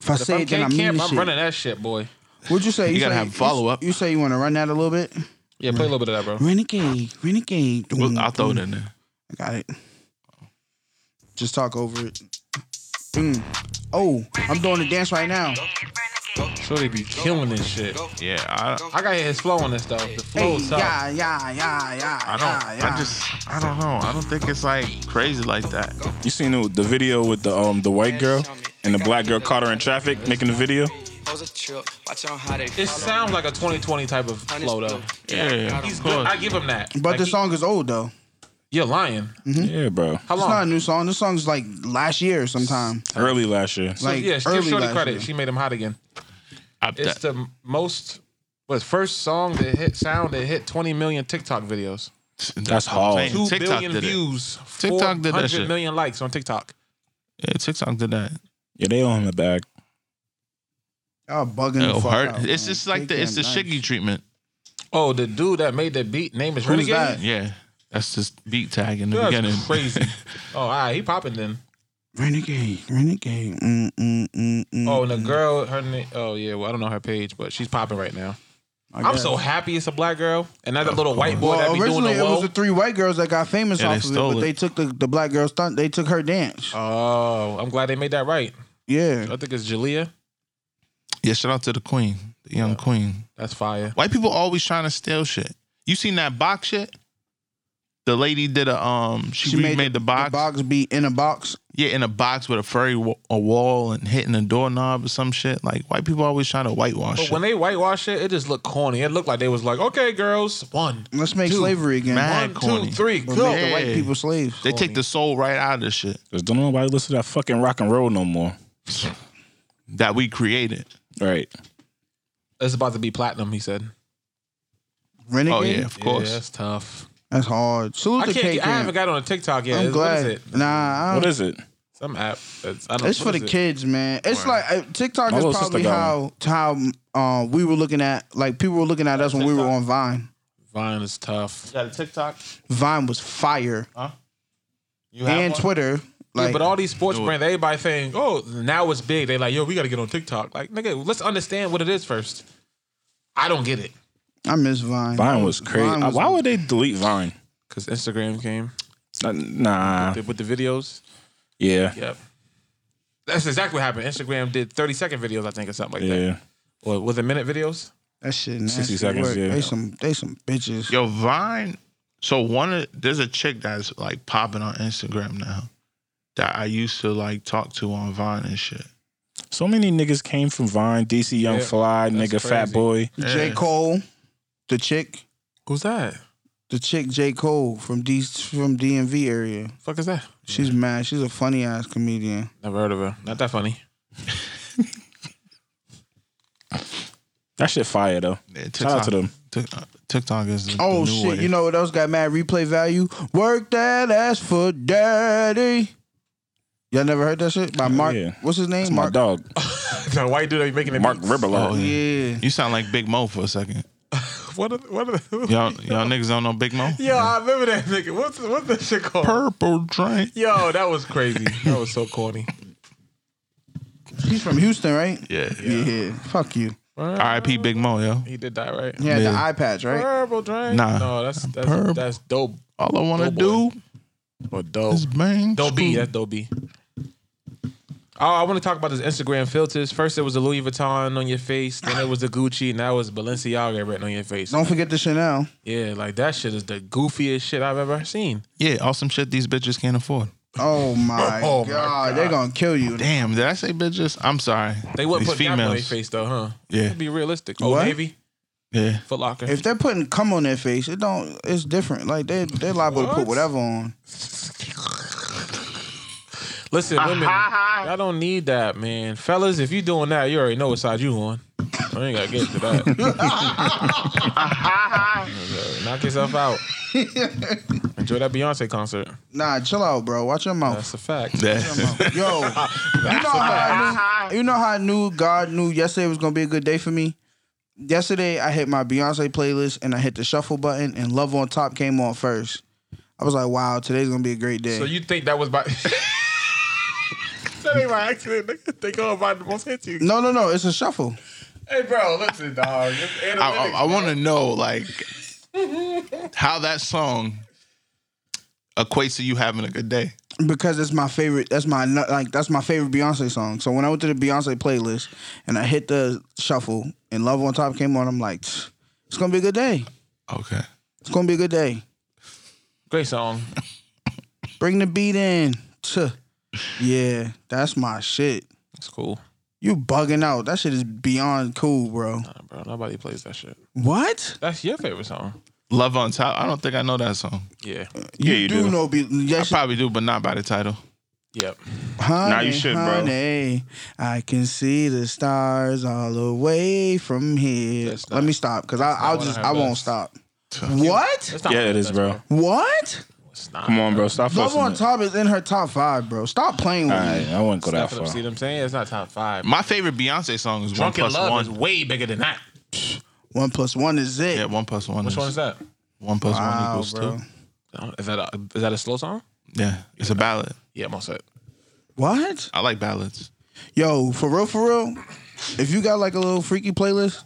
A: If I
D: If
A: say
D: I'm
A: it, then I
D: K
A: mean
D: Camp,
A: this
D: I'm
A: shit.
D: running that shit, boy.
A: What'd you say? You,
E: gotta
A: say-
E: have follow-up.
A: You, you say you want to run that a little bit?
D: Yeah, play a little bit of that, bro.
A: Renegade, renegade. Mm,
E: Well, I'll throw it in there.
A: I got it. Just talk over it. Mm. Oh, I'm doing the dance right now.
D: Shorty be killing this shit.
E: Yeah, I,
D: I gotta hear his flow on this though. The flow
A: Hey,
D: is tough.
A: yeah, yeah, yeah, yeah.
E: I
A: yeah,
E: don't.
A: yeah.
E: I just. I don't know. I don't think it's like crazy like that.
C: You seen the, the video with the um the white girl and the black girl caught her in traffic making the video?
D: It sounds like a 2020 type of flow though.
E: Yeah,
D: He's
E: of
D: good.
E: course.
D: I give him that.
A: But
D: Like,
A: the
D: he-
A: song is old though.
D: You're lying.
C: Yeah, bro.
D: How
A: It's not a
D: long?
A: new song. This song's like last year sometime.
C: Early last year.
D: So,
A: Like
D: yeah, she give
A: early
D: Shorty
A: last
D: credit.
A: year.
D: She made him hot again.
E: I,
D: It's
E: that,
D: the m- most was first song that hit sound that hit 20 million TikTok videos.
C: That's hard.
D: Two billion
E: TikTok did it.
D: views.
E: TikTok did
D: 400
E: that shit.
D: million likes on TikTok.
E: yeah, TikTok did that.
C: Yeah, they owe him a bag.
A: Y'all bugging the
E: It'll
A: fuck
E: hurt.
A: out,
E: it's
A: man.
E: just like the
A: Big
E: it's the
A: damn knife.
E: Shiggy treatment.
D: Oh, the dude that made that beat name is
A: Who's
D: Renegade.
A: that?
E: Yeah, that's just beat tag in the
D: That's
E: beginning.
D: crazy. oh, all right, he popping then.
A: Renegade, renegade. Mm, mm, mm, mm.
D: Oh, and
E: Mm-hmm.
D: the girl, her name. Oh yeah, well I don't know her page, but she's popping right now.
A: I
D: I'm
A: guess.
D: so happy it's a black girl and not that little white boy that
A: Well,
D: be doing
A: originally
D: the
A: it was
D: woe.
A: the three white girls that got famous
E: Yeah, they
A: off of it,
E: stole
A: but
E: it.
A: they took the, the black girl stunt. They took her dance.
D: oh, I'm glad they made that right.
A: yeah,
D: I think it's Jalea.
E: Yeah, shout out to the queen, the young queen.
D: That's fire.
E: White people always trying to steal shit. You seen that box shit? The lady did a um, she, remade made the, box.
A: The box beat in a box.
E: Yeah, in a box with a furry wa- a wall and hitting a doorknob or some shit. Like white people always trying to whitewash
D: But
E: shit.
D: when they whitewash it, it just looked corny. It looked like they was like, okay, girls, one,
A: Let's make slavery again.
E: Mad
D: one,
E: corny.
D: two, three,
A: But
D: go.
A: make the white
E: Yeah.
A: people slaves.
E: they take the soul right out of the shit
C: Cause don't nobody listen to that fucking rock and roll no more.
E: that we created.
C: Right.
D: It's about to be platinum, he said.
A: Renegade.
E: Oh yeah, of
D: Yeah,
E: course.
D: that's tough.
A: That's hard. Salute
D: I
A: to
D: can't.
A: K
D: Get, I haven't
A: Camp.
D: got on a TikTok yet.
A: I'm
D: It's-
A: glad.
D: What is it?
A: Nah, I
C: What
A: don't,
C: is it?
D: Some app. It's, I don't,
A: it's for
D: what
A: the
D: is it?
A: kids, man. It's like uh, TikTok
C: My
A: is
C: little sister
A: probably
C: got
A: how how uh, we were looking at. Like people were looking at us when we were
D: TikTok.
A: on Vine.
D: Vine is tough.
E: Got a TikTok?
A: Vine was fire
E: You
A: and Twitter. Like,
D: yeah, but all these sports brands, everybody saying, "Oh, now it's big." They like, "Yo, we got to get on TikTok." Like, nigga, let's understand what it is first. I don't get it
A: I miss Vine.
C: Vine was crazy.
A: Vine was-
C: Why would they delete Vine?
D: because Instagram came
C: Uh, Nah.
D: with the videos.
C: Yeah.
D: Yep, that's exactly what happened. Instagram did thirty second videos, I think, or something like that,
C: Yeah.
D: or was it minute videos?
A: That shit. Nasty
C: 60 seconds,
A: work.
C: yeah.
A: They some they some bitches.
E: Yo, Vine. So one of there's a chick that's like popping on Instagram now that I used to like talk to on Vine and shit.
C: So many niggas came from Vine, DC Young
D: Yeah,
C: Fly,
D: that's
C: nigga Fat
D: crazy.
C: Boy.
A: J
E: Yeah.
A: Cole, the chick,
D: Who's that?
A: the chick J Cole from D from DMV area.
D: Fuck is that?
A: She's mad. She's a funny ass comedian.
D: Never heard of her. Not that funny.
C: That shit fire though.
E: Yeah,
C: Shout out to them.
E: TikTok, uh, TikTok is the,
A: Oh
E: the new
A: shit!
E: wave.
A: You know what else got mad replay value? Work that ass for daddy. Y'all never heard that shit by Mark?
C: yeah.
A: What's his name?
C: That's my
A: Mark.
C: dog.
D: the white dude that be making it.
C: Mark
D: beats.
C: Ribelow.
E: Oh,
A: Yeah.
E: You sound like Big Mo for a second.
D: What? Are, what? Are,
E: Y'all, y'all niggas don't know Big Mo?
D: Yo, I remember that nigga. What's what's that shit called?
E: Purple drink.
D: Yo, that was crazy. That was so corny.
A: He's from Houston, right?
E: Yeah.
A: Yeah. Fuck you.
E: R.I.P. Big Mo, yo.
D: He did that right.
A: He had the
E: Yeah.
A: eye patch, right?
D: Purple drink.
E: Nah.
D: no, that's that's
E: Purple.
D: that's dope
E: All I want to
D: Dope
E: do
D: or dope.
E: is bang.
D: Dope B.
E: screw.
D: That's dope B. Oh, I want to talk about this Instagram filters. First, it was the Louis Vuitton on your face. Then it was the Gucci. Now it's Balenciaga written on your face.
A: Don't forget the Chanel.
D: Yeah, like that shit is the goofiest shit I've ever seen.
E: Yeah, all some shit these bitches can't afford.
A: Oh my,
D: Oh,
A: god.
D: my
A: they're gonna kill you.
E: Damn, did I say bitches? I'm sorry.
D: They wouldn't
E: These
D: put that on their face though, huh?
E: Yeah.
D: Let's be realistic. Oh,
A: What?
D: Navy,
E: Yeah.
D: Foot Locker.
A: If they're putting cum on their face, it don't. It's different. Like they they're liable to
D: What?
A: put whatever on.
D: Listen, women, y'all don't need that, man. Fellas, if you doing that, you already know what side you on. I ain't gotta get to that. Knock yourself out. Enjoy that Beyonce concert.
A: Nah, chill out, bro. Watch your mouth.
D: That's a fact.
E: Yeah.
A: Yo, you know, how I knew, you know how I knew God knew yesterday was gonna be a good day for me. Yesterday, I hit my Beyonce playlist and I hit the shuffle button, and Love on Top came on first. I was like, "Wow, today's gonna be a great day."
D: So you think that was by That ain't my accident. nigga. They go by the most hits you.
A: no, no, no, it's a shuffle.
D: Hey bro, listen, dog. It's
E: I, I,
D: analytics.
E: I want to know like how that song equates to you having a good day.
A: because it's my favorite. That's my nu- like that's my favorite Beyonce song. So when I went to the Beyonce playlist and I hit the shuffle and Love on Top came on, I'm like, "Tch, it's gonna be a good day.
E: Okay.
A: It's gonna be a good day.
D: Great song.
A: Bring the beat in. Tch. Yeah, that's my shit.
D: It's cool.
A: You bugging out. That shit is beyond cool, bro.
D: Nah, bro, nobody plays that shit.
A: What?
D: That's your favorite song.
E: Love on top. I don't think I know that song.
D: Yeah.
C: Yeah, you do.
A: know be-
E: I
A: yes,
E: probably do, but not by the title.
D: Yep.
A: honey,
C: Nah, you should, bro.
A: honey, I can see the stars all the way from here.
D: That's
A: Let
D: not-
A: me stop because I'll
D: one
A: just
D: of her
A: I won't
D: best.
A: stop. What?
D: It's not
C: Yeah,
D: my
C: it is,
D: best,
C: bro.
A: What?
D: It's not.
C: Come on, bro. Stop
A: Love
C: fussing.
A: on
C: it.
A: top is in her top five, bro. Stop playing with
C: All right,
A: me.
C: I wouldn't go that
D: That's what
C: far.
D: I'm, see what I'm saying? It's not top five.
E: My favorite Beyonce song is
D: Drunken
E: One Plus
D: Love
E: One.
D: is way bigger than that.
A: One plus one is it.
E: yeah, One Plus One.
D: Which one is that?
E: One plus
A: Wow,
E: One equals
A: bro.
E: two.
D: Oh, Is that a, is that a slow song?
E: Yeah, it's a ballad.
D: Yeah, I'm all set.
A: What?
E: I like ballads.
A: Yo, for real, for real. If you got like a little freaky playlist,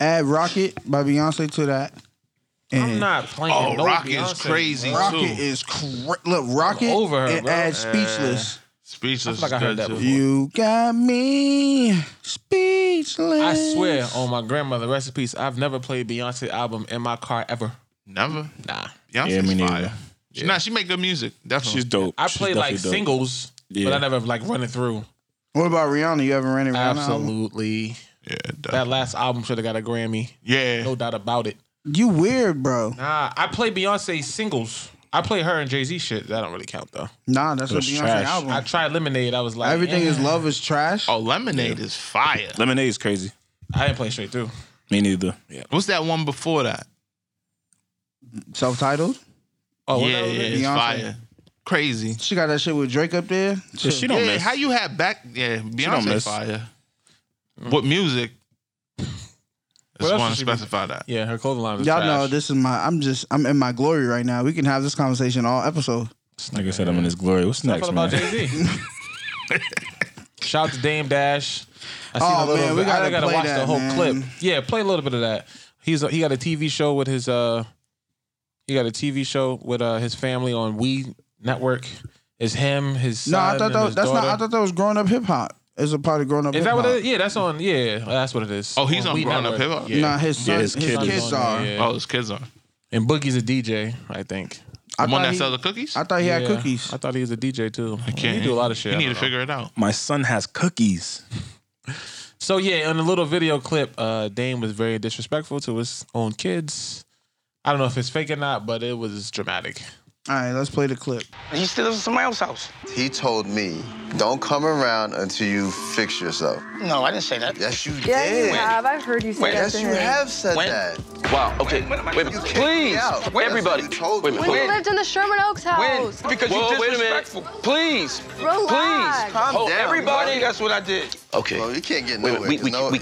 A: add Rocket by Beyonce to that. And
D: I'm not playing.
E: Oh,
D: no
E: Rocket is
D: Beyonce,
E: crazy
D: bro.
A: Rocket
E: too.
A: is cra- look Rocket
D: over her,
A: and
D: bro.
A: add Speechless.
E: Speechless.
D: I feel like I heard
E: is
D: that
E: good, too.
D: before.
A: You got me speechless.
D: I swear on my grandmother recipes, I've never played Beyonce album in my car ever.
E: Never.
D: Nah.
E: Beyonce's
C: Yeah, me neither.
E: fire. She- Nah, she make good music. Definitely.
C: She's dope.
D: I
C: She's
D: played like
C: definitely dope.
D: singles,
C: Yeah.
D: but I never like run it through.
A: What about Rihanna? You haven't ran it Rihanna? album?
D: Absolutely.
E: Yeah,
D: That
E: definitely.
D: last album should have got a Grammy.
E: yeah.
D: No doubt about it.
A: You weird, bro.
D: Nah, I play Beyonce singles. I play her and Jay Z shit. That don't really count though.
A: Nah, that's a
C: was
A: Beyonce
C: trash.
A: album.
D: I tried Lemonade. I was like,
A: Hmm. Everything
D: eh.
A: is love is trash.
E: Oh, Lemonade is fire.
C: Lemonade's crazy.
D: I didn't play straight through.
C: Me neither.
E: What's that one before that?
A: Self titled.
D: Oh, what
E: yeah,
D: that was
E: yeah,
D: it?
E: it's
A: Beyonce.
E: fire. Crazy.
A: She got that shit with Drake up there.
C: Yeah, she don't
E: yeah,
C: miss.
E: how you have back? Yeah,
C: don't
E: Beyonce
C: miss.
E: fire. What music? I
D: What
E: just
D: else
E: want
D: does
E: to
D: she make?
E: specify that.
D: Yeah, her clothing line is
A: Y'all
D: trash.
A: know this is my. I'm just. I'm in my glory right now. We can have this conversation all episode.
C: Like I said, I'm in his glory. What's
D: What
C: next,
D: about
C: man?
D: Jay Z? Shout out to Dame Dash. I seen
A: Oh,
D: a little
A: man,
D: bit.
A: we
D: I
A: gotta
D: gotta
A: play
D: watch the
A: that,
D: whole
A: man.
D: clip. Yeah, play a little bit of that. He's a, he got a TV show with his uh, he got a TV show with uh his family on We Network. It's him, his son,
A: No, I thought
D: and
A: that
D: his
A: that's
D: daughter.
A: not. I thought that was growing up hip hop. It's a part of growing up.
D: Is
A: hip
D: that
A: hop.
D: what it is? Yeah, that's on. Yeah, that's what it is.
E: Oh, he's on
D: We
E: Grown Up
D: Network.
E: Hip Hop?
D: Yeah.
A: Nah, his son,
C: his
A: his,
C: kid is
A: kids
D: on
A: are.
D: there, yeah.
E: Oh, his kids are.
D: And Boogie's a DJ, I think.
A: I
E: The one
A: thought
E: that
A: he-
E: sells the cookies.
A: I thought he
D: Yeah,
A: had cookies.
D: I thought he was a DJ too. I
E: Can't-
D: He do a lot of shit. I
E: You need to
D: don't know.
E: figure it out.
C: My son has cookies.
D: So yeah, in the little video clip, uh, Dame was very disrespectful to his own kids. I don't know if it's fake or not, but it was dramatic.
A: All right, let's play the clip.
G: He still lives in somebody else's house.
J: He told me, don't come around until you fix yourself.
G: No, I didn't say that.
J: Yes, you
K: Yeah,
J: did.
K: you have. I've heard you say that
J: Yes,
K: to
J: you
K: him.
J: have said
G: When?
J: that.
H: Wow, okay.
G: When- when am I
H: Wait a
J: You
H: minute.
J: kicked me
H: Please,
J: out. That's
H: everybody.
J: what you told
H: Wait a
J: me.
H: minute.
K: When
H: hold
K: you
H: on.
K: lived in the Sherman Oaks
G: When?
K: house.
G: Because
H: Whoa,
G: you
H: wait a minute.
G: disrespectful. Please.
K: Relax.
G: Please.
J: Calm
H: Oh,
J: down.
G: Everybody,
J: bro.
G: that's what I did.
H: Okay.
J: Bro, you can't get
H: Wait,
J: nowhere.
H: we, we,
J: no,
H: we,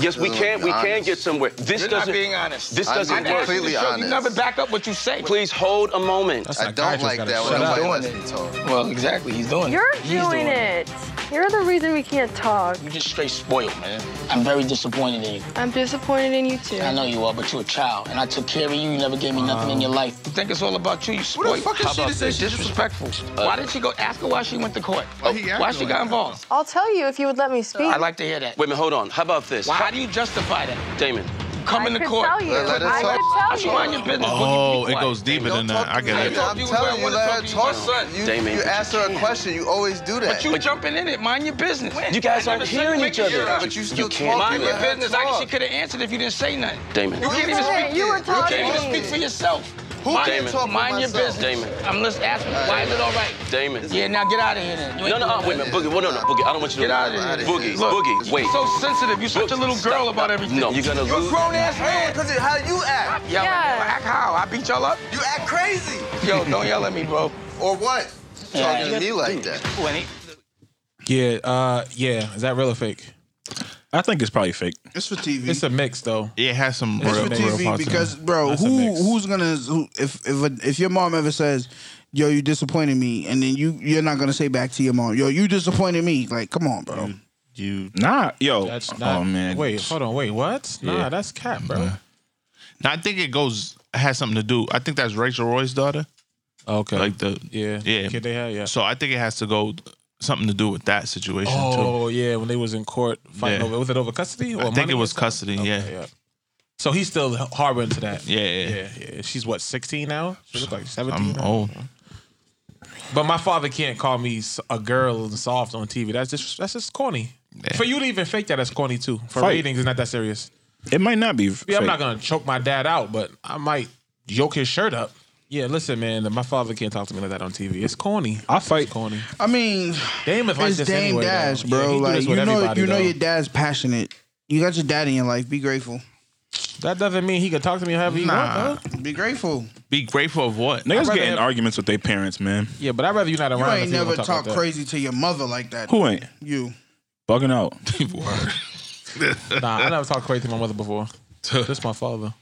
H: yes, we
J: no,
H: can. We can
J: honest.
H: get somewhere. This
G: You're not
H: doesn't.
G: being honest.
H: This
J: I'm
H: doesn't
J: being
G: I
H: work.
G: asked you to
J: completely
G: show-
J: honest.
G: You never back up what you say.
H: Please hold a moment.
D: That's
J: I don't
D: Psychiatrist
J: like
D: gotta
J: that
D: shut
J: when
D: up.
J: nobody lets me talk.
G: Well, exactly. He's doing
K: You're
G: it. He's
K: doing it. You're the reason we can't talk.
G: You just straight spoiled, man. I'm very disappointed in you.
K: I'm disappointed in you too.
G: I know you are, but you're a child, and I took care of you. You never gave me nothing in your life. You think it's all about you? You spoiled.
J: the fuck is
G: How
J: she
G: about
J: to say
G: this?
J: she's
G: disrespectful? why did she go? Ask her why she went to court.
E: Oh,
J: Why he acting
G: Why she
J: like
G: got
J: that?
G: involved?
K: I'll tell you if you would let me speak.
G: I'd like to hear that.
H: Wait a minute. Hold on. How about this?
G: Why, how do you justify that?
H: Damon.
K: I
G: Coming
K: could
G: to court.
K: tell you.
J: Let- let her
K: I
J: talk.
K: could
G: That's
K: tell you.
G: you mind your business.
E: Oh,
G: Boogie, be
E: it
G: quiet.
E: goes deeper
J: Don't
E: than that.
J: talk
E: I
J: to me
E: get
J: like
E: it.
J: that. I'm
G: You was
J: telling
G: right,
J: you,
G: wanna
J: let
G: talk
J: her
G: to you, my
J: talk.
G: son.
J: You,
H: Damon,
J: you
H: but
J: ask
H: you
J: her a question, you always do that.
G: But you jumping in it. Mind your business.
H: You guys
G: I
H: aren't
G: never said
H: hearing
G: make
H: each
G: it
H: other.
G: your
J: Yeah, but you still
H: can't
J: talking
G: Mind
H: do
G: your
J: like
H: that.
J: that.
G: business. I
J: Talk.
G: she could have answered if you didn't say nothing.
H: Damon.
G: You can't even
K: Hey,
G: speak.
K: you were
G: You
K: talking.
G: can't even speak for yourself.
J: Who
G: mind
J: can't talk for
G: mind your
J: myself?
G: business. I'm just asking. Why is it all right?
H: Damon.
G: Yeah, now get out of here then. You
H: No,
G: ain't
H: no,
G: doing
H: uh, wait a
G: that.
H: minute. Boogie. Well, no, no, Boogie. I don't want you to
G: Get out of
J: here.
H: Boogie,
J: Look,
H: Boogie. Wait.
G: You're so sensitive. You're such a
H: Look,
G: little
H: stop.
G: girl about everything.
H: No, you're gonna
J: You're a
H: lose.
J: grown ass man because of how you act.
G: Yell
K: Yeah.
G: at me. Well, Act how? I beat y'all up?
J: You act crazy.
G: Yo, don't yell at me, bro.
J: Or what? Talking to me like that.
D: Yeah, uh, yeah. Is that real or fake?
C: I think it's probably fake.
A: It's for TV.
D: It's a mix though.
E: It has some
A: It's
E: real,
A: for
E: real
A: TV
E: parts. in
A: because,
E: it.
A: bro,
D: That's a
A: who
D: mix.
A: who's gonna who, if if if your mom ever says, "Yo, you disappointed me," and then you you're not gonna say back to your mom, "Yo, you disappointed me." Like, come on, bro.
D: Mm.
E: you
C: Nah, yo.
D: That's not.
C: oh man.
D: Wait, hold on. Wait, what?
C: Yeah.
D: Nah, that's cap, bro.
E: Now, I think it goes it has something to do. I think that's Rachel Roy's daughter.
D: Okay.
E: Like the
D: yeah,
E: yeah.
D: Kid they had, yeah.
E: So I think it has to go something to do with that situation too.
D: Oh yeah, when they was in court fighting
E: Yeah.
D: over was it over custody? Or
A: Oh,
E: I think
D: money
E: it
D: or
E: was
D: something?
E: custody.
D: Okay,
E: yeah.
D: So he's still harboring to that.
E: Yeah, yeah.
D: yeah, yeah. She's what sixteen now? She look like
E: I'm
D: seventeen. now.
E: old.
D: But my father can't call me s- a girl and soft on TV. That's just that's just corny. For you to even fake that, that's corny too. For
C: Fight.
D: ratings, it's not that serious.
C: It might not be.
D: Yeah, I'm
C: fake.
D: not gonna choke my dad out, but I might yoke his shirt up. Yeah, listen, man. My father can't talk to me like that on TV. It's corny. I
C: fight.
D: It's corny.
A: I mean,
D: Dame is like
A: it's
D: this
A: Dame
D: anyway, though.
A: Dash,
D: Yeah,
A: bro.
D: he do
A: like,
D: this
A: you
D: with
A: know,
D: everybody,
A: you know,
D: though.
A: your dad's passionate. You got your dad in your life. Be grateful.
D: That doesn't mean he can talk to me however he wants.
E: Nah.
D: though.
A: Be grateful.
E: Be grateful of what?
C: Niggas
D: rather
C: get in
D: have-
C: arguments with their parents, man.
D: Yeah, but I'd rather you not around.
A: You
D: if
A: ain't
D: gonna
A: never
D: talk
A: talk
D: like that.
A: crazy to your mother like that.
C: Who ain't
A: You.
C: bugging out?
D: Nah, I never talked crazy to my mother before. This my father.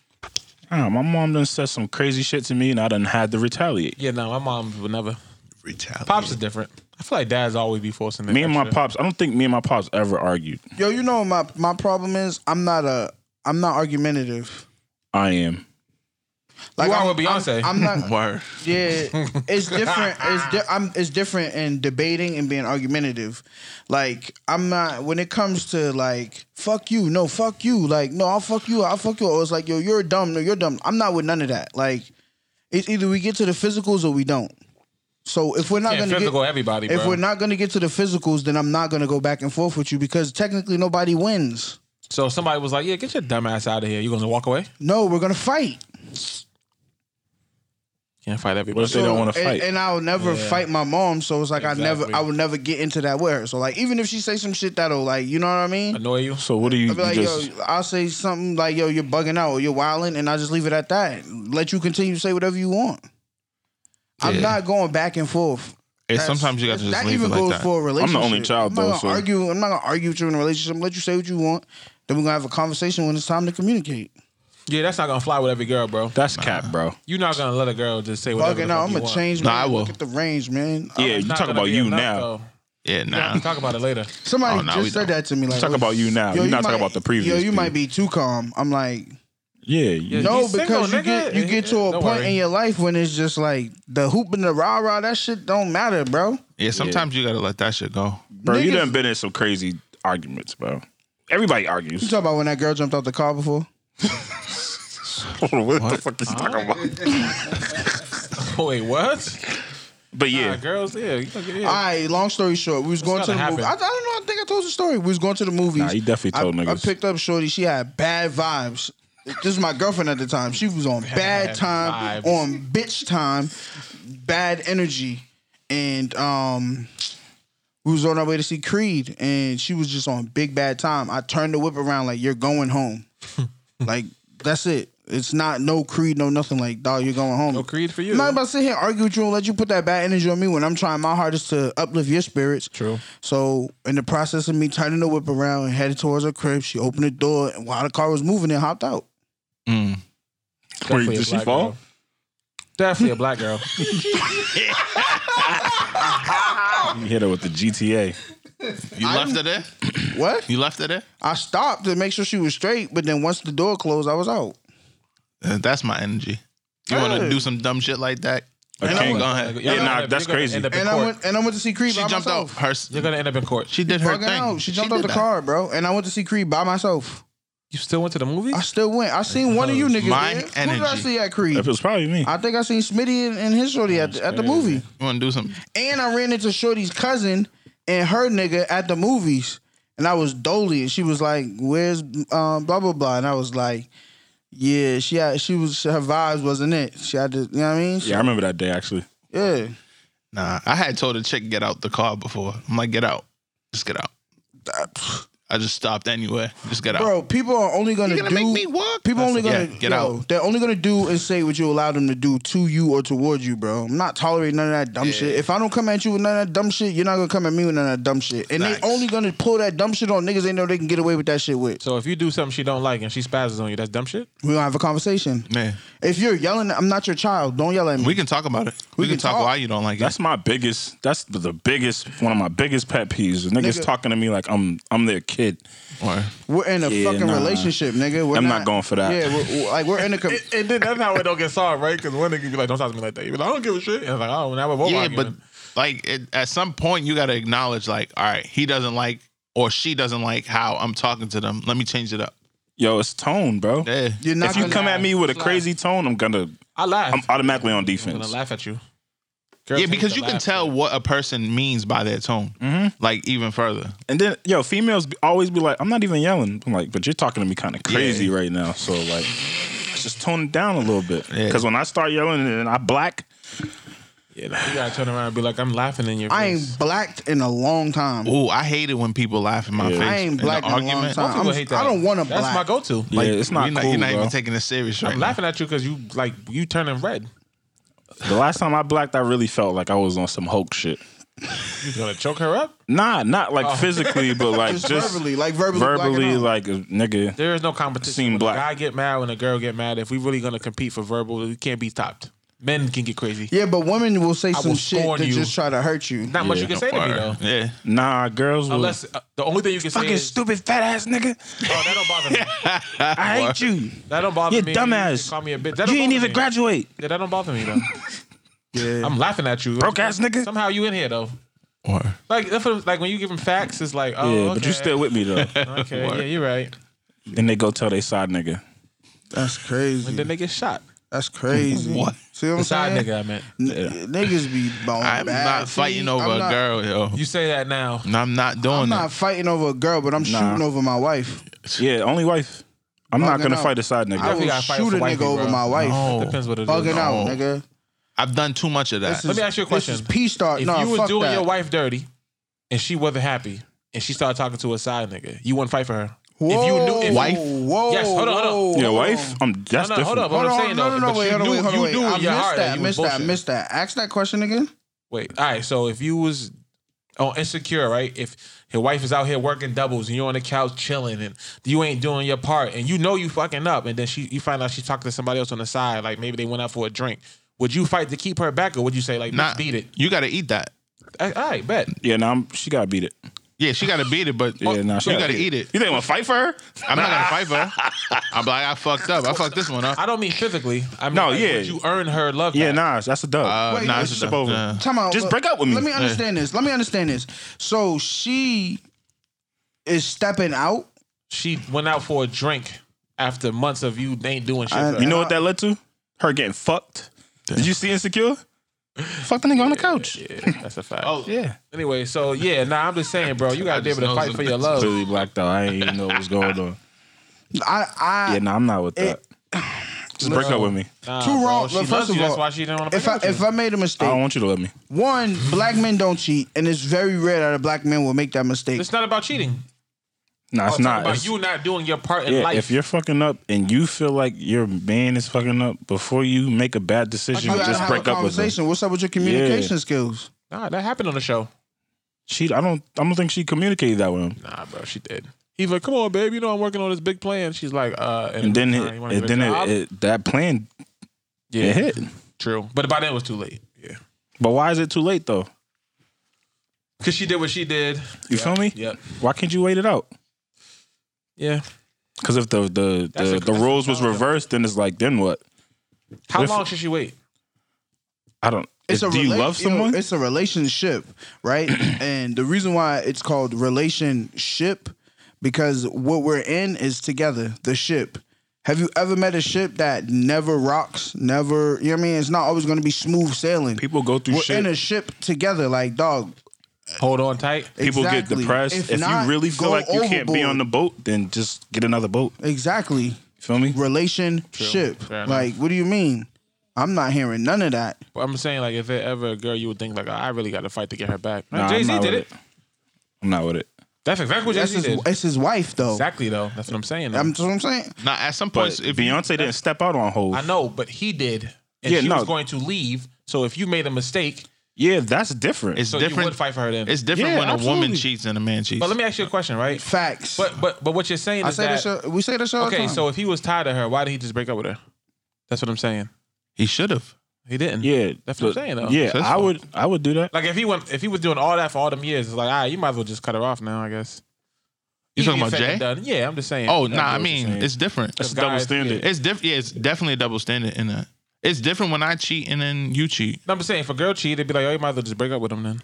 C: Ah, my mom done said some crazy shit to me, and I done had to retaliate.
D: Yeah, no, my mom would never.
E: Retaliate.
D: Pops is different. I feel like dads always be forcing that
C: Me and my
D: extra.
C: pops. I don't think me and my pops ever argued.
A: Yo, you know what my my problem is. I'm not a. I'm not argumentative.
C: I am.
A: Like
D: are
A: I'm,
D: with Beyonce.
A: I'm, I'm not.
E: Word.
A: Yeah, it's different. It's di- I'm. It's different in debating and being argumentative. Like I'm not when it comes to like fuck you. No, fuck you. Like no, I'll fuck you. I'll fuck you. Or it's like yo, you're dumb. No, you're dumb. I'm not with none of that. Like it's either we get to the physicals or we don't. So if we're not
D: Yeah,
A: gonna
D: physical
A: get,
D: everybody,
A: if
D: bro.
A: we're not gonna get to the physicals, then I'm not gonna go back and forth with you because technically nobody wins.
D: So if somebody was like, "Yeah, get your dumb ass out of here." You gonna walk away?
A: No, we're gonna fight.
D: Can't fight
C: What
D: everybody.
C: if they don't want to
A: and,
C: fight?
A: and I would never fight my mom, so it's like I never,
D: Exactly.
A: I would never get into that with her. So like, even if she say some shit that'll like, you know what I mean?
D: Annoy you?
C: so what do you,
A: I'll be like,
C: you just?
A: yo, I'll say something like, yo, you're bugging out, or you're wilding, and I just leave it at that. Let you continue to say whatever you want. I'm
E: Yeah.
A: not going back and forth.
E: And
A: That's-
E: sometimes you got to
A: that-
E: just
A: that
E: leave it
A: even
E: like
A: goes
E: that.
A: for a
C: I'm
A: relationship.
C: the only child,
A: I'm not
C: though,
A: gonna
C: so-
A: argue. I'm not gonna argue with you in a relationship. I'm gonna let you say what you want. Then we're gonna have a conversation when it's time to communicate.
D: Yeah, that's not gonna fly with every girl, bro.
C: That's cap, bro.
D: You're not gonna let a girl just say whatever.
A: Bugging
D: the
A: out.
D: fuck
A: I'm
D: you
A: gonna
D: want.
A: change.
E: Nah,
A: man.
E: I will.
A: Look at the range, man.
C: Yeah, you
D: It's not
C: talk
D: gonna
C: about
D: be
C: you
D: enough,
C: now.
D: though.
E: yeah,
D: Yeah,
E: nah.
D: we talk about it later.
A: Somebody
E: Oh, no, we
A: just said
E: don't.
A: that to me. Like,
C: Talk
A: oh,
C: about you now.
A: yo,
C: You're
A: you
C: not
A: might-
C: talking about the previous.
A: Yo, you
C: people.
A: might be too calm. I'm like,
C: Yeah, you-
D: Yeah.
A: no,
D: He's single,
A: because you get
D: nigga. eh,
A: you get to a
D: Don't
A: point
D: worry.
A: in your life when it's just like the hoop and the rah rah. That shit don't matter, bro.
E: Yeah, sometimes you got to let that shit go.
C: bro. You
A: niggas-
C: done been in some crazy arguments, bro. Everybody
A: You
C: argues.
A: talk about when that girl jumped out the car before?
C: what the fuck is you talking about?
D: Wait, what?
C: But
D: Yeah,
C: yeah,
D: girls. Yeah, you gonna get- yeah.
A: All right. Long story short, we was going
D: not
A: to the
D: what
A: movie. I, I
D: happened.
A: don't know. I think I told the story. We was going to the movies.
C: Nah, you definitely told
A: I, I
C: niggas.
A: picked up Shorty. She had bad vibes. This is my girlfriend at the time. She was on bad time,
D: Vibes.
A: on bitch time, bad energy, and um, we was on our way to see Creed, and she was just on big bad time. I turned the whip around like you're going home, like that's it. It's not no Creed, no nothing. Like dog, you're going home.
D: No creed for you.
A: I'm not about to sit here and argue with you and let you put that bad energy on me when I'm trying my hardest to uplift your spirits.
D: True.
A: So in the process of me turning the whip around and headed towards her crib, she opened the door and while the car was moving and hopped out.
C: Wait,
D: a
C: did she
D: black
C: fall?
D: girl. Definitely a black girl.
C: You hit her with the GTA.
E: You left it there?
A: What?
E: You left it there?
A: I stopped to make sure she was straight, but then once the door closed, I was out.
E: Uh, That's my energy. You want
A: Hey.
E: to do some dumb shit like that?
C: A
E: You
C: king.
E: Go ahead.
C: Yeah, nah,
D: You're
C: that's
D: gonna
C: crazy.
D: end up in
A: And I
D: court.
A: went and I went to see Creed
E: She
A: by
E: jumped out
A: myself.
E: her.
D: You're gonna end up in court.
E: She did her
A: Fucking
E: thing.
A: out. She jumped
E: did
A: out the
E: that.
A: car, bro. And I went to see Creed by myself.
D: You still went to the movie?
A: I still went. I seen one of you niggas.
E: My
A: there. Who did I
E: energy.
A: see at Creed?
C: If it was probably me.
A: I think I seen Smitty and, and his shorty at the, at the movie.
E: You want to do some?
A: And I ran into Shorty's cousin and her nigga at the movies. And I was dolly, and she was like, "Where's um, blah blah blah?" And I was like, "Yeah, she had, she was her vibes wasn't it? She had to, you know what I mean?
C: Yeah, I remember that day actually.
A: yeah.
E: Nah, I had told a chick get out the car before. I'm like, get out, just get out. I just stopped anyway. Just get out.
A: bro. People are only gonna,
E: You
A: do.
E: gonna make me work?
A: People
E: That's
A: only
E: it.
A: gonna
E: Yeah, get
A: yo,
E: out.
A: They're only gonna do and say what you allow them to do to you or towards you, bro. I'm not tolerating none of that dumb shit. If I don't come at you with none of that dumb shit, you're not gonna come at me with none of that dumb shit. And
E: Facts.
A: they only gonna pull that dumb shit on niggas they know they can get away with that shit with.
D: so if you do something she don't like and she spazzes on you, that's dumb shit.
A: We gonna have a conversation.
E: Man,
A: If you're yelling, I'm not your child. Don't yell at me.
E: we can talk about it. We,
A: can
E: can, talk,
A: talk.
E: why you don't like it.
C: That's my biggest. That's the biggest. One of my biggest pet peeves. is Niggas
A: Nigga.
C: talking to me like I'm I'm their kid.
E: Or-
A: we're in a
C: Yeah,
A: fucking
C: nah.
A: relationship, nigga. We're
C: I'm not going for that.
A: Yeah, we're, we're- like we're in a. Com-
D: And then that's how it don't get solved, right? Because one nigga be like, "Don't talk to me like that." You be like, "I don't give a shit." And I'm like, "Oh, now we're both
E: yeah, but
D: arguing."
E: like it, at some point you got to acknowledge, like, all right, he doesn't like or she doesn't like how I'm talking to them. Let me change it up.
C: Yo, it's tone, bro.
E: Yeah,
A: you're not
C: if you
A: gonna-
C: come at me with a crazy tone, I'm gonna
D: I laugh.
C: I'm automatically on
D: I'm gonna
C: defense.
D: laugh at you.
E: yeah, Mm-hmm. because you can tell what a person means by their tone. Like even further.
C: And then yo, females be, always be like, I'm not even yelling. I'm like, but you're talking to me kind of crazy right now. So like, let's just tone it down a little bit.
E: Yeah.
C: Because when I start yelling and I black,
D: Yeah, like, you gotta turn around and be like, "I'm laughing in your face."
A: I ain't blacked in a long time.
E: Oh, I hate it when people laugh in my
C: Yeah.
E: face.
A: I ain't
E: in the
A: black in a long time.
D: People
A: I'm-
D: hate that.
A: I don't wanna
D: That's
A: black.
D: my go-to.
C: like, yeah, it's not
E: you're not,
C: cool,
E: you're not
C: bro.
E: even taking this serious right
D: I'm
E: now.
D: laughing at you because you like you turning red.
C: The last time I blacked, I really felt like I was on some Hulk shit.
D: You gonna choke her up?
C: Nah, not like physically, but like just,
A: verbally, like verbally, blacking
C: verbally,
A: out.
C: like nigga.
D: There is no competition.
C: Seen
D: when
C: black.
D: a guy get mad when a girl get mad. If we really gonna compete for verbal, we can't be topped. Men can get crazy.
A: Yeah, but women will say some
D: will
A: shit
D: scorn
A: to
D: you.
A: just try to hurt you.
D: Not much you can say to me though.
E: Word. Yeah.
C: Nah, girls will.
D: Unless uh, the only thing you can say
C: fucking
D: is,
C: stupid fat ass nigga.
D: "Oh, that don't bother me.
C: I hate you.
D: That don't bother
C: You
D: me.
C: dumbass.
D: You call me a bitch. That
C: You
D: don't
C: ain't
D: bother
C: even
D: me.
C: graduate.
D: Yeah, that don't bother me though. yeah, I'm laughing at you,
C: Broke ass nigga.
D: Somehow you in here though.
E: Word.
D: Like that's what- like when you give him facts, it's like, oh,
C: Yeah,
D: okay.
C: but you still with me though.
D: okay. Yeah, you're right.
C: then they go tell they side nigga.
A: That's
D: And
A: crazy.
D: then they get shot.
A: That's crazy.
E: What?
A: See what I'm
D: The side
A: saying?
D: nigga, I meant.
A: N- Niggas be bone
E: I'm not fighting over a girl, yo.
D: You say that now.
E: No, I'm not doing
A: I'm
E: that.
A: not fighting over a girl, but I'm
C: Nah.
A: shooting over my wife.
C: Yeah, only wife. I'm not
A: Fucking
C: gonna
A: out.
C: fight a
A: I
C: side nigga.
A: will
D: definitely gotta fight
A: shoot
D: for
A: a
D: wifey,
A: nigga over
D: bro.
A: my wife.
E: No.
D: Depends what it is.
A: Fucking out,
E: No.
A: nigga.
E: I've done too much of that.
A: This
D: Let me ask you a question.
A: This is P star.
D: If
A: No,
D: you was
A: fuck
D: doing
A: that.
D: your wife dirty and she wasn't happy and she started talking to a side nigga, you wouldn't fight for her. if you knew if
E: Wife?
A: Whoa.
D: Yes, hold on, hold on.
A: whoa,
C: Your
A: hold
C: wife?
A: on.
C: I'm that's
D: No, no,
C: different.
D: hold up.
A: Hold
D: I'm
A: on,
D: saying,
A: no,
D: though,
A: no, no,
D: but
A: wait,
D: you
A: hold on,
D: knew-
A: wait, hold on,
D: you
A: wait.
D: knew in
A: I
D: your
A: missed
D: heart
A: that,
D: that you
A: missed that,
D: bullshit.
A: missed that. Ask that question again.
D: Wait, all right. So if you was on insecure, right? If your wife is out here working doubles and you're on the couch chilling and you ain't doing your part and you know you fucking up and then she you find out she's talking to somebody else on the side, like maybe they went out for a drink. Would you fight to keep her back or would you say like
E: Nah,
D: not beat it?
E: You got to eat that.
D: All right, bet.
C: Yeah, nah, I'm, she gotta beat it.
E: Yeah, she got to beat it, but
D: Oh,
C: Yeah, nah, she
E: you got to eat it.
C: You think I'm gonna fight for her?
E: I'm not gonna fight for her. I'm like, I fucked up. I fucked this one up.
D: I don't mean physically. I mean,
C: No,
D: like,
C: yeah.
D: would you earn her love?
C: Yeah,
D: back?
C: nah, that's a dub.
E: Uh,
A: Wait,
E: nah,
A: wait,
E: it's
C: step
E: a-
C: over.
E: nah.
A: Time out.
C: Just
A: Look,
C: break up with me.
A: Let me understand this. Let me understand this. So she is stepping out.
D: She went out for a drink after months of you ain't doing shit.
A: I-
D: for her.
C: You know what that led to? Her getting fucked. Did you see Insecure? Fuck the nigga on the couch.
D: Yeah, that's a fact.
E: Oh,
C: Yeah.
D: Anyway, so yeah, nah, I'm just saying, bro, you gotta be able to fight for your love.
C: Clearly blacked out. I ain't even know what was going on.
A: I, I
C: yeah, no, I'm not with that. Just break up with me.
A: Two wrong.
D: She
A: look,
D: loves
A: first of
D: you.
A: all,
D: That's why she didn't want to
A: if I
D: break up with
A: if
D: you.
A: I made a
C: I
A: mistake,
C: don't want you to love me.
A: one black men don't cheat, and it's very rare that a black man will make that mistake.
D: It's not about cheating.
C: No, it's
D: I'm talking
C: not.
D: About
C: It's-
D: you not doing your part in
C: yeah,
D: life.
C: if you're fucking up and you feel like your man is fucking up, before you make a bad decision,
A: you gotta
C: just
A: have
C: break
A: a
C: up with him.
A: conversation. What's up with your communication skills?
D: nah, that happened on the show.
C: She, I don't, I don't think she communicated that with him.
D: Nah, bro, she did. He's like, come on, babe. You know I'm working on this big plan. She's like, uh,
C: And then,
D: uh,
C: it,
D: you wanna get
C: and
D: a
C: then
D: job?
C: it, it, that plan
D: yeah,
C: it hit.
D: true. But by then it was too late. Yeah,
C: But why is it too late though?
D: because she did what she did.
C: You feel me?
D: Yep.
C: Why can't you wait it out?
D: Yeah.
C: Because if the the
D: That's
C: the,
D: a-
C: the
D: that's a
C: rules was
D: valid-
C: reversed, then it's like then what?
D: How
C: If-
D: long should she wait?
C: I don't. if- do you
A: rela-
C: love
A: know,
C: someone?
A: it's a relationship, right? and the reason why it's called relationship because what we're in is together, the ship. Have you ever met a ship that never rocks, never, you know what I mean? It's not always going to be smooth sailing.
C: People go through
A: we're
C: shit.
A: in a ship together, like dog.
D: Hold on tight.
C: People
A: Exactly.
C: get depressed.
A: If
C: If,
A: not,
C: you really feel
A: go
C: like you can't be
A: overboard.
C: on the boat, then just get another boat.
A: Exactly.
C: You feel me?
A: Relationship.
D: Fair enough.
A: Like, what do you mean? I'm not hearing none of that.
D: But I'm saying like if it ever a girl, you would think like I really got to fight to get her back.
C: Nah,
D: Jay
C: I'm
D: Z
C: not
D: did
C: with
D: it.
C: I'm not with it.
D: That's exactly what Jay
A: That's
D: Z
A: his,
D: did.
A: it's his wife, though.
D: Exactly though. That's what I'm saying. though.
A: I'm, that's what I'm saying.
E: Now, at some
C: But
E: point,
C: if
E: if
C: Beyonce didn't step out on hold,
D: I know, but he did, and
C: Yeah,
D: she
C: no.
D: was going to leave. So if you made a mistake,
C: yeah, that's different.
E: it's
D: so you
E: different,
D: would fight for her then.
E: it's different
C: Yeah,
E: when a woman
C: absolutely.
E: cheats and a man cheats.
D: but let me ask you a question, right?
A: Facts.
D: But but but what you're saying
A: I
D: is
A: say
D: that
A: this. all- We say this all the
D: okay,
A: time.
D: so if he was tired of her, why did he just break up with her? That's what I'm saying.
E: he should have.
D: He didn't.
C: yeah,
D: that's what I'm
C: the-
D: saying, though.
C: Yeah,
E: That's
C: I
E: fine.
C: would, I would do that.
D: Like if he went, if he was doing all that for all them years, it's like, ah, you might as well just cut her off now, I guess.
E: You talking
D: Easier
E: about
D: said than
E: Jay?
D: done. Yeah, I'm just saying.
E: Oh, nah, I
C: what you're
E: mean,
C: saying.
E: it's different.
C: That's a
D: guys,
C: double standard.
E: It's different. Yeah, it's definitely a double standard in that. It's different when I cheat and then you cheat.
D: No, I'm just saying, if a girl cheated, it'd be like, oh, you might as well just break up with him then.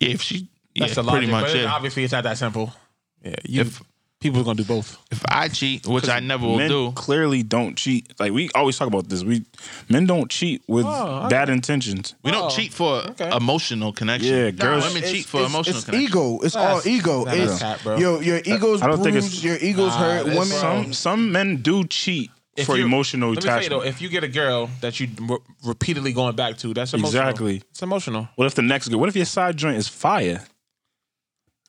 E: Yeah, if she,
D: That's
E: yeah,
D: the
E: pretty
D: logic,
E: much
D: but
E: it.
D: Obviously, it's not that simple. Yeah, you,
E: If-
D: people are gonna do both.
E: If I cheat, which I never will
C: men
E: do,
C: clearly don't cheat. Like we always talk about this. We men don't cheat with
D: Oh, okay.
C: bad intentions.
E: we
D: Oh,
E: don't cheat for
D: okay.
E: emotional connection.
C: Yeah,
E: Nah,
C: girls-
E: Women
A: It's-
E: cheat for
A: it's-
E: emotional
A: It's
E: connection.
A: ego. It's
D: That's-
A: all ego.
D: that's
A: it's
D: cap, bro.
A: Yo, your ego's
C: I don't think
A: bruised.
C: it's-
A: your ego's
D: Nah,
A: hurt.
D: that's
A: Women.
D: wrong.
C: Some some men do cheat
D: If
C: for
D: you-
C: emotional
D: Let me tell you though,
C: attachment.
D: if you get a girl that you re- repeatedly going back to, that's emotional.
C: Exactly.
D: It's emotional,
C: What if the next girl? What if your side joint is fire?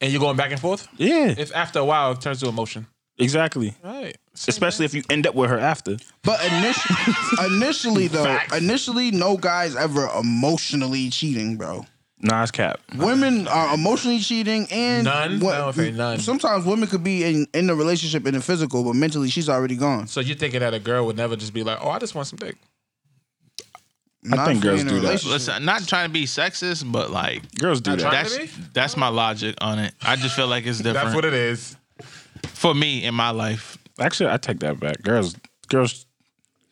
D: and you're going back and forth.
C: Yeah,
D: If after a while it turns to emotion,
C: exactly.
D: right?
C: Especially if you end up with her after.
A: But initially, initially though, initially, no guys ever emotionally cheating, bro.
C: Nah, it's cap.
A: Women are emotionally cheating and
D: None? I don't think none.
A: Sometimes women could be in in the relationship in the physical, but mentally she's already gone.
D: So you're thinking that a girl would never just be like, "Oh, I just want some dick."
A: Not
C: think
A: for
C: girls
A: in a
C: do that.
A: relationship.
E: Listen, I'm not trying to be sexist, but like
C: Girls do
D: Not
C: that.
D: trying-
E: that's
D: Maybe?
E: that's my logic on it. I just feel like it's different
D: That's what it is.
E: for me in my life.
C: Actually, I take that back. Girls, girls,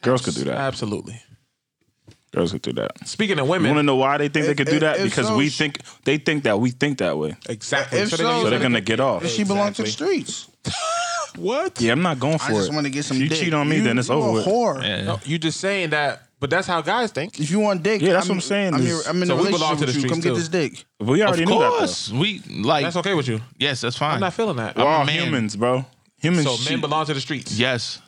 C: girls could do that.
D: Absolutely.
C: Girls could do that.
D: Speaking of
C: You want to
D: women,
C: know why they think they
A: If-
C: could do
A: if-
C: that?
A: if
C: Because
A: so,
C: we
A: sh-
C: think they think that we think that way.
D: exactly.
A: if
D: So then
A: so,
D: you-
C: So they're gonna get off.
A: She belongs to the
D: Exactly.
A: streets.
D: what?
C: Yeah, I'm not going
A: I
C: for
A: just
C: it.
A: want to get some.
C: If you
A: dick.
C: cheat on me,
A: You-
C: then it's
A: you
C: over
A: a
C: with.
A: whore.
E: Yeah.
D: No, you just saying that, but that's how guys think.
A: If you want dick,
C: Yeah, that's what I'm saying
A: I'm,
C: is-
A: here- I'm in
D: So
A: a
D: we belong
A: relationship
D: to
A: with
D: the
A: you. Come
D: streets,
A: get
D: too.
A: this dick.
C: We already
E: of
C: knew that. though.
E: course, we like
D: That's okay with you.
E: yes, that's fine.
D: I'm not feeling that.
C: We're all
E: man.
C: humans, bro. Humans.
D: so
C: cheat.
D: men belong to the streets.
E: yes,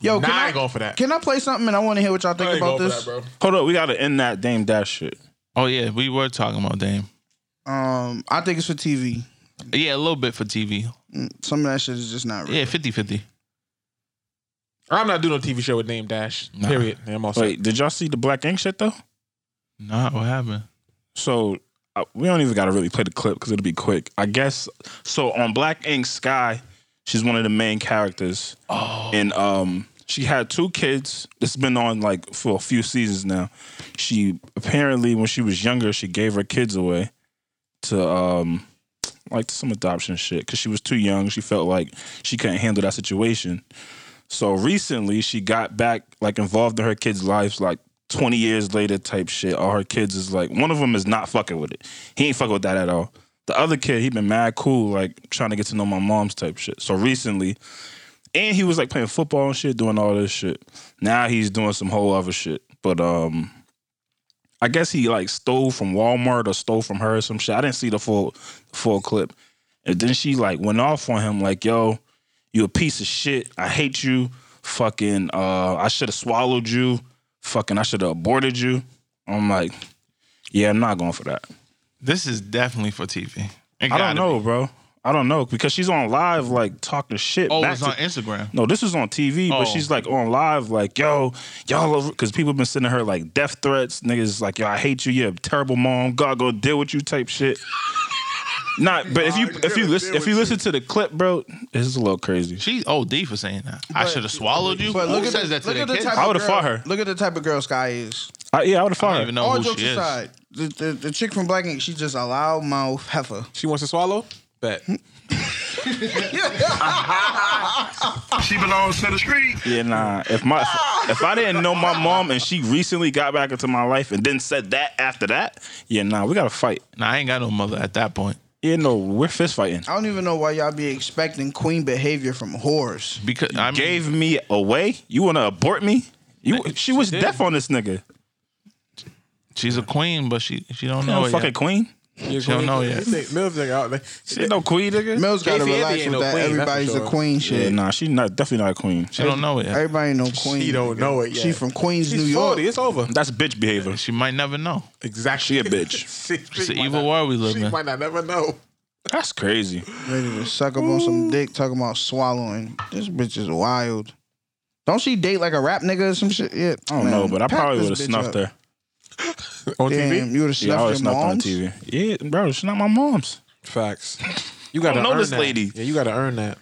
A: Yo,
D: Nah,
A: can
D: I
A: I,
D: ain't going for that.
A: Can I play something? And I want to hear what y'all
D: I
A: think
D: ain't
A: about
D: going for
A: this.
D: that, bro.
C: Hold up, we gotta end that Dame Dash shit.
E: oh yeah, we were talking about Dame.
A: um, I think it's for TV.
E: Yeah, a little bit for TV.
A: Some of that shit is just not real.
E: Yeah, 50-50.
D: I'm not doing a TV show with name Dash.
E: Nah.
D: Period. I'm all set.
C: Wait, did y'all see the Black Ink shit though?
E: Nah, what happened?
C: So uh, we don't even gotta really play the clip because it'll be quick. I guess. So on Black Ink, Sky, she's one of the main characters,
E: Oh,
C: and um, she had two kids. This has been on like for a few seasons now. She apparently, when she was younger, she gave her kids away to um, like some adoption shit because she was too young. She felt like she couldn't handle that situation. So recently, she got back like involved in her kids' lives, like 20 years later type shit. All her kids is like one of them is not fucking with it. He ain't fucking with that at all. The other kid, he been mad cool, like trying to get to know my mom's type shit. So recently, and he was like playing football and shit, doing all this shit. Now he's doing some whole other shit. But um, I guess he like stole from Walmart or stole from her or some shit. I didn't see the full full clip. And then she like went off on him like, yo, You a piece of shit. I hate you. Fucking, uh, I should have swallowed you. Fucking, I should have aborted you. I'm like, yeah, I'm not going for that.
E: This is definitely for TV. It
C: I
E: gotta
C: don't know, bro. I don't know because she's on live, like talking shit.
E: Oh,
C: back
E: it's
C: to-
E: on Instagram.
C: No, this is on TV,
E: Oh.
C: but she's like on live, like, yo, y'all, because people been sending her like death threats. Niggas like, yo, I hate you. You're a terrible mom. God, go deal with you type shit. Not, but if you if you listen if you listen to the clip, bro, this is a little crazy.
E: She OD for saying that. I should have swallowed you.
A: But look
E: Who
A: at
E: says
A: the,
E: that to
A: look
E: their
A: at the
E: kids?
A: type.
C: I
A: of
C: would've
A: girl-
C: fought her.
A: Look at the type of girl Sky is.
C: I, yeah, I would have
E: I
C: fired.
E: don't
C: her.
E: even know
A: All
E: Oh, who
A: jokes
E: she is.
A: aside, the, the, the chick from Black Ink, she's just a loud mouth heifer.
D: She wants to swallow? Bet.
B: She belongs to the street.
C: Yeah, nah. If my if, if I didn't know my mom and she recently got back into my life and then said that after that, yeah, nah, we gotta fight.
E: Nah, I ain't got no mother at that point
C: Yeah, no, we're fist fighting.
A: I don't even know why y'all be expecting queen behavior from whores.
E: because I mean,
C: Gave me away. You wanna abort me? You she was deaf on this nigga.
E: she's a queen, but she she don't
C: No
E: know it
C: fucking
E: yet.
C: queen.
D: You
E: don't know yet.
D: Mills nigga out there.
C: She ain't no queen, nigga.
A: Mills gotta
D: Casey Anthony
A: relax
D: ain't
A: with
D: no
A: that.
D: queen, that's for
A: Everybody's
D: sure.
A: a queen
C: Yeah,
A: shit.
C: nah, she not definitely not a queen.
E: She don't know it yet.
A: Everybody ain't no queen.
D: She don't know it yet.
A: She from Queens,
D: She's
A: New York.
D: 40. It's over.
C: That's bitch behavior.
E: She might never know.
D: Exactly.
C: She a bitch.
E: It's the evil world we live
D: She
E: in.
D: might not never know.
C: That's crazy.
A: Ready to suck up on some dick, talking about swallowing. This bitch is wild. Don't she date like a rap nigga or some shit? Yeah,
C: I don't know, but I probably would have snuffed her.
D: On
A: Damn, you would have
C: Yeah,
A: snuffed your
C: I would have snuffed her on
A: moms?
C: TV. Yeah, bro, she's not my mom's.
D: Facts. You gotta
C: I don't know
D: earn
C: this
D: that.
C: lady.
D: Yeah, you gotta earn that.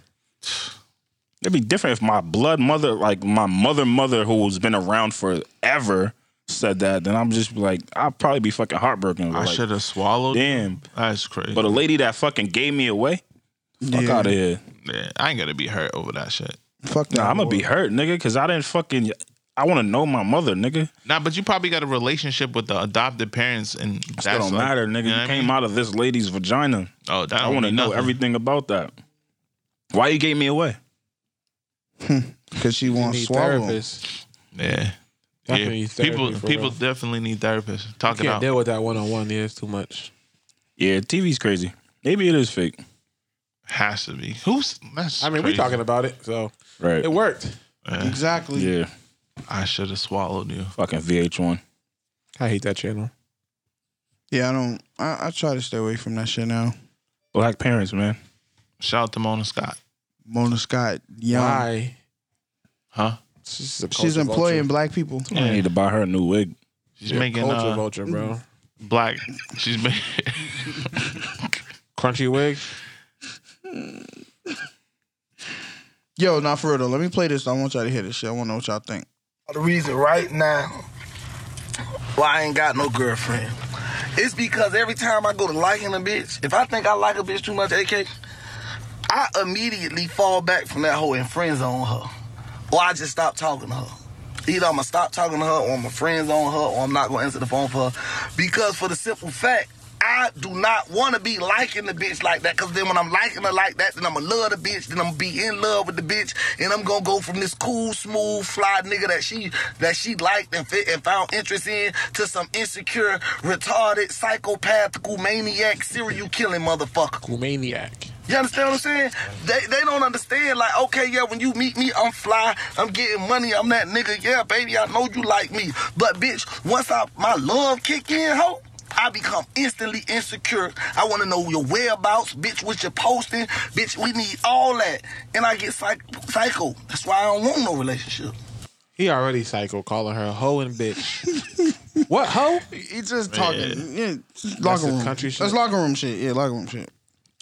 C: It'd be different if my blood mother, like my mother mother who's been around forever, said that. Then I'm just like, I'd probably be fucking heartbroken.
E: I
C: Like,
E: should have swallowed.
C: Damn.
E: That's crazy.
C: But a lady that fucking gave me away, fuck
A: Yeah.
C: out of here.
E: Yeah, I ain't gonna be hurt over that shit.
A: Fuck that.
C: Nah, I'm gonna be hurt, nigga, because I didn't fucking. I want to know my mother, nigga.
E: Nah, but you probably got a relationship with the adopted parents, and that's
C: That don't
E: like-
C: matter, nigga.
E: you
C: You,
E: know what I
C: came
E: mean?
C: out of this lady's vagina.
E: Oh, that
C: I want to know everything about that. Why you gave me away?
A: because she wants
D: Need
A: swallowing.
D: therapists.
E: Yeah, yeah.
D: Definitely therapy
E: People,
D: for
E: people
D: real.
E: definitely need therapists. Talk it
D: Can't
E: out.
D: deal with that one on one. Yeah, it's too much.
C: Yeah, TV's crazy. Maybe it is fake.
E: Has to be. Who's? That's
D: I mean, we
E: crazy.
D: talking about it, so
C: Right.
D: it worked.
E: Yeah.
A: Exactly.
C: Yeah.
E: I should have swallowed you.
C: Fucking VH1.
D: I hate that channel.
A: Yeah, I don't. I, I try to stay away from that shit now.
C: Black parents, man.
E: Shout out to Mona Scott.
A: Mona Scott, young.
D: Why?
E: Huh?
D: She's, a
A: She's
D: culture
A: employing
D: vulture.
A: black people.
C: I need to buy her a new wig.
E: She's making
D: culture
E: uh,
D: vulture, bro.
E: black. She's making.
D: Crunchy wig.
A: Yo, not for real though. Let me play this. I want y'all to hear this shit. I want to know what y'all think.
L: The reason right now why I ain't got no girlfriend it's because every time I go to liking a bitch, if I think I like a bitch too much, AK, I immediately fall back from that hoe and friend zone her, or I just stop talking to her. Either I'm gonna stop talking to her, or I'm a friend zone her, or I'm not gonna answer the phone for her, because for the simple fact. I do not want to be liking the bitch like that because then when I'm liking her like that, then I'm going to love the bitch, then I'm going to be in love with the bitch, and I'm going to go from this cool, smooth, fly nigga that she that she liked and, fit, and found interest in to some insecure, retarded, psychopathical, maniac, serial killing motherfucker.
D: Maniac.
L: You understand what I'm saying? They they don't understand. Like, okay, yeah, when you meet me, I'm fly. I'm getting money. I'm that nigga. Yeah, baby, I know you like me. But bitch, once I my love kick in, ho. I become instantly insecure. I want to know your whereabouts, bitch, what you're posting. Bitch, we need all that. And I get psych- psycho. That's why I don't want no relationship.
D: He already psycho calling her a hoe and bitch. what hoe?
A: He's just talking. Yeah, it's
D: That's
A: locker
D: the
A: room.
D: country
A: That's
D: shit.
A: locker room shit. Yeah, locker room shit.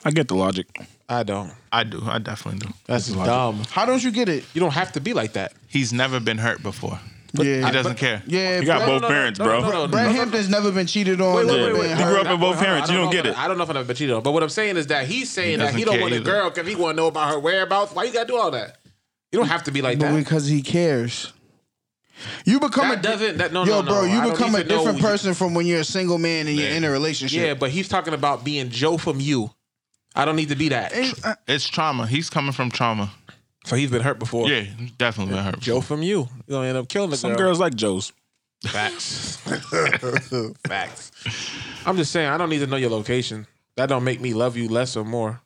C: I get the logic.
D: I don't.
E: I do. I definitely do.
D: That's dumb.
A: How don't you get it?
D: You don't have to be like that.
E: He's never been hurt before.
A: yeah,
E: He doesn't care.
A: yeah.
C: You got
A: Brad,
C: both parents, bro.
A: Brad Hampton's never been cheated on.
D: Wait, wait,
A: never
D: wait, wait.
A: been
C: You grew
A: hurt.
C: up with both
D: Hold on,
C: parents.
D: I
C: You don't
D: know
C: get
D: if
C: it.
D: I I don't know if I've been cheated on, but what I'm saying is that he's saying that he
E: doesn't
D: don't
E: care
D: want
E: either.
D: a girl because he want to know about her whereabouts. Why you gotta do all that? You don't have to be like
A: But
D: that.
A: because he cares. You become
D: That
A: a
D: doesn't- that- no,
A: yo,
D: no, no.
A: bro.
D: I
A: You
D: don't
A: become
D: need
A: a
D: to know
A: different
D: you-
A: person from when you're a single man and you're in a relationship.
D: Yeah, but he's talking about being Joe from you. I don't need to be that.
A: Ain't- uh,
E: It's trauma. He's coming from trauma.
D: So he's been hurt before.
E: Yeah, he's definitely been hurt.
D: Joe from you. You're gonna end up killing the
C: Some
D: girl.
C: girls like Joe's.
D: Facts. Facts. I'm just saying, I don't need to know your location. That don't make me love you less or more.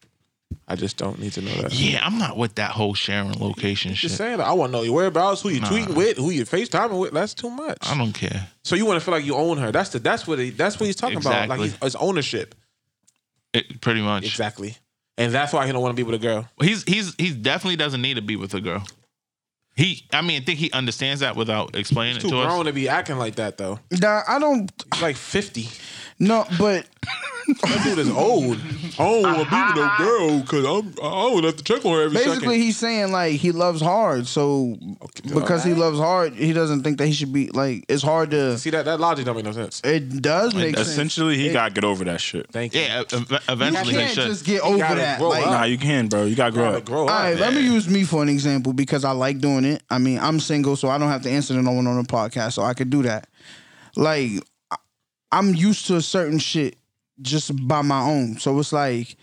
D: I just don't need to know that.
E: Yeah, I'm not with that whole sharing location shit.
D: Just saying, I want to know your whereabouts, who you
E: Nah.
D: tweeting with, who you FaceTiming with. That's too much.
E: I don't care.
D: So you want to feel like you own her? That's the that's what he, that's what he's talking about. Like
E: Exactly.
D: he's, it's ownership.
E: It, pretty much.
D: Exactly. And that's why he don't want to be with a girl.
E: He's he's he definitely doesn't need to be with a girl. He, I mean, I think he understands that without explaining
D: He's
E: it
D: too
E: to
D: grown
E: us.
D: to be acting like that though.
A: Nah, I don't.
D: like fifty.
A: No, but
D: That dude is old. I don't want to be with no girl because I'm I don't have to check on her every
A: basically
D: second.
A: he's saying like he loves hard. So because he loves hard, he doesn't think that he should be like. It's hard to
D: see that that logic don't make no sense.
A: It does make sense.
C: Essentially, he
A: It-
C: got to get over that shit.
D: Thank
E: you. Yeah, ev- ev- eventually
A: You
E: he
A: can't
E: should.
A: just get over that. Like,
C: nah, you can, bro. You got to grow up.
D: Grow
A: all right, let me use me for an example because I like doing it. I mean, I'm single, so I don't have to answer to no one on the podcast, so I could do that. Like, I- I'm used to a certain shit just by my own. So it's like,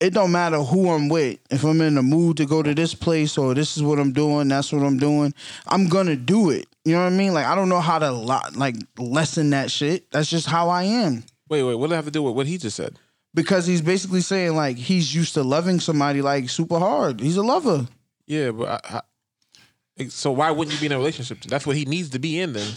A: it don't matter who I'm with. If I'm in the mood to go to this place or this is what I'm doing, that's what I'm doing, I'm gonna do it. You know what I mean? Like, I don't know how to lo- like lessen that shit. That's just how I am
D: Wait, wait, what do I have to do with what he just said?
A: because he's basically saying like he's used to loving somebody like super hard. He's a lover.
D: Yeah, but I, I, so why wouldn't you be in a relationship? That's what he needs to be in then.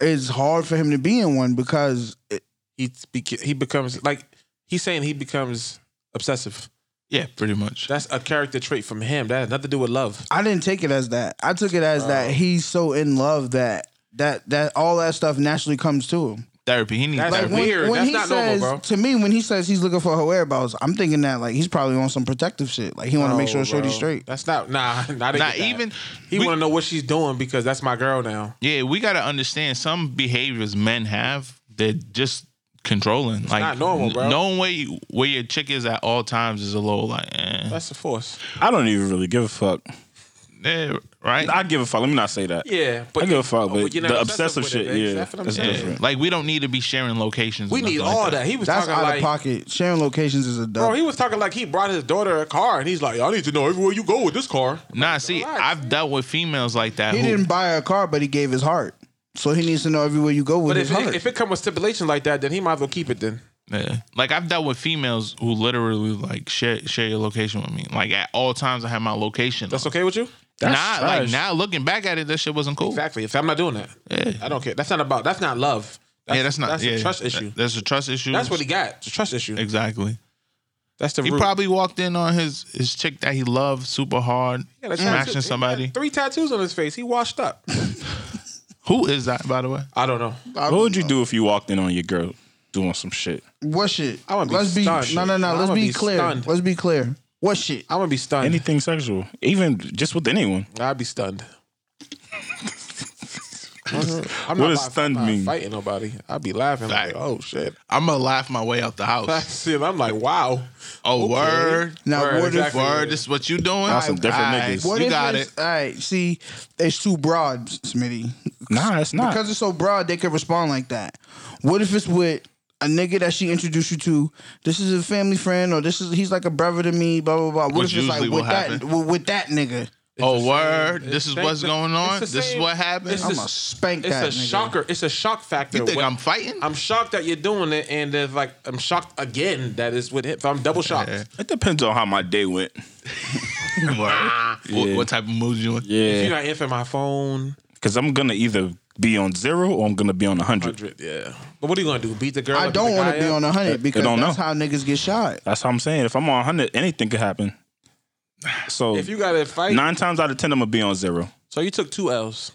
A: It's hard for him to be in one because it,
D: He bec- he becomes like he's saying he becomes obsessive.
E: Yeah, pretty much.
D: That's a character trait from him. That has nothing to do with love.
A: I didn't take it as that. I took it as that he's so in love that that that all that stuff naturally comes to him.
E: Therapy. He needs
D: That's
E: therapy.
D: weird. That's
A: he
D: not normal,
A: says
D: bro.
A: to me, when he says he's looking for her whereabouts, I'm thinking that like he's probably on some protective shit. Like he want to make
D: No,
A: sure Shorty's
D: Oh, bro.
A: straight.
D: That's not nah. Not,
E: Not even-
D: He
E: we-
D: want to know what she's doing because that's my girl now.
E: Yeah, we got to understand some behaviors men have. They're just controlling. like
D: not normal, bro.
E: n- Knowing where you, where your chick is at all times is a little like, eh.
D: That's a force.
C: I don't even really give a fuck.
E: Yeah, right?
C: I give a fuck. Let me not say that.
D: Yeah, oh,
C: I give a fuck, but,
D: you're not
C: the obsessive
D: obsessive with
C: shit,
D: it, man.
C: yeah,
D: That's what I'm
C: that's
D: saying.
C: different.
E: Like we don't need to be sharing locations.
D: We
E: and
D: need
E: nothing like
D: all
E: that.
D: that. He was
A: That's
D: talking
A: out
D: like
A: of pocket. Sharing locations is a dub.
D: bro. He was talking like he brought his daughter a car, and he's like, "I need to know everywhere you go with this car."
E: Nah, see, I've dealt with females like that.
A: he
E: who,
A: didn't buy her a car, but he gave his heart. So he needs to know everywhere you go with
D: But
A: his
D: if
A: heart.
D: it, if it come with stipulation like that, then he might as well keep it. Then
E: Yeah. Like I've dealt with females who literally like share share your location with me. Like at all times I have my location.
D: that's okay with you.
E: Nah, like now looking back at it, that shit wasn't cool.
D: Exactly. If I'm not doing that,
E: Yeah.
D: I don't care. That's not about. That's not love. That's,
E: yeah, that's not
D: That's
E: yeah,
D: a trust issue.
E: That's a trust issue.
D: That's what he got. It's a trust issue.
E: Exactly.
D: That's the
E: He
D: root.
E: probably walked in on his his chick that he loved super hard,
D: Yeah, that's
E: smashing
D: tattoo-
E: somebody.
D: he got Three tattoos on his face. He washed up.
E: Who is that, by the way?
D: I don't know.
C: What would you do if you walked in on your girl doing some shit?
A: What shit?
D: I wanna be
A: Let's
D: stunned.
A: be no, no,
D: I
A: no. Let's
D: wanna
A: be,
D: be
A: clear.
D: stunned.
A: Let's be clear. What shit?
D: I'm gonna be stunned.
C: Anything sexual, even just with anyone.
D: I'd be stunned.
A: Uh-huh.
D: I'm
C: What
D: not
C: does
D: about-
C: stunned
D: I'm not
C: mean?
D: Fighting nobody. I'd be laughing. Like,
E: Fact.
D: oh shit.
E: I'm gonna laugh my way out the house.
D: That's it. I'm like, wow.
E: Oh
D: Okay.
E: word,
A: Now,
D: Word,
A: what if
D: exactly.
E: word! This is what you doing?
C: That's some different
E: Aight,
C: niggas.
A: what
E: you
A: if
E: got
A: it's,
E: it.
A: All right. See, it's too broad, Smitty.
C: Nah, it's not.
A: Because it's so broad, they can respond like that. What if it's with a nigga that she introduced you to? This is a family friend, or this is he's like a brother to me. Blah blah blah. What
E: Which
A: if it's like
E: usually
A: with
E: will
A: that
E: happen.
A: with, with that nigga?
E: Oh word!
D: It's
E: This is
D: the-
E: what's going
D: it's
E: on.
D: the
E: This is
D: same-
E: what happened.
D: it's
A: I'm
D: the-
A: gonna spank
D: It's
A: that.
D: a
A: nigga.
D: shocker. It's a shock factor.
E: You think
D: What-
E: I'm fighting?
D: I'm shocked that you're doing it, and if like I'm shocked again that it's with him. So I'm double shocked.
E: Yeah.
C: It depends on how my day went.
E: Word. what, what type of mood you in?
D: If
C: Yeah,
D: you're not answering my phone,
C: because I'm gonna either be on zero or I'm gonna be on a hundred.
D: hundred, yeah. But what are you gonna do? Beat the girl?
A: I
D: and
A: don't
D: beat the
A: want
D: guy
A: to be
D: up?
A: on a
C: They-
A: hundred
C: they
A: because
C: don't
A: that's
C: know.
A: how niggas get shot.
C: That's what I'm saying. If I'm on a hundred, anything could happen. So
D: If you got to fight,
C: nine times out of ten, I'm gonna be on zero.
D: so you took two L's.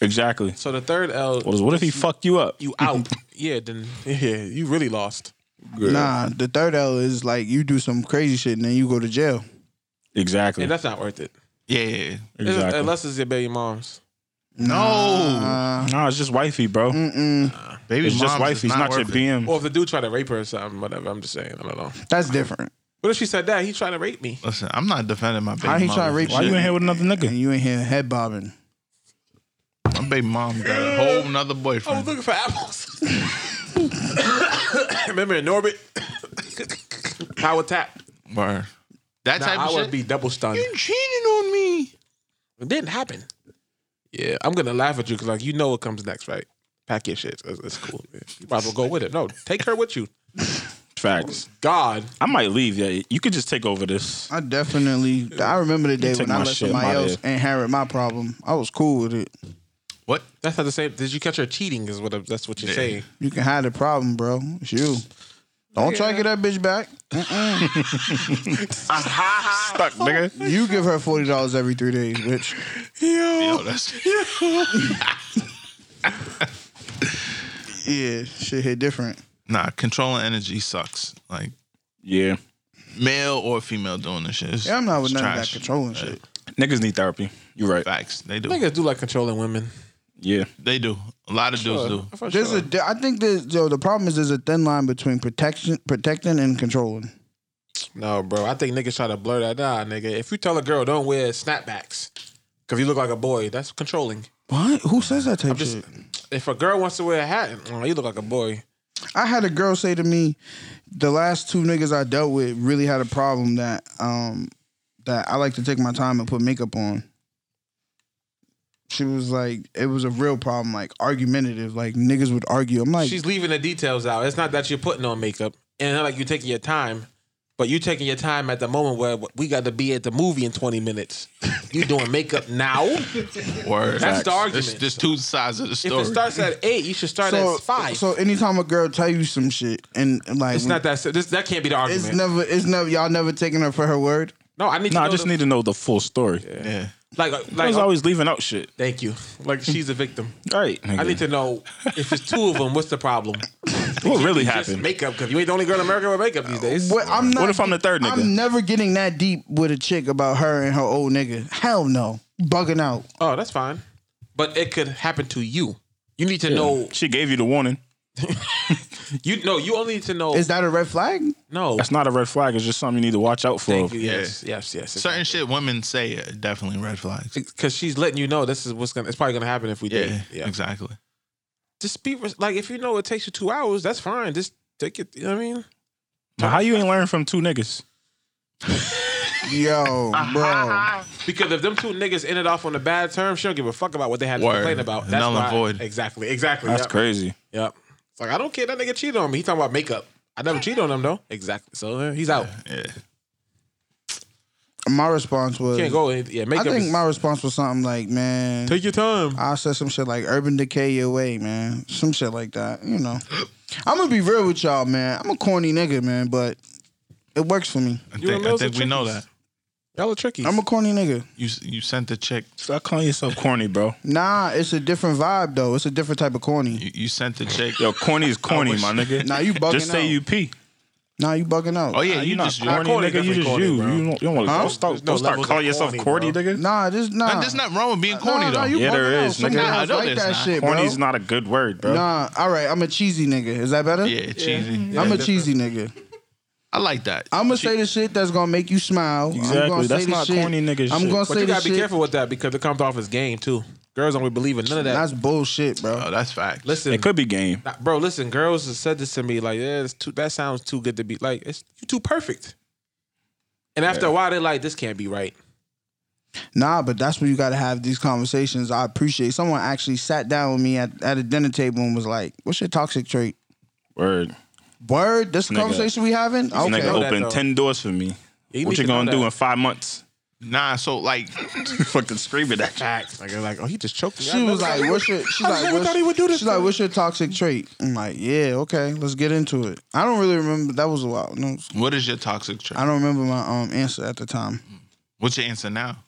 C: Exactly.
D: So the third L,
C: What, is, what if he fucked you up?
D: you out. yeah, then yeah, you really lost.
A: Nah, the third L is like you do some crazy shit and then you go to jail.
C: Exactly.
D: And that's not worth it.
E: Yeah, yeah, yeah.
D: It's-
C: Exactly.
D: Unless it's your baby mom's.
E: No,
A: Uh,
C: nah, it's just wifey, bro.
A: mm-mm,
E: baby,
C: It's just
E: mom's
C: wifey. It's not, your
E: worth it.
C: BM.
D: Or if the dude tried to rape her or something, whatever. I'm just saying. I don't know.
A: that's different.
D: What if she said that? He tried to rape me.
E: Listen, I'm not defending my baby.
A: How he
E: mama.
A: trying to rape
C: Why you in here with another
A: And
C: nigga?
A: you ain't here head bobbing.
E: My baby mom got a whole nother
D: I was
A: Oh,
E: boyfriend.
D: looking for apples. Remember in Norbit? Power tap.
E: Word. That
D: Nah,
E: type
D: I
E: of
D: would
E: shit.
D: be double stunned.
E: You cheating on me.
D: It didn't happen. Yeah, I'm gonna laugh at you because like you know what comes next, right? Pack your shit. It's, it's cool. Man. You might as well go with it. No, take her with you.
C: Facts.
D: God.
C: I might leave. Yeah, you could just take over this.
A: I definitely. I remember the day
C: take
A: when I
C: my
A: let
C: shit,
A: somebody
C: my
A: else
C: bad.
A: inherit my problem. I was cool with it.
E: What?
D: That's not the same. Did you catch her cheating? Is what? That's what you're saying.
A: You can hide the problem, bro. It's you. Don't try to get that bitch back. Stuck, nigga. You give her forty dollars every three days, bitch.
E: Yo, that's
A: yeah, shit hit different.
E: Nah, controlling energy sucks. Like,
C: yeah,
E: male or female doing this shit. It's-
A: Yeah, I'm not with
E: it's
A: none of that
E: trash.
A: controlling shit.
C: Niggas need therapy. You're right.
E: Facts. They do.
D: Niggas do like controlling women.
C: Yeah,
E: they do. A lot of dudes do.
A: There's a. di- I think there's yo, the problem is there's a thin line between protection, protecting, and controlling.
D: No, bro. I think niggas try to blur that out, nigga. If you tell a girl don't wear snapbacks because you look like a boy, that's controlling.
A: What? Who says that type shit?
D: If a girl wants to wear a hat, oh, you look like a boy.
A: I had a girl say to me, the last two niggas I dealt with really had a problem that um that I like to take my time and put makeup on. She was like, it was a real problem, like argumentative, like niggas would argue. I'm like,
D: She's leaving the details out. It's not that you're putting on makeup and not like you're taking your time, but you're taking your time at the moment where we got to be at the movie in 20 minutes. you doing makeup now?
E: Word.
D: That's the argument.
E: There's, there's two sides of the
D: If
E: story.
D: it starts at eight, you should start
A: so,
D: at five.
A: so anytime a girl tell you some shit and and like
D: it's not that. si- This, that can't be the argument.
A: it's never it's never y'all never taking her for her word.
D: no, I need.
C: No, I
D: to know
C: just
D: the-
C: need to know the full story.
E: Yeah.
D: like
C: I
D: like
C: was always leaving out shit.
D: Thank you. Like she's a victim.
C: Right.
D: I need to know if it's two of them. What's the problem?
C: What really
D: Just
C: happened?
D: makeup, because you ain't the only girl in America with makeup these days.
A: What I'm not.
C: What if I'm the third nigga?
A: I'm never getting that deep with a chick about her and her old nigga. Hell no, bugging out.
D: Oh, that's fine, but it could happen to you. You need to know.
C: She gave you the warning.
D: You know. You only need to know.
A: Is that a red flag?
D: no?
C: That's not a red flag. It's just something you need to watch out for.
D: Thank you. Yes. Yes. Yes.
E: Certain shit women say are definitely red flags.
D: Because she's letting you know this is what's gonna. It's probably gonna happen if we
E: Yeah,
D: date. Yeah.
E: exactly.
D: Just be res- like if you know it takes you two hours, that's fine. Just take it. You know what I mean?
C: Now, how you ain't learn from two niggas?
A: Yo, bro.
D: Because if them two niggas ended off on a bad term, she don't give a fuck about what they had to
E: Word.
D: complain about. That's
E: Null and
D: why-
E: void.
D: Exactly. Exactly.
C: That's
D: yep.
C: crazy.
D: Yep. It's like I don't care that nigga cheated on me. He talking about makeup. I never cheated on him though. Exactly. So uh, he's out.
E: Yeah.
A: My response was,
D: Can't go. in- Yeah,
A: I
D: makeup.
A: think
D: is-
A: my response was something like, man,
D: take your time.
A: I said some shit like Urban Decay your way, man. Some shit like that, you know. I'm gonna be real with y'all, man. I'm a corny nigga, man, but it works for me.
D: You
E: I
D: and
E: think, I
D: Mills are
E: think we know that.
D: trickies. Y'all are tricky.
A: I'm a corny nigga.
E: You s- you sent the chick.
C: Stop calling yourself corny, bro.
A: Nah, it's a different vibe though. It's a different type of corny.
E: You, you sent the chick.
C: Yo, corny is corny, my nigga.
A: Nah, you bugging
C: Just say
A: out.
C: you pee.
A: Nah, you bugging out.
E: Oh yeah, you,
C: not
E: just
C: corny,
D: corny,
C: nigga. You
D: definitely
C: just
D: corny,
C: you.
D: bro.
C: You don't, you don't want to
A: Huh?
C: don't start,
D: There's no
C: don't start
D: levels of
C: calling yourself corny,
D: corny, bro.
C: nigga.
A: Nah, just nah.
E: Nah, There's nothing wrong with being corny
A: nah,
E: though.
A: nah, you
C: Yeah,
A: bugging
C: there
A: out.
C: is,
A: Some
C: nigga.
A: girls
E: Nah, I know
A: like
E: there's
A: that
E: not.
A: shit,
C: Corny
A: bro.
C: is not a good word, bro.
A: Nah, all right. I'm a cheesy nigga. Is that better?
E: yeah, cheesy.
A: I'm a cheesy nigga.
E: I like that.
A: I'm gonna say the shit that's gonna make you smile. I'm
C: Exactly.
A: gonna
C: That's
A: say the
C: not
A: shit.
C: corny nigga
A: I'm gonna
C: shit.
D: but
A: say
D: you
A: the
D: gotta be
A: shit.
D: careful with that because it comes off as game too. Girls don't really believe in none of that.
A: That's bullshit, bro.
D: Uh,
E: Oh, that's fact.
D: listen,
C: It could be game.
D: nah, bro. Listen, girls have said this to me like, yeah, it's too, that sounds too good to be like. It's you too perfect. And after a while, they're like, this can't be right.
A: Nah, but that's where you got to have these conversations. I appreciate someone actually sat down with me at, at a dinner table and was like, "What's your toxic trait?"
C: Word.
A: Word. This
C: Nigga.
A: conversation we having.
C: This
A: Okay.
C: nigga
D: know that,
C: opened
D: though.
C: ten doors for me.
D: Yeah, you
C: what
D: need
C: you
D: to know
C: gonna do
D: that.
C: in five months?
E: Nah, so like,
C: Fucking screaming at you.
D: Facts. Like, they're like, oh, he just choked me. I
A: She
D: never
A: was
D: thought
A: like,
D: he
A: "What's
D: would-
A: your?" She's
D: I
A: like,
D: never thought he would do
A: what's,
D: this
A: she's like,
D: to me."
A: "What's your toxic trait?" I'm like, "Yeah, okay, let's get into it." I don't really remember. That was a while. No,
E: what is your toxic trait?
A: I don't remember my um answer at the time.
E: What's your answer now?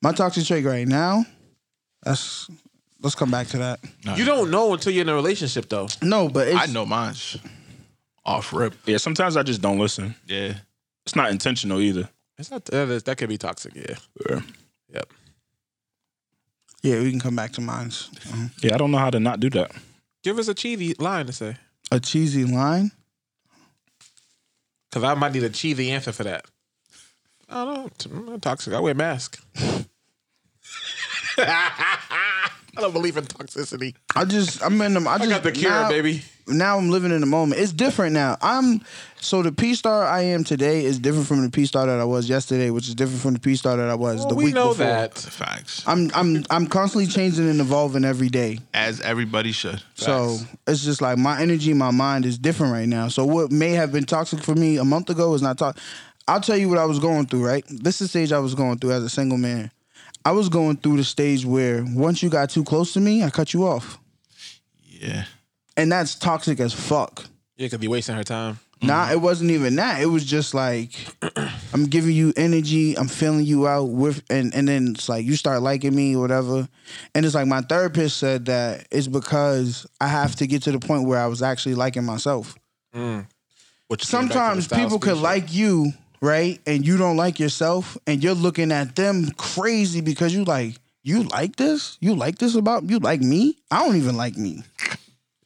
A: My toxic trait right now. That's. Let's come back to that.
D: You don't know until you're in a relationship, though.
A: No, but it's,
E: I know mine. Off rip.
C: Yeah, sometimes I just don't listen.
E: Yeah.
C: It's not intentional either.
D: It's not that, is, that could be toxic. Yeah.
C: Yeah.
D: Yep.
A: Yeah, we can come back to mine's. Uh-huh.
C: Yeah, I don't know how to not do that.
D: Give us a cheesy line to say,
A: A cheesy line.
D: because I might need a cheesy answer for that. I don't know. I'm not toxic. I wear a mask. I don't believe in toxicity.
A: I just I'm in them. I, just
D: got the cure,
A: now-
D: baby.
A: Now I'm living in the moment. It's different now. I'm so the P star I am today is different from the P star that I was yesterday, which is different from the P star that I was
D: Well,
A: the
D: we
A: week
D: know
A: before.
D: that.
E: Facts.
A: I'm I'm I'm constantly changing and evolving every day.
E: As everybody should.
A: So it's just like my energy, my mind is different right now. So what may have been toxic for me a month ago is not toxic. I'll tell you what I was going through, right? This is the stage I was going through as a single man. I was going through the stage where once you got too close to me, I cut you off.
E: Yeah.
A: And that's toxic as fuck.
D: Yeah, could be wasting her time.
A: Nah, it wasn't even that. It was just like I'm giving you energy, I'm feeling you out with and and then it's like you start liking me or whatever. And it's like my therapist said that it's because I have to get to the point where I was actually liking myself.
D: Which
A: Sometimes people could like you, right? And you don't like yourself and you're looking at them crazy because you like you like this? You like this about you like me? I don't even like me.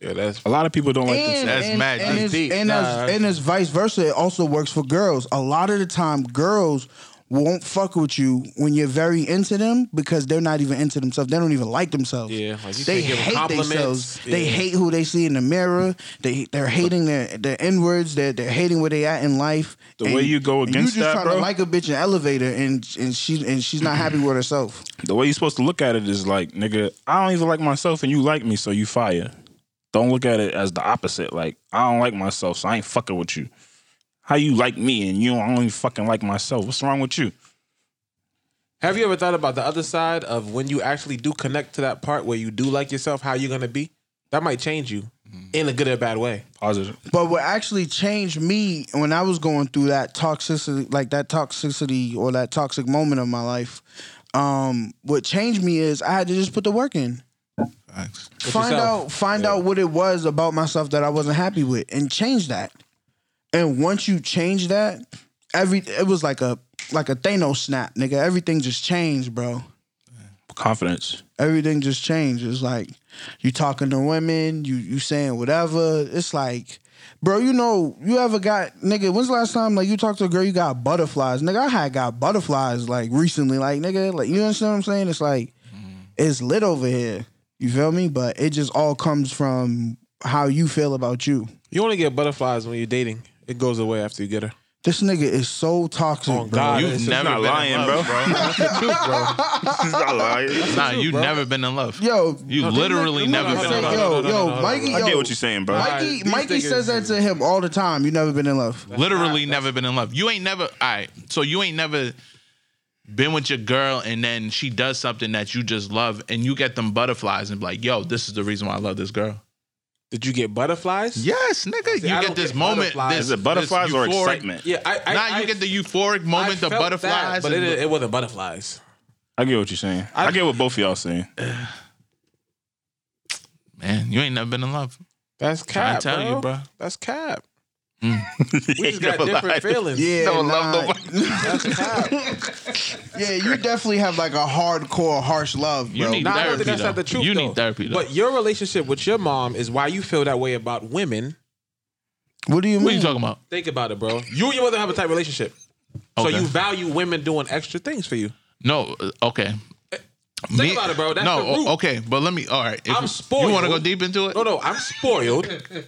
D: Yeah, that's
C: a lot of people don't like
A: And-
C: themselves.
A: and- And, it's, and, it's- and it's vice versa. It also works for girls. A lot of the time, girls won't fuck with you when you're very into them because they're not even into themselves. They don't even like themselves.
D: Yeah, like you
A: they
D: can't give 'em
A: hate
D: compliments.
A: themselves. They
D: Yeah.
A: hate who they see in the mirror. They they're hating their their inwards. They're they're hating where they at in life.
C: The way you go
A: and
C: against
A: you just
C: that,
A: trying
C: bro.
A: to like a bitch in elevator, and and she and she's not happy with herself.
C: the way you're supposed to look at it is like, nigga, I don't even like myself and you like me, so you fire. Don't look at it as the opposite. Like, I don't like myself, so I ain't fucking with you. How you like me and you don't I don't even fucking like myself? What's wrong with you?
D: Have you ever thought about the other side of when you actually do connect to that part where you do like yourself, how you're gonna be? That might change you
A: Mm-hmm.
D: in a good or bad way.
C: Positive.
A: But what actually changed me when I was going through that toxicity, like that toxicity or that toxic moment of my life, um, what changed me is I had to just put the work in. Find out, find out what it was about myself that I wasn't happy with, and change that. And once you change that, every it was like a like a Thanos snap, nigga. Everything just changed, bro
C: Confidence.
A: everything just changed. It's like you talking to women, you you saying whatever. It's like, bro, you know, you ever got nigga? When's the last time like you talked to a girl you got butterflies? Nigga, I had got butterflies like recently. Like nigga, like you understand what I'm saying? It's like it's lit over here. You feel me? But it just all comes from how you feel about you.
D: You only get butterflies when you're dating. It goes away after you get her.
A: This nigga is so toxic,
E: Oh,
A: bro.
D: it's-
E: never
D: it's
E: been
D: not
E: in love, bro.
D: That's the truth, bro.
E: Nah, you've never been in love.
A: Yo,
E: You literally never been in love.
A: Yo, yo, Mikey, yo,
E: I get what you're saying, bro.
A: Mikey,
E: These
A: Mikey
E: niggas
A: says that to him all the time. You never been in love.
E: literally never been in love. You ain't never. All right, so you ain't never been with your girl, and then she does something that you just love, and you get them butterflies, and be like, "Yo, this is the reason why I love this girl."
D: Did you get butterflies?
E: Yes, nigga.
D: See,
E: you
D: I
E: get
D: don't
E: this
D: get
E: moment.
D: butterflies.
E: This,
D: Is it
C: butterflies
E: this
C: or
E: euphoric-
C: excitement?
D: Yeah, I, I,
E: nah,
D: I,
E: you get the euphoric moment, the
D: felt that,
E: butterflies.
D: but it,
E: and the-
D: it wasn't butterflies.
C: I get what you're saying. I, get what both of y'all saying.
E: man, you ain't never been in love.
D: That's
E: Trying
D: cap,
E: to tell
D: bro.
E: you, bro.
D: That's cap.
E: we
D: You just got different feelings.
A: Yeah, nah.
D: That's cap.
A: Yeah, you definitely have like a hardcore, harsh love,
E: You
A: bro.
E: need
D: Nah, I don't
E: therapy.
D: think that's
E: though.
D: not the truth.
E: You
D: though.
E: need therapy. Though.
D: But your relationship with your mom is why you feel that way about women.
A: what do you mean?
E: what are you talking about?
D: Think about it, bro. You and your mother have a tight relationship.
E: Okay.
D: So you value women doing extra things for you.
E: No, uh, okay.
D: Think about it, bro. That's
E: no,
D: the root.
E: o- okay, but let me. All right, if
D: I'm spoiled.
E: You want to go deep into it?
D: No, no, I'm spoiled.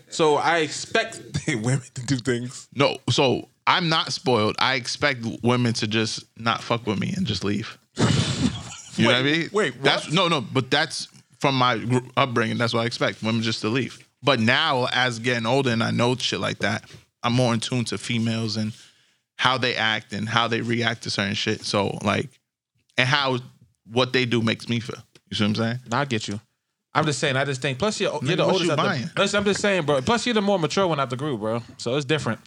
D: so I expect women to do things.
E: No, so I'm not spoiled. I expect women to just not fuck with me and just leave. You know what I mean?
D: wait, what?
E: that's no, no, but that's from my gr- upbringing. That's what I expect women just to leave. But now, as getting older and I know shit like that, I'm more in tune to females and how they act and how they react to certain shit. So like, and how what they do makes me feel. You see what I'm saying?
D: Nah, I get you. I'm just saying. I just think. Plus, you're, you're
E: Nigga,
D: the
E: what
D: oldest.
E: you
D: out the-
E: buying?
D: listen, I'm just saying, bro. Plus, you're the more mature one out the group, bro. So it's different.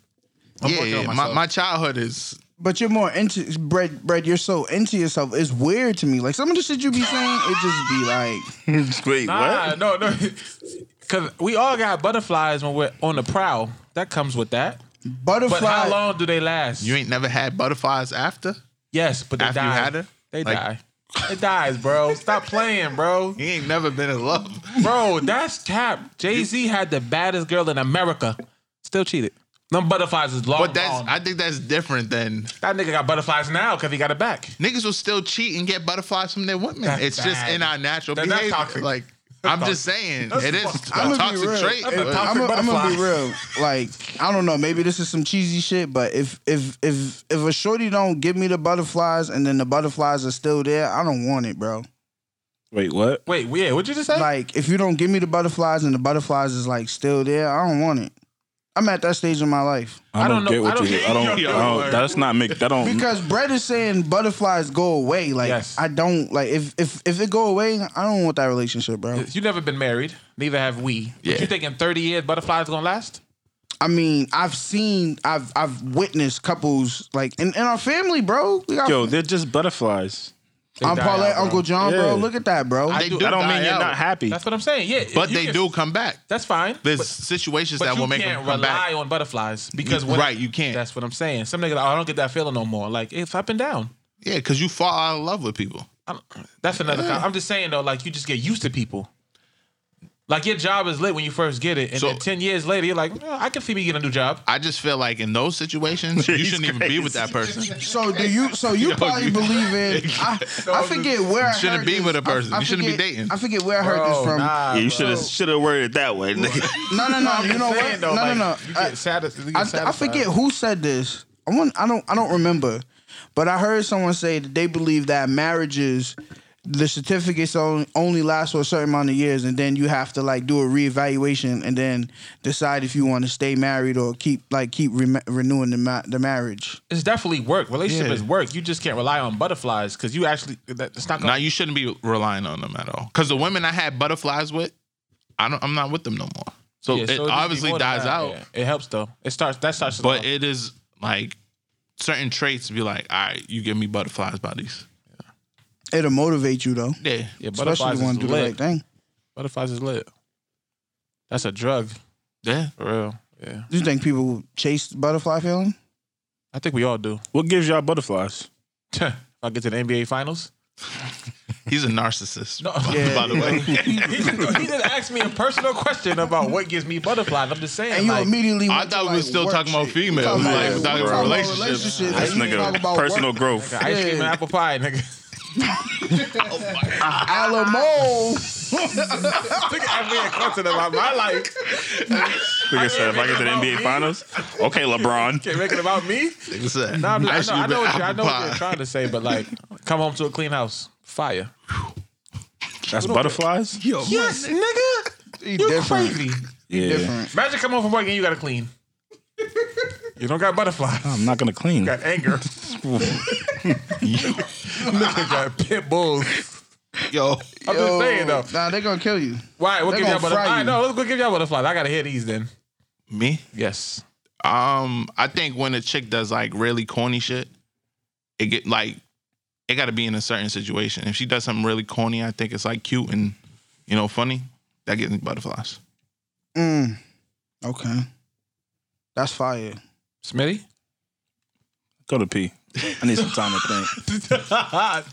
D: I'm
E: yeah,
D: working on
E: yeah. My,
D: myself.
E: my childhood is
A: But you're more into bread, bread. You're so into yourself. It's weird to me. Like some of the shit you be saying, it just be like,
C: Wait,
D: Nah, no, no. Because we all got butterflies when we're on the prowl. That comes with that.
A: butterfly.
D: But how long do they last?
E: you ain't never had butterflies after.
D: yes, but they
E: After you
D: die.
E: had her?
D: They
E: Like-
D: die. It dies, bro. Stop playing, bro.
E: You ain't never been in love.
D: Bro, that's cap. Jay Z had the baddest girl in America. Still cheated. Them butterflies is long.
E: But that's I think that's different than
D: that nigga got butterflies now because he got it back.
E: Niggas will still cheat and get butterflies from their women.
D: That's
E: it's just
D: bad.
E: in our natural
D: That- that's
E: behavior.
D: toxic.
E: Like
D: That's
E: I'm just
D: toxic.
E: saying,
D: That's
E: it is
D: fucked
E: a
D: up.
E: toxic
A: real.
E: trait.
D: That's a
E: but-
A: I'm gonna be
D: butterfly.
A: real. Like I don't know. Maybe this is some cheesy shit, but if if if if a shorty don't give me the butterflies and then the butterflies are still there, I don't want it, bro.
C: Wait, what?
D: Wait, yeah, what'd you just say?
A: Like if you don't give me the butterflies and the butterflies is like still there, I don't want it. I'm at that stage in my life.
C: I don't, get what
D: I don't
C: you.
D: get
C: I don't.
D: your-
C: I don't- that's not make. That don't.
A: Because Brett is saying butterflies go away. Like I don't like if if if it go away, I don't want that relationship, bro.
D: You never been married, neither have we. But you thinking thirty years butterflies gonna last?
A: I mean, I've seen, I've I've witnessed couples like in, in our family, bro. We got
C: yo, they're just butterflies.
A: I'm Paulette, Uncle John,
C: Yeah.
A: bro. Look at that, bro.
E: They do do- I don't die mean you're out. not
C: happy.
D: That's what I'm saying. Yeah,
E: But
D: you
E: they
D: can-
E: do come back.
D: That's fine.
E: There's
D: But-
E: situations
D: but
E: that
D: you
E: will make them
D: can't
E: come
D: rely
E: back.
D: on butterflies because when
E: Right, you can't.
D: That's what I'm saying. Some nigga, like, oh, I don't get that feeling no more. Like it's up and down.
E: Yeah, because you fall out of love with people.
D: That's another. con- I'm just saying though, like you just get used to people. Like your job is lit when you first get it, and
E: So-
D: then ten years later, you're like, "Yeah, I can see me get a new job.
E: I just feel like in those situations, you shouldn't even be with that person.
A: So do you? So you
E: Yo,
A: probably
E: you-
A: believe in? I, I forget where I
E: Shouldn't
A: heard
E: be
A: this.
E: with a person.
A: I, I
E: You shouldn't be
A: forget-
E: dating.
A: I forget where I heard this from.
C: Yeah, you should have should have worded it that way. nigga.
A: No, no, no.
D: I'm
A: you know
D: just
A: what?
D: saying, though,
A: no,
D: like,
A: no, Uh,
D: you
A: no,
D: get satis- you get
A: I, I
D: satisfied.
A: forget who said this. I want. I don't. I don't remember. But I heard someone say that they believe that marriages, the certificates only, only last for a certain amount of years, and then you have to like do a reevaluation and then decide if you want to stay married or keep like keep re- renewing the ma- the marriage.
D: It's definitely work. Relationship
E: Yeah.
D: is work. You just can't rely on butterflies because you actually that, it's not
E: Now
D: gonna.
E: you shouldn't be relying on them at all. Because the women I had butterflies with, I don't. I'm not with them no more. So
D: Yeah,
E: it
D: so it'd be
E: obviously
D: more than
E: dies
D: that,
E: out.
D: yeah. It helps though. It starts. That starts. to
E: But it is like certain traits be like, all right, you give me butterflies by these.
A: It'll motivate you though.
E: Yeah.
D: Yeah,
A: Especially
D: butterflies
A: when
D: is
A: you do the
D: lit.
A: right thing.
D: Butterflies is lit. That's a drug.
E: Yeah.
D: For real. Yeah.
A: Do you think people chase butterfly feeling?
D: I think we all do.
C: What gives y'all butterflies?
D: if I get to the NBA finals.
E: He's a narcissist.
D: No.
E: by-
A: Yeah.
E: by the way.
D: he just he just asked me a personal question about what gives me butterflies. I'm just saying.
A: And you
D: like,
A: immediately.
E: I
A: went to,
E: thought we
A: like,
E: were still
A: work
E: talking about
A: shit. You
E: females,
A: talking
E: like,
A: about-
E: we're talking
A: you
E: about relationships.
A: relationships. and
C: This
A: you talk
C: nigga
A: about
C: personal
A: work.
C: growth.
D: ice cream and
A: Yeah.
D: apple pie, nigga.
A: Alamo.
D: Nigga, I made a question about my life.
C: Like I said, if I get to the NBA finals, okay, LeBron.
D: Can't make it about me.
E: Nigga said,
D: Nah, I'm
E: "Ice
D: just, I know, I
E: cream
D: know, what,
E: and
D: you, I know
E: apple
D: what you're
E: pie."
D: trying to say, but like, come home to a clean house, fire.
C: That's butterflies.
E: Yo,
D: Yes, nigga.
A: He
D: You
A: different.
D: crazy.
C: Yeah,
A: Different.
D: Imagine come home from work and you gotta clean. You don't got butterflies.
C: I'm not gonna clean.
D: got anger. Nigga got pit bulls.
E: yo,
D: I'm just saying though.
A: Nah, they gonna kill you.
D: Why? We'll
A: They
D: give
A: gonna fry
D: y'all butterflies. All right,
A: you.
D: no, let's go give y'all butterflies. I gotta hear these then.
E: me.
D: Yes.
E: Um, I think when a chick does like really corny shit, it get like it got to be in a certain situation. If she does something really corny, I think it's like cute and you know funny. That gives me butterflies.
A: Mm. Okay. That's fire.
D: Smitty?
C: Go to pee. I need some time to think.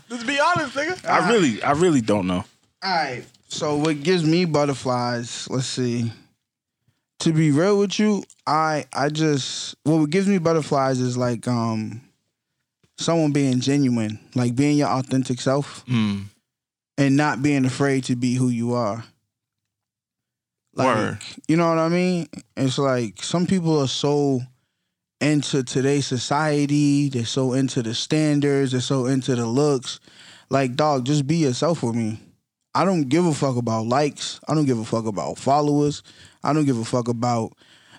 D: Let's be honest, nigga.
C: I really, I really don't know.
A: All right. So what gives me butterflies? Let's see. To be real with you, I I just what gives me butterflies is like um someone being genuine, like being your authentic self
E: Mm.
A: and not being afraid to be who you are. Like,
E: Word.
A: You know what I mean? It's like some people are so into today's society. They're so into the standards. They're so into the looks. Like, dog, just be yourself with me. I don't give a fuck about likes. I don't give a fuck about followers. I don't give a fuck about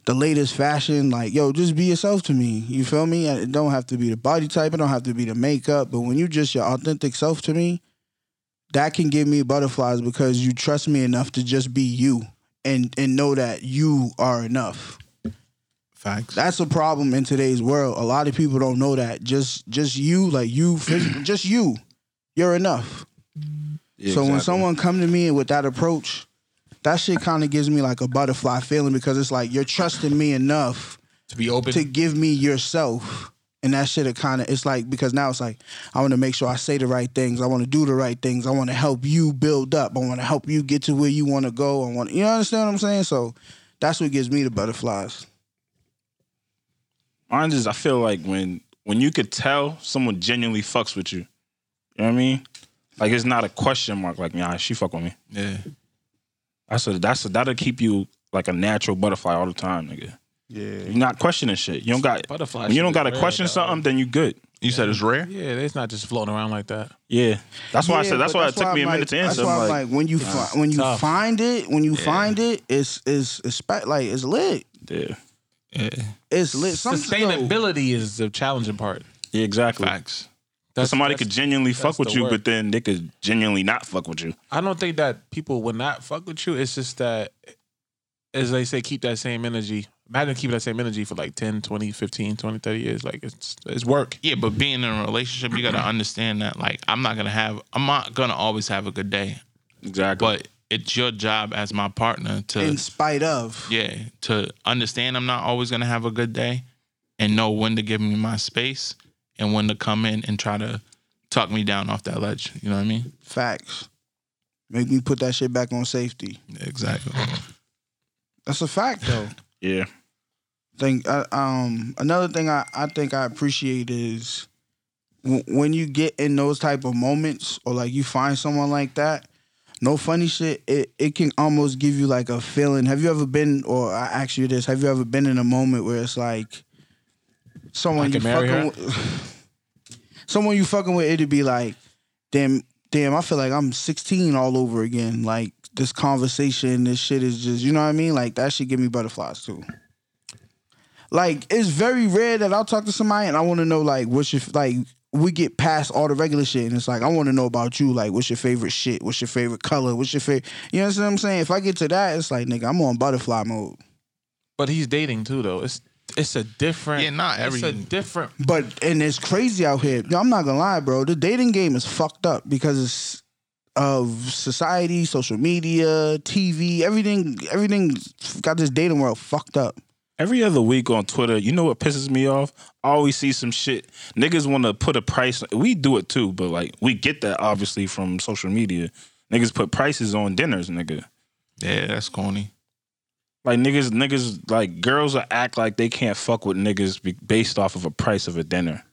A: the latest fashion. Like, yo, just be yourself to me. You feel me? And It don't have to be the body type. It don't have to be the makeup. But when you just your authentic self to me, that can give me butterflies because you trust me enough to just be you and and know that you are enough.
E: Facts.
A: That's a problem in today's world. A lot of people don't know that. Just just you, like you, phys- just you, you're enough. so when someone come to me with that approach, that shit kind of gives me like a butterfly feeling because it's like you're trusting me enough
D: To be open.
A: to give me yourself. And that shit kind of it's like because now it's like I want to make sure I say the right things. I want to do the right things. I want to help you build up. I want to help you get to where you want to go. I want you understand what I'm saying. So that's what gives me the butterflies.
C: Mine is I feel like when when you could tell someone genuinely fucks with you. You know what I mean? Like it's not a question mark. Like, nah, she fuck with me.
E: Yeah.
C: I said that's that'll keep you like a natural butterfly all the time, nigga.
D: Yeah.
C: You're not questioning shit. You don't got
D: Butterfly
C: when You
D: shit
C: don't
D: is
C: got to
D: rare,
C: question
D: dog.
C: something, then you good. You said it's rare.
D: Yeah, it's not just floating around like that.
C: Yeah, that's why I
A: Yeah,
C: said. That's
A: but
C: why it took
A: I'm
C: me a
A: like-
C: minute to answer.
A: That's why I'm like, when you
C: Nah.
A: fi- when you
C: Tough.
A: find it, when you find it, it's it's it's spe- like it's lit.
C: Yeah.
A: It's lit. Some-
D: Sustainability is the challenging part.
C: Yeah, exactly.
E: Facts.
C: That somebody could genuinely
D: that's
C: fuck with
D: the
C: you,
D: word.
C: but then they could genuinely not fuck with you.
D: I don't think that people would not fuck with you. It's just that, as they say, keep that same energy. Imagine keeping that same energy for like 10, 20, 15, 20, 30 years. Like it's it's work.
E: Yeah, but being in a relationship, you got to understand that like I'm not gonna have, I'm not gonna always have a good day.
C: Exactly.
E: But it's your job as my partner to
A: in spite of.
E: yeah to understand I'm not always gonna have a good day, and know when to give me my space and when to come in and try to tuck me down off that ledge. You know what I mean?
A: Facts. Make me put that shit back on safety.
E: Exactly.
A: That's a fact though.
C: Yeah.
A: think uh, um another thing I, I think I appreciate is w- when you get in those type of moments or like you find someone like that no funny shit it, it can almost give you like a feeling have you ever been or I ask you this have you ever been in a moment where it's like someone
D: I
A: you
D: can marry
A: fucking
D: her?
A: with, someone you fucking with it'd be like damn damn I feel like I'm 16 all over again like this conversation this shit is just you know what I mean like that should give me butterflies too like it's very rare that I'll talk to somebody and I want to know like what's your like we get past all the regular shit and it's like I want to know about you like what's your favorite shit what's your favorite color what's your favorite you know what I'm saying if I get to that it's like nigga I'm on butterfly mode
D: But he's dating too, though. It's it's a different.
E: Yeah, not
D: It's a
E: every-
D: different.
A: but and it's crazy out here Yo, I'm not gonna lie bro the dating game is fucked up because it's of society social media TV everything everything got this dating world fucked up
C: Every other week on Twitter, you know what pisses me off? I always see some shit. Niggas want to put a price. We do it too, but like we get that obviously from social media. Niggas put prices on dinners, nigga.
E: Yeah, that's corny.
C: Like niggas, niggas, like girls will act like they can't fuck with niggas be- based off of a price of a dinner.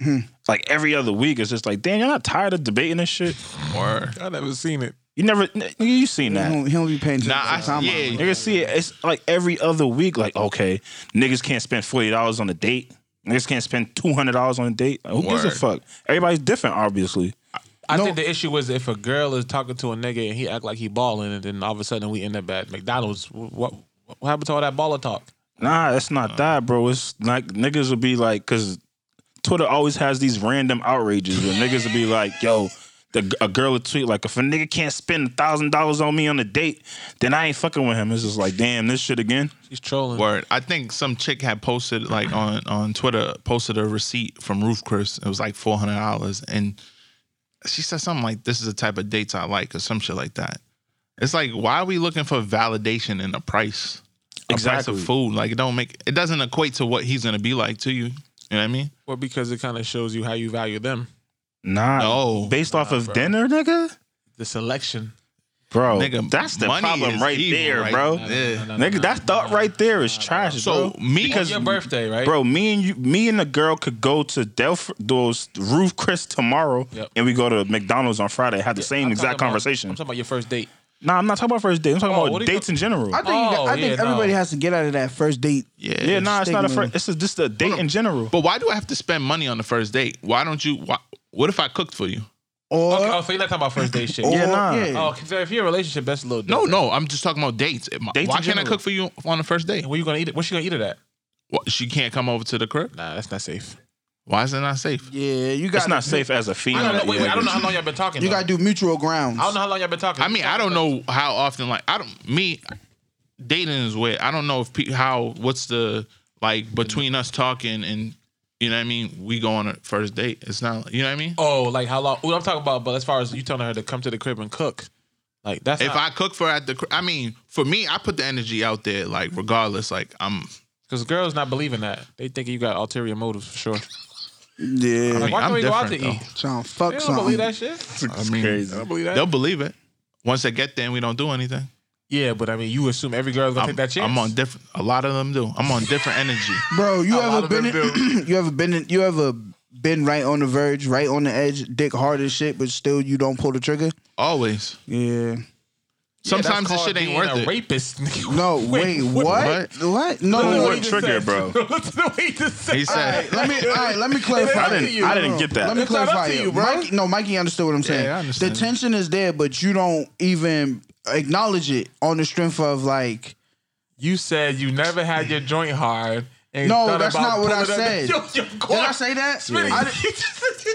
A: Hmm.
C: Like every other week, it's just like, damn, you're not tired of debating this shit.
E: Or
D: I never seen it.
C: You never, n- nigga, you seen
A: he
C: that?
A: don't, he don't be paying attention
E: Nah, I-
A: to the timeline.
E: yeah.
C: Niggas see it. It's like every other week. Like okay, niggas can't spend forty dollars on a date. Niggas can't spend two hundred dollars on a date. Like, who gives a
E: Word.
C: fuck? Everybody's different, obviously.
D: I think the issue is if a girl is talking to a nigga and he act like he balling, and then all of a sudden we end up at McDonald's. What what, what happened to all that baller talk?
C: Nah, it's not that, bro. It's like niggas will be like, cause Twitter always has these random outrages where niggas will be like, yo. The, a girl will tweet like, if a nigga can't spend thousand dollars on me on a date, then I ain't fucking with him. It's just like, damn, this shit again.
D: She's trolling.
E: Word. I think some chick had posted like on on Twitter posted a receipt from Roof Chris. It was like four hundred dollars, and she said something like, "This is the type of dates I like," or some shit like that. It's like, why are we looking for validation in a price? A
C: Exactly.
E: price of food, like it don't make it doesn't equate to what he's gonna be like to you. You know what I mean?
D: Well, because it kind of shows you how you value them.
C: Nah,
E: No.
C: based off of
D: bro.
C: dinner, nigga,
D: The selection.
C: bro.
E: Nigga,
C: that's the
E: money
C: problem
E: is
C: right
E: evil
C: there,
E: right
C: bro.
E: now.
D: Yeah.
C: Nigga, that thought right there is trash,
E: So
C: bro.
E: me
D: Because your birthday, right?
C: Bro, me and you, me and the girl could go to Delf, those Roof Chris tomorrow,
D: Yep.
C: and we go to McDonald's on Friday. Have the same
D: I'm
C: exact
D: talking about-
C: conversation.
D: I'm talking about your first date.
C: nah, I'm not talking about first date. I'm talking
D: Oh,
C: about
D: what do you
C: dates in general.
A: I think you got-
D: Oh,
A: I think
D: yeah, no.
A: everybody has to get out of that first date
E: yeah.
C: yeah, nah, it's not a
A: stigma.
C: first. It's a, just a date in general.
E: But why do I have to spend money on the first date? Why don't you? Why, what if I cooked for you?
A: or
D: Okay, oh, so you're not talking about first date shit.
A: or-
C: Uh, Yeah, nah.
D: Oh, so if you're in a relationship, that's a little
E: No,
D: different.
E: no, I'm just talking about dates. Am I-
C: Dates
E: why
C: in
E: can't I
C: general.
E: cook for you on the first date?
D: Where you gonna eat it? Where she gonna eat it at?
E: What, she can't come over to the crib.
D: Nah, that's not safe.
E: Why is it not safe?
A: Yeah, you got
C: It's not safe as a female.
D: I don't know. Wait, wait. I don't know
C: Yeah.
D: how long y'all been talking.
A: You
D: though.
A: gotta do mutual grounds.
D: I don't know how long y'all been talking.
E: I mean, I don't know how often. Like, I don't. Me, dating is weird. I don't know if pe- how. What's the like between us talking and you know what I mean? We go on a first date. It's not. You know what I mean?
D: Oh, like how long? What I'm talking about, but as far as you telling her to come to the crib and cook, like that's
E: If I cook for her at the, cri- I mean, for me, I put the energy out there. Like, regardless, like I'm.
D: because girls not believing that they think you got ulterior motives for sure.
A: Yeah,
D: Why can't
E: I'm
D: we go out to
E: different,
D: eat?
A: trying to
D: They
A: fuck
D: don't believe
A: something.
D: that shit.
E: I mean,
D: They don't believe that.
E: they'll believe it. Once they get there, and we don't do anything.
D: Yeah, but I mean, you assume every girl's gonna take that chance.
E: I'm on different. A lot of them do. I'm on different energy.
A: Bro, you
E: A
A: ever
E: lot of
A: been?
E: them
A: In, you ever been? In, you ever been right on the verge, right on the edge, dick hard as shit, but still you don't pull the trigger?
E: Always.
A: Yeah.
E: Sometimes this shit ain't worth it.
D: Rapist.
A: No, wait, what? What? No, no, no, he just said-
D: Listen to what he just said.
A: He said- All right, let me- all right, let me clarify.
C: I didn't. I didn't get that.
A: Let me clarify you, Mikey, no, Mikey understood what I'm saying.
C: I
A: the tension is there, but you don't even acknowledge it on the strength of like.
D: You said you never had your joint hard. And
A: No,
D: thought
A: that's
D: about
A: not what I
D: pulling up-
A: said.
D: Yo, yo,
A: Did I say that?
D: Smitty.
A: I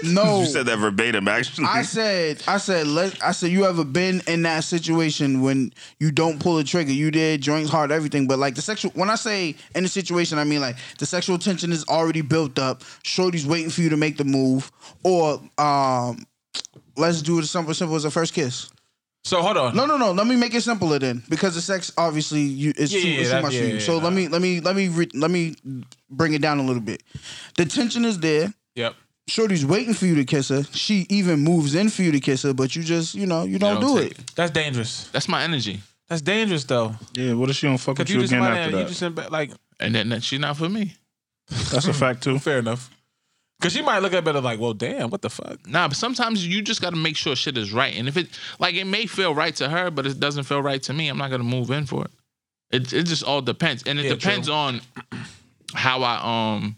A: didn't- no,
C: You said that verbatim, actually.
A: I said, I said, let, I said, you ever been in that situation when you don't pull the trigger? You did joints hard, everything, but like the sexual. When I say in the situation, I mean like the sexual tension is already built up. Shorty's waiting for you to make the move, or um, let's do it something simple as a first kiss.
D: So hold on.
A: No, no, no. Let me make it simpler then, because the sex obviously you, it's
D: Yeah,
A: too,
D: yeah,
A: it's too
D: that-
A: much
D: yeah,
A: for you.
D: yeah,
A: so
D: yeah,
A: let me let me let me re- let me bring it down a little bit. The tension is there.
D: Yep.
A: Shorty's waiting for you to kiss her. She even moves in for you to kiss her, but you just, you know, you don't, do it.
D: That's dangerous.
E: That's my energy.
D: That's dangerous though.
C: Yeah. What if she don't fuck
D: Cause
C: with
D: you,
C: you
D: just
C: again
D: might
C: after
D: have-
C: that?
D: You just in ba- like
E: and then that she's not for me.
C: That's a fact too.
D: Fair enough. Cause she might look at it better like, well, damn, what the fuck?
E: Nah, but sometimes you just got to make sure shit is right. And if it like it may feel right to her, but it doesn't feel right to me, I'm not gonna move in for it. It it just all depends, and it
D: Yeah,
E: depends
D: true.
E: on how I um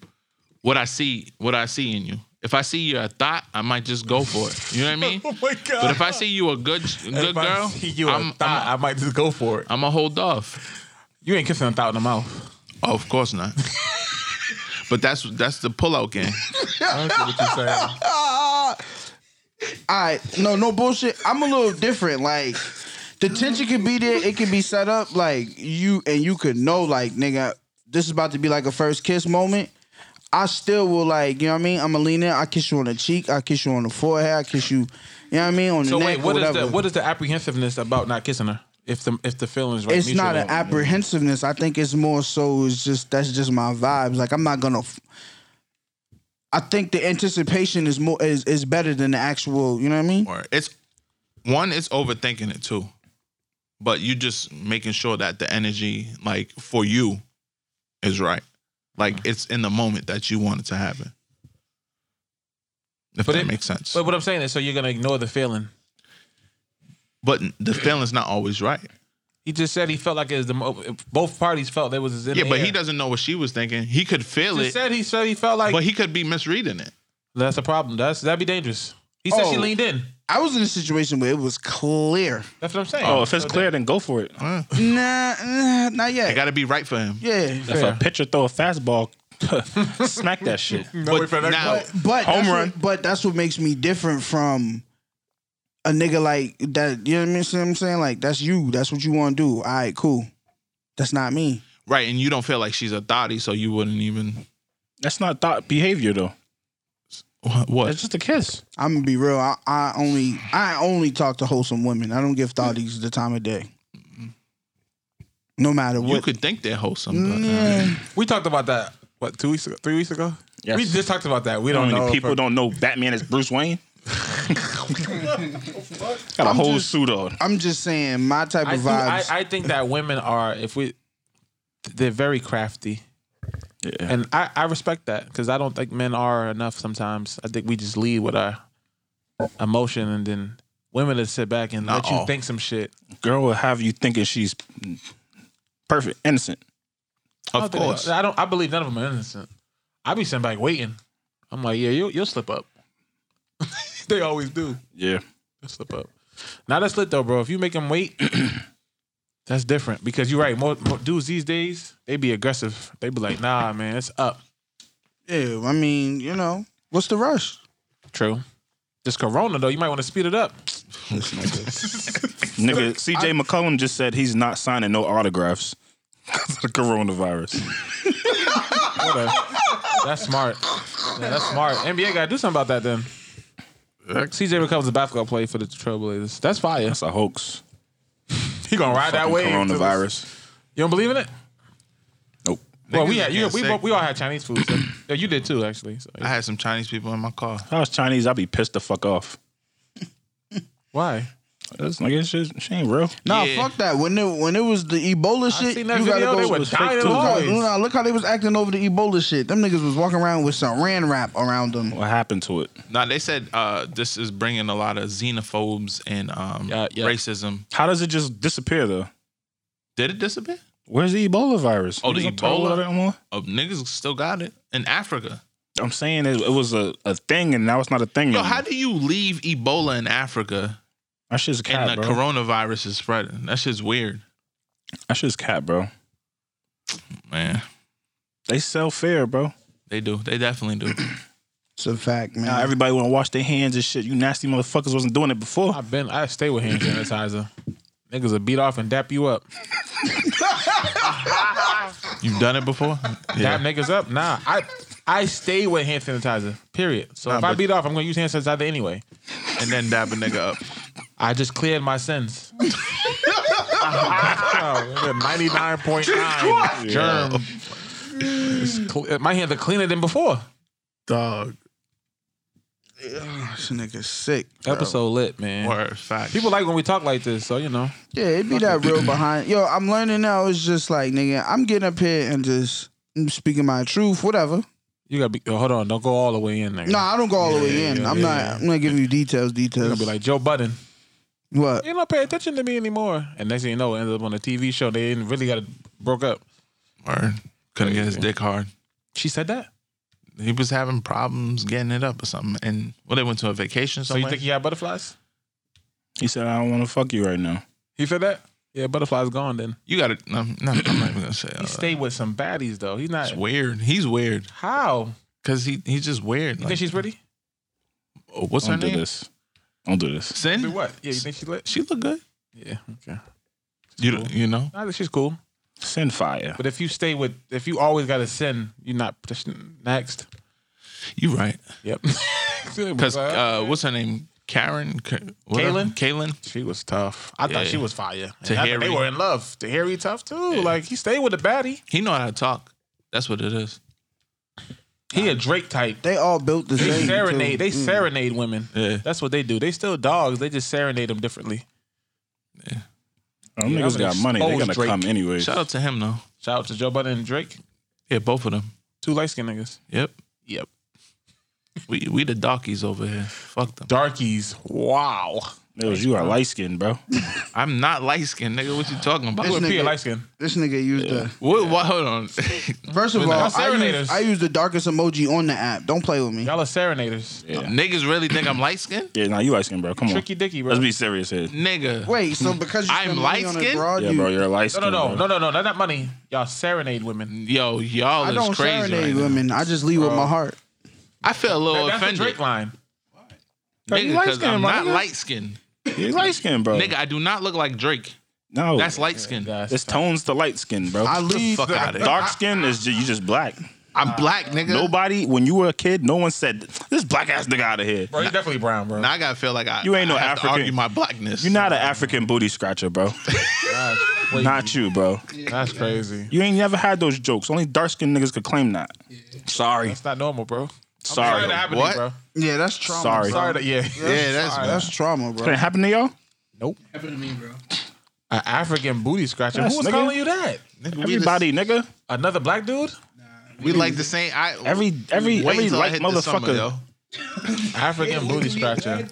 E: what I see what I see in you. If I see you're a thought, I might just go for it. You know what I mean?
D: Oh my God.
E: But if I see you a good good
D: If I
E: girl,
D: see you a
E: I'm-
D: thought, I might just go for it.
E: I'm gonna hold off.
D: You ain't kissing a thought in the mouth.
E: Oh, of course not. but that's that's the pullout game.
D: I don't see what you're saying.
A: All right, no, no bullshit. I'm a little different. Like the tension could be there, it could be set up. Like you and you could know, like nigga, this is about to be like a first kiss moment. I still will like, you know what I mean? I'ma lean in, I kiss you on the cheek, I kiss you on the forehead, I kiss you, you know what I mean? On the
D: So
A: neck,
D: wait, what
A: or
D: is
A: whatever.
D: the what is the apprehensiveness about not kissing her? If the if the feelings right,
A: it's not
D: mutual.
A: an apprehensiveness. I think it's more so it's just that's just my vibes. Like I'm not gonna. f- I think the anticipation is more is, is better than the actual. You know what I mean?
E: It's one, it's overthinking it too. But you just making sure that the energy, like for you, is right. Like
D: Mm-hmm.
E: it's in the moment that you want it to happen. If that
D: it-
E: makes sense.
D: But what I'm saying is, so you're gonna ignore the feeling.
E: But the feeling's not always right.
D: He just said he felt like it was the mo- both parties felt there was in
E: yeah,
D: the
E: but
D: air.
E: he doesn't know what she was thinking. He could feel
D: Just
E: it.
D: said he said he felt like,
E: but he could be misreading it.
D: That's a problem. That's that'd be dangerous. He said she
A: Oh.
D: leaned in.
A: I was in a situation where it was clear.
D: That's what I'm saying.
C: Oh, if it's clear, then go for it.
A: Nah, nah not
E: It
A: yet.
E: got to be right for him.
A: Yeah,
C: If a pitcher throw a fastball, smack that shit.
E: But now-
A: but, but
C: Home
A: that's
C: run.
A: What, but that's what makes me different from a nigga like that. You know what I mean? See what I'm saying like that's you. That's what you want to do. All right, cool. That's not me.
E: Right, and you don't feel like she's a thotty, so you wouldn't even.
C: That's not thought behavior though.
E: What?
C: That's just a kiss.
A: I'm gonna be real. I, I only I only talk to wholesome women. I don't give thoughties the time of day. No matter
E: You
A: what.
E: could think they're wholesome, but
A: Yeah.
D: We talked about that what two weeks ago, three weeks ago.
C: Yes.
D: We just talked about that. We
C: You know
D: don't
C: how
D: know
C: many
D: if
C: people
D: her-
C: don't know Batman is Bruce Wayne? Got a
A: I'm
C: whole
A: just-
C: suit on.
A: I'm just saying my type
D: I,
A: of
D: do-
A: vibes.
D: I, I think that women are if we they're very crafty.
C: Yeah.
D: And I, I respect that because I don't think men are enough sometimes. I think we just lead with our emotion and then women to sit back and
E: Not
D: let you
E: all.
D: think some shit.
C: Girl will have you thinking she's perfect, innocent.
D: I
E: of
D: don't think-
E: course.
D: I don't I believe none of them are innocent. I be sitting back waiting. I'm like, yeah, you'll you'll slip up. they always do.
C: Yeah.
D: They'll slip up. Now that's lit though, bro. If you make them wait, that's different because you're right. More, more dudes these days, they be aggressive. They be like, nah, man, it's up.
A: yeah, I mean, you know, what's the rush?
D: True. This Corona though, you might want to speed it up.
C: Nigga, CJ McCollum just said he's not signing no autographs because of the coronavirus.
D: What a- that's smart. Yeah, that's smart. NBA gotta do something about that then. CJ becomes a basketball player for the Trailblazers. That's fire.
C: That's a hoax.
D: he gonna ride that
C: Fucking
D: way.
C: Coronavirus.
D: You don't believe in it?
C: Nope.
D: Well, we
E: Niggas
D: had
E: is
D: you,
E: getting
D: we,
E: sick.
D: both- we all had Chinese food. So. Yeah, you did too, actually. So.
E: I had some Chinese people in my car.
C: If I was Chinese, I'd be pissed the fuck off.
D: Why?
C: That's like it's just she ain't real.
A: Nah, fuck that. When it when it was the Ebola shit,
C: seen that video, they were
A: look,
C: dying in the
A: how-
C: hallways.
A: nah, look how they was acting over the Ebola shit. Them niggas was walking around with some ran wrap around them.
C: What happened to it?
E: Now they said uh, this is bringing a lot of xenophobes and um, racism.
C: How does it just disappear though?
E: Did it disappear?
C: Where's the Ebola virus?
E: Oh,
C: Niggas
E: the
C: don't talk about it no more?
E: Ebola. Oh, niggas still got it in Africa.
C: I'm saying it, it was a, a thing and now it's not a thing.
E: Yo,
C: anymore.
E: how do you leave Ebola in Africa
C: that shit's cat,
E: and the
C: bro.
E: coronavirus is spreading? That shit's weird.
C: that shit's cat, bro.
E: Man,
C: they sell fair, bro.
E: They do. They definitely do.
A: It's a fact, man.
C: Now everybody want to wash their hands and shit. You nasty motherfuckers wasn't doing it before.
D: I've been. I stay with hand sanitizer. Niggas will beat off and dap you up.
E: You've done it before?
D: Dap niggas up? Nah. I I stay with hand sanitizer. Period. So
E: Nah,
D: if I
E: but-
D: beat off, I'm gonna use hand sanitizer anyway.
E: And then dap a nigga up.
D: I just cleared my sins. Ninety nine point nine germ. It's cle- my hands are cleaner than before.
A: Dog. This nigga sick. bro.
D: Episode lit, man.
E: Word, fact.
D: People like when we talk like this, so you know.
A: Yeah, it be that real behind. Yo, I'm learning now. It's just like, nigga, I'm getting up here and just I'm speaking my truth, whatever.
D: You gotta be. oh, hold on, don't go all the way in there.
A: No, I don't go all the way in. I'm not. I'm not giving you details.
D: You're
A: Details.
D: gonna be like Joe Budden.
A: what?
D: You don't pay attention to me anymore. And next thing you know, it ended up on a TV show. They didn't really got it broke up.
E: Word. Couldn't get his dick hard.
D: She said that.
E: He was having problems getting it up or something. And well, they went to a vacation
D: So you
E: somewhere.
D: think he had butterflies?
C: He said, I don't want to fuck you right now.
D: He said that. Yeah, butterflies gone. Then
E: you got to No, no, I'm not even gonna say. all
D: he
E: that.
D: stayed with some baddies though. He's not.
E: It's weird. He's weird
D: How?
E: because he he's just weird.
D: You
E: Like,
D: think she's pretty?
E: oh, what's her
C: don't do
E: name?
C: this. Don't do this.
D: Do
E: Sin.
D: what? Yeah, you think she's lit?
E: She look good.
D: Yeah. Okay.
E: You don't- you know.
D: I think she's cool.
C: Send fire.
D: But if you stay with, if you always got to sin, you're not next.
E: You right.
D: Yep.
E: Because uh, what's her name? Karen. Ka- whatever.
D: Kaylin?
E: Kaylin.
D: She was tough. I
E: Yeah.
D: thought she was fire.
E: To
D: And I thought
E: Harry.
D: they were in love. To Harry, tough too. Like he stayed with a baddie.
E: He know how to talk. That's what it is.
D: He a Drake type.
A: They all built the
D: They Mm.
A: same.
D: serenade.
A: too.
D: They serenade women.
E: Yeah.
D: That's what they do. They still dogs. They just serenade them differently.
C: Them
D: Yeah,
C: niggas
D: I'm
C: got money. They're
D: exposed
C: gonna
D: Drake.
C: come anyways.
E: Shout out to him though.
D: Shout out to Joe Budden and Drake.
E: Yeah, both of them.
D: Two light skinned niggas.
E: Yep.
D: Yep.
E: We we the dockies over here. Fuck them.
D: Darkies. Wow.
C: Niggas, you are light skinned, bro.
E: I'm not light skinned, nigga. What you talking about?
A: This
D: With P
A: nigga-
D: light skin.
A: This nigga used the.
E: What, what, hold on.
A: First of
E: We're
A: all,
E: not
A: I
D: serenaders.
A: use, I use the darkest emoji on the app. Don't play with me.
D: Y'all are serenaders.
C: Yeah.
E: Niggas really think I'm light skinned?
C: Yeah, now you light skinned, bro. Come on.
D: Tricky dicky, bro.
C: Let's be serious here.
E: Nigga.
A: Wait, so because you
E: I'm
A: spend money on a
E: light-skinned?
A: broad,
C: Yeah,
A: you-
C: bro, you're light
D: No,
C: skinned.
D: no, no, no, no, no. Not, not money. Y'all serenade women.
E: Yo, y'all
A: I
E: is
A: don't
E: crazy.
A: serenade
E: Right now.
A: women. I just leave with my heart.
E: I feel a little
D: That's the
E: offended.
D: Drake line.
E: Nigga,
C: light
E: because
C: skinned,
E: I'm
C: my
E: not
C: nigga.
E: light skinned.
C: You're light skinned, bro.
E: Nigga, I do not look like Drake.
C: no.
E: That's light skinned.
C: It's tones to light skin, bro.
A: I leave.
E: fuck
A: the-
E: outta here.
C: Dark skin is just, you just black.
E: I'm black, nigga.
C: Nobody, when you were a kid, no one said this black ass nigga out of here.
D: Bro, he's definitely brown, bro.
E: Now I gotta feel like I
C: You ain't no
E: I have to
C: African.
E: argue my blackness.
C: You're not an African booty scratcher, bro.
D: That's crazy.
C: Not you, bro.
D: That's crazy.
C: You ain't never had those jokes. Only dark skinned niggas could claim that. Sorry.
D: It's not normal, bro. I'm
C: Sorry.
D: Sorry that happened to
E: What?
D: you, bro.
A: Yeah, that's trauma.
C: Sorry.
A: bro.
D: Sorry that, yeah.
E: Yeah, that's
A: Sorry, that's trauma,
C: Did
A: bro.
C: it happen to y'all?
D: Nope. Happened to me, bro. An African booty scratcher.
C: Yes,
D: Who was
C: nigga.
D: calling you that?
C: Everybody, nigga.
D: Another black dude?
E: we like the same. I
C: Every every
E: wait
C: every
E: till I
C: light
E: hit the summer,
C: motherfucker.
E: yo.
D: African booty scratcher.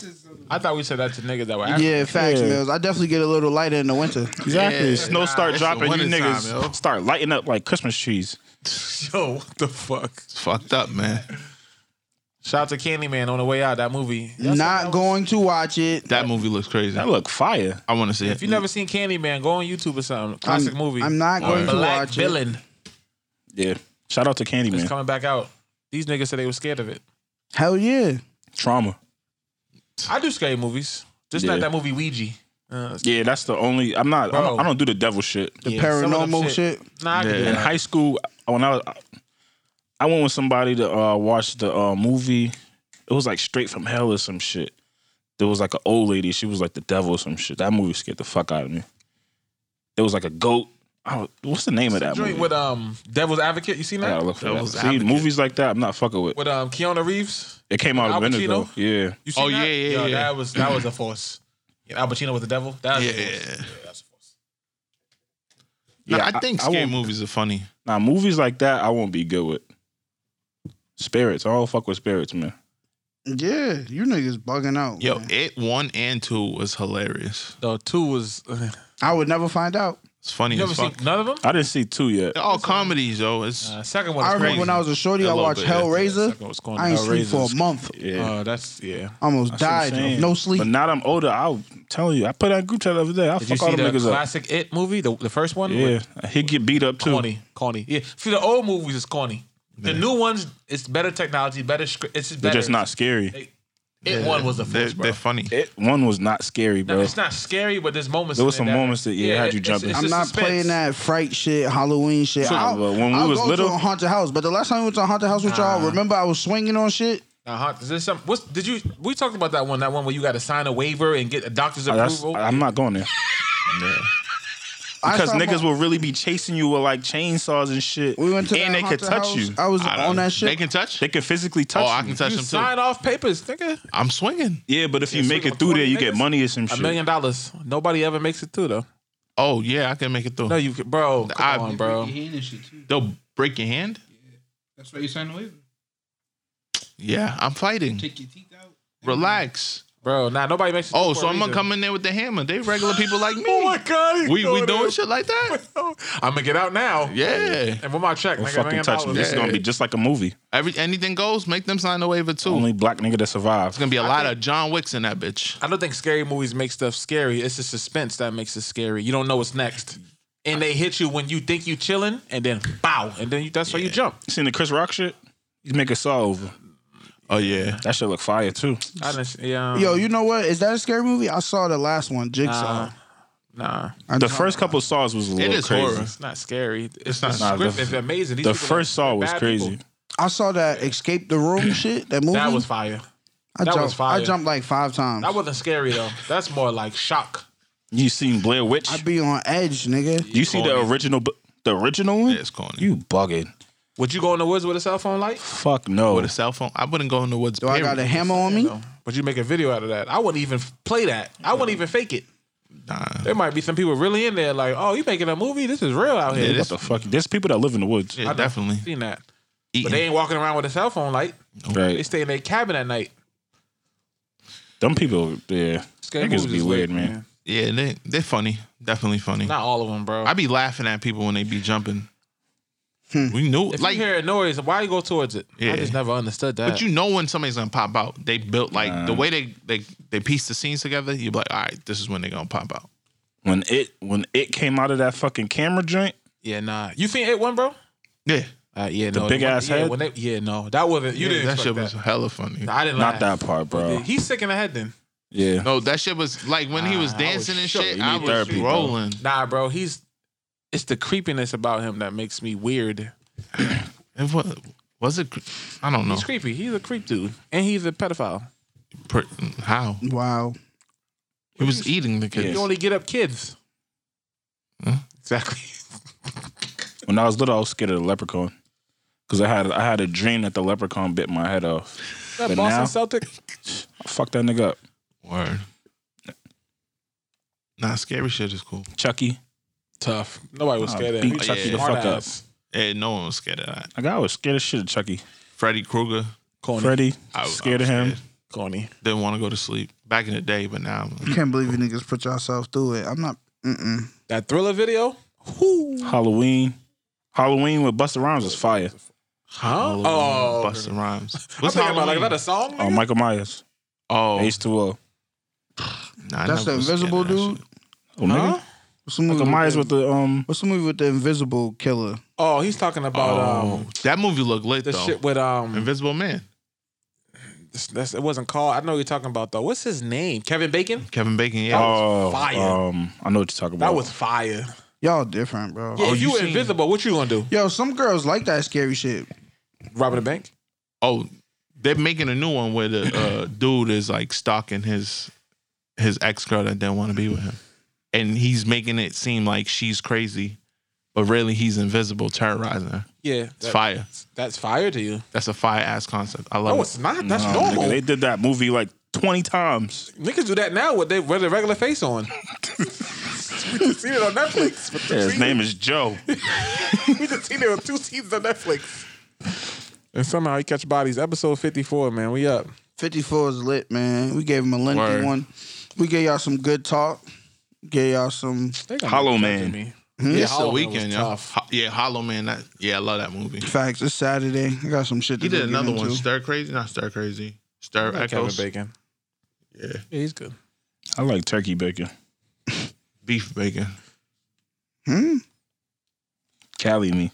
D: I thought we said that to niggas that were African.
A: Yeah, facts,
C: Yeah.
A: Mills. I definitely get a little lighter in the winter.
C: Exactly.
E: Yeah.
C: Snow
E: Nah,
C: start
E: it's the
C: dropping, you
E: winter time,
C: niggas
E: yo.
C: start lighting up like Christmas trees.
D: Yo, what the fuck?
E: It's fucked up, man.
D: Shout out to Candyman on the way out. That movie.
A: Not going to watch it.
E: That movie looks crazy.
C: That look fire.
E: I want to see it.
D: If you never seen Candyman, go on YouTube or something. Classic
A: I'm,
D: movie.
A: I'm not going to
D: Black
A: watch it.
D: villain
C: Yeah. Shout out to
D: is
C: Candyman.
D: coming back out. These niggas said they were scared of it.
A: Hell yeah.
C: Trauma.
D: I do scary movies. Just
C: Yeah.
D: not that movie Ouija. Uh,
C: Yeah, that's the only. I'm not. I don't,
D: Bro.
C: I don't do the devil shit.
A: The
D: yeah, some of them
A: paranormal shit.
D: Nah, I can do
C: In
D: that.
C: high school, when I was, I went with somebody to uh, watch the uh, movie. It was like straight from hell or some shit. There was like an old lady. She was like the devil or some shit. That movie scared the fuck out of me. There was like a goat. I don't, what's the name of that movie?
D: Joint with um Devil's Advocate. You seen
C: I
D: that?
C: gotta look for that.
E: Devil's
C: See,
E: Advocate.
C: movies like that, I'm not fucking with.
D: With um Keanu Reeves.
C: It came out
D: Al
C: of minute
D: Pacino?
C: though. Yeah.
D: You seen
E: Oh,
D: that?
E: yeah, yeah,
D: Yo,
E: yeah.
D: That was that was a force. Yeah, Al Pacino with the devil. That yeah. yeah, that's a force.
E: Nah, I think scary movies are funny.
C: Nah, movies like that I won't be good with. Spirits, I don't fuck with spirits, man.
A: Yeah, you niggas bugging out.
E: Yo, it one and two was hilarious.
D: No, two was.
A: I would never find out.
E: It's funny
D: You
E: as
D: never
E: fuck.
D: seen Uh, none of them?
C: I didn't see two yet.
E: They're all comedies, yo. It's
D: second
A: I remember when I was a shorty, I watched Hellraiser. I ain't sleep for a month.
C: Yeah,
D: Uh, that's yeah.
A: Almost died. No sleep.
C: But now that I'm older, I'll tell you. I put that group chat the other day. I
D: Did you
C: fuck all
D: see
C: them
D: the
C: niggas up.
D: classic It movie, the, the first one?
C: Yeah, he get beat up too.
D: Corny, corny. Yeah, see the old movies is corny. The new ones, it's better technology, better script. It's just
C: They're
D: better.
C: just not scary.
D: It one was the
C: They're-
D: first, bro.
E: They're funny.
C: It one was not scary,
D: No,
C: bro.
D: it's not scary, but there's moments.
C: There was
D: in
C: some
D: it that-
C: moments that, yeah, had you
D: it's-
C: jumping.
D: it's
A: I'm
D: a
A: not
D: suspense.
A: playing that fright shit, Halloween shit.
C: So,
A: I'll,
C: but when we
A: I'll
C: was
A: go
C: little-
A: to a haunted house. But the last time we went to a haunted house with y'all, remember I was swinging on shit.
D: Uh-huh. Is there some? What's did you? We talked about that one. That one where you got to sign a waiver and get a doctor's
C: Oh, that's-
D: approval.
C: I'm not going there.
A: I
C: Because
A: saw
C: niggas
A: my-
C: will really be chasing you with like chainsaws and shit.
A: We went to
C: and
A: that
C: they could
A: haunted
C: touch
A: house.
C: you.
A: I was I on don't- that shit.
E: They can touch.
C: They can physically touch.
E: Oh, I
C: you.
E: can touch
D: You
E: them too.
D: sign off papers, nigga.
E: I'm swinging.
C: Yeah, but if
D: Yeah,
C: you make
D: swing
C: it through there, you
D: niggas.
C: get money or some
D: A
C: shit.
D: million dollars. Nobody ever makes it through though.
E: Oh yeah, I can make it through.
D: No, you, can- bro. Come
E: I-
D: on, bro.
M: Hand and shit too.
E: They'll break your hand.
M: That's why you signed the waiver.
E: Yeah, I'm fighting.
M: Take your teeth out.
E: Relax.
D: Bro, nah, nobody makes it
E: Oh,
D: through for
E: so
D: a
E: I'm gonna
D: reason.
E: come in there with the hammer. They regular people like me.
D: Oh my god, he's
E: we we
D: going
E: doing
D: in.
E: shit like that.
D: I'm gonna get out now.
E: Yeah.
D: And with my check,
C: Don't
D: nigga,
C: fucking
D: million
C: touch me.
D: dollars.
C: This is gonna be just like a movie.
E: Every anything goes. Make them sign the waiver too.
C: Only black nigga that survives.
E: It's gonna be a lot of John Wicks in that bitch.
D: I don't think scary movies make stuff scary. It's the suspense that makes it scary. You don't know what's next, and they hit you when you think you chilling, and then bow, and then you, that's why you jump.
C: You seen the Chris Rock shit? You make a saw over.
E: Oh yeah,
C: that shit look fire too.
D: I didn't. Yeah.
A: Yo, you know what? Is that a scary movie? I saw the last one, Jigsaw.
D: Nah.
C: the first couple saws was a little crazy.
D: It's not scary. It's,
C: not-
D: the
C: Nah,
D: script
C: the-
D: is amazing. These
C: the
D: people
C: first
D: are
C: saw was
D: bad
C: crazy.
D: people.
A: I saw that Escape the Room shit. That movie.
D: That was fire.
A: I
D: that
A: jumped,
D: was fire.
A: I jumped like five times.
D: That wasn't scary though. That's more like shock.
C: You seen Blair Witch?
A: I'd be on edge, nigga.
C: you see the original, bu- the original one?
E: It's corny.
C: You bugging?
D: Would you go in the woods with a cell phone light?
C: Fuck no.
E: With a cell phone, I wouldn't go in the woods.
A: Do I got a
E: period.
A: hammer on me?
D: Would you make a video out of that? I wouldn't even play that. I wouldn't even fake it.
E: Nah.
D: There might be some people really in there like, oh, you making a movie? This is real out
C: Yeah,
D: here.
C: what the fuck? There's people that live in the woods.
E: Yeah, definitely.
D: seen that.
E: Eating.
D: But they ain't walking around with a cell phone light. They
C: Right.
D: stay in their cabin at night.
C: Them people, yeah.
D: Scary
C: Niggas
D: movies
C: be
D: is
C: weird,
D: lit,
C: man.
D: man.
E: Yeah, they they're funny. Definitely funny.
D: Not all of them, bro.
E: I be laughing at people when they be jumping. We knew
D: if
E: like
D: you hear a noise, why you go towards it?
E: Yeah.
D: I just never understood that.
E: But you know when somebody's gonna pop out. They built like the way they they they piece the scenes together. You're like, all right, this is when they're gonna pop out.
C: When it when it came out of that fucking camera joint,
D: yeah, nah. You seen it one, bro?
E: Yeah,
D: Uh, yeah,
C: The
D: no.
C: big
D: one-
C: ass
D: yeah,
C: head?
D: When they, yeah, no. That wasn't. You
E: Yeah,
D: didn't.
E: That
D: expect
E: shit
D: that.
E: was hella funny.
D: I didn't.
C: not
D: laugh.
C: that part, bro.
D: He's sick in the head then.
C: Yeah,
E: No, that shit was like when he was
D: Nah, I was
E: dancing and
D: shook.
E: shit.
D: You
E: I
D: need
E: was
C: therapy, bro.
E: rolling.
D: Nah, bro. He's. It's the creepiness about him that makes me weird.
E: It was, was it? cre- I don't know.
D: He's creepy. He's a creep dude, and he's a pedophile.
E: Pre- How
A: Wow.
E: he was eating the kids.
D: You only get up kids.
E: Hmm?
D: Exactly.
C: when I was little, I was scared of the leprechaun because I had I had a dream that the leprechaun bit my head off.
D: That
C: But
D: Boston
C: now-
D: Celtic.
C: Fuck that nigga up,
E: Word. Nah, scary shit is cool.
C: Chucky.
D: Tough. Nobody was
C: I
D: scared of
C: beat
D: him.
C: Chucky
D: Yeah.
C: the fuck
D: Hard
C: up.
D: ass.
E: Hey, no one was scared of that.
C: Like, I was scared of shit of Chucky.
E: Freddy Krueger.
D: Corny.
C: Freddy,
E: I was
C: scared of him.
D: Corny.
E: Didn't want to go to sleep back in the day, but now
A: I can't believe you niggas put yourselves through it. I'm not. Mm-mm.
D: That thriller video.
C: Halloween, Halloween with Busta Rhymes was fire.
D: Huh?
E: oh.
D: Oh.
E: Busta Rhymes.
D: I'm
E: What's
D: thinking about like,
E: Halloween?
D: is that a song?
C: Oh,
D: nigga?
C: Michael Myers,
E: Oh,
C: H two O.
E: nah,
A: That's the
E: I never was scared
A: invisible
E: of that
A: dude.
E: shit.
C: Oh, nigga.
D: Huh?
A: What's the movie
C: Michael
A: with
C: Myers
A: the-
C: with the um.
A: What's the movie with the invisible killer?
D: Oh, he's talking about
E: Oh,
D: um
E: that movie looked lit
D: the
E: though.
D: shit with um.
E: Invisible Man.
D: That's, it wasn't called. I know what you're talking about though. What's his name? Kevin Bacon.
E: Kevin Bacon. Yeah.
C: Oh,
D: fire.
C: um, I know what you're talking about.
D: That was fire.
A: Y'all different, bro.
C: oh,
D: Yeah, if you, were invisible, what you gonna do?
A: Yo, some girls like that scary shit.
D: Robbing a bank?
E: Oh, they're making a new one where the uh, dude is like stalking his his ex girl that didn't want to be with him, and he's making it seem like she's crazy, but really he's invisible, terrorizing her.
D: Yeah,
E: It's fire.
D: That's fire to you.
E: That's a fire ass concept. I love
D: No,
E: it.
D: it's not. That's
C: Nah, Um, nigga,
D: normal.
C: they did that movie like twenty times.
D: Niggas do that now with they with a regular face on. we just seen it on Netflix. with two
C: Yeah, his
D: seasons.
C: name is Joe.
D: we just seen it with two seasons on Netflix. And somehow he catch bodies. Episode fifty four, man. We up.
A: Fifty four is lit, man. We gave him a lengthy
D: Word.
A: one. We gave y'all some good talk. Gave y'all some
C: Hollow Man.
A: Hmm?
E: Yeah, it's the weekend, yo. Ho- yeah, Hollow Man. That, yeah, I love that movie.
A: Facts. It's Saturday. I got some shit. To
E: He did
A: go get
E: another one,
A: into.
E: Stir Crazy, not Stir Crazy, Stir
D: I like
E: Echoes.
D: Kevin Bacon.
E: Yeah,
D: Yeah, he's good.
C: I like turkey bacon.
E: beef bacon.
A: Hmm.
C: Cali me.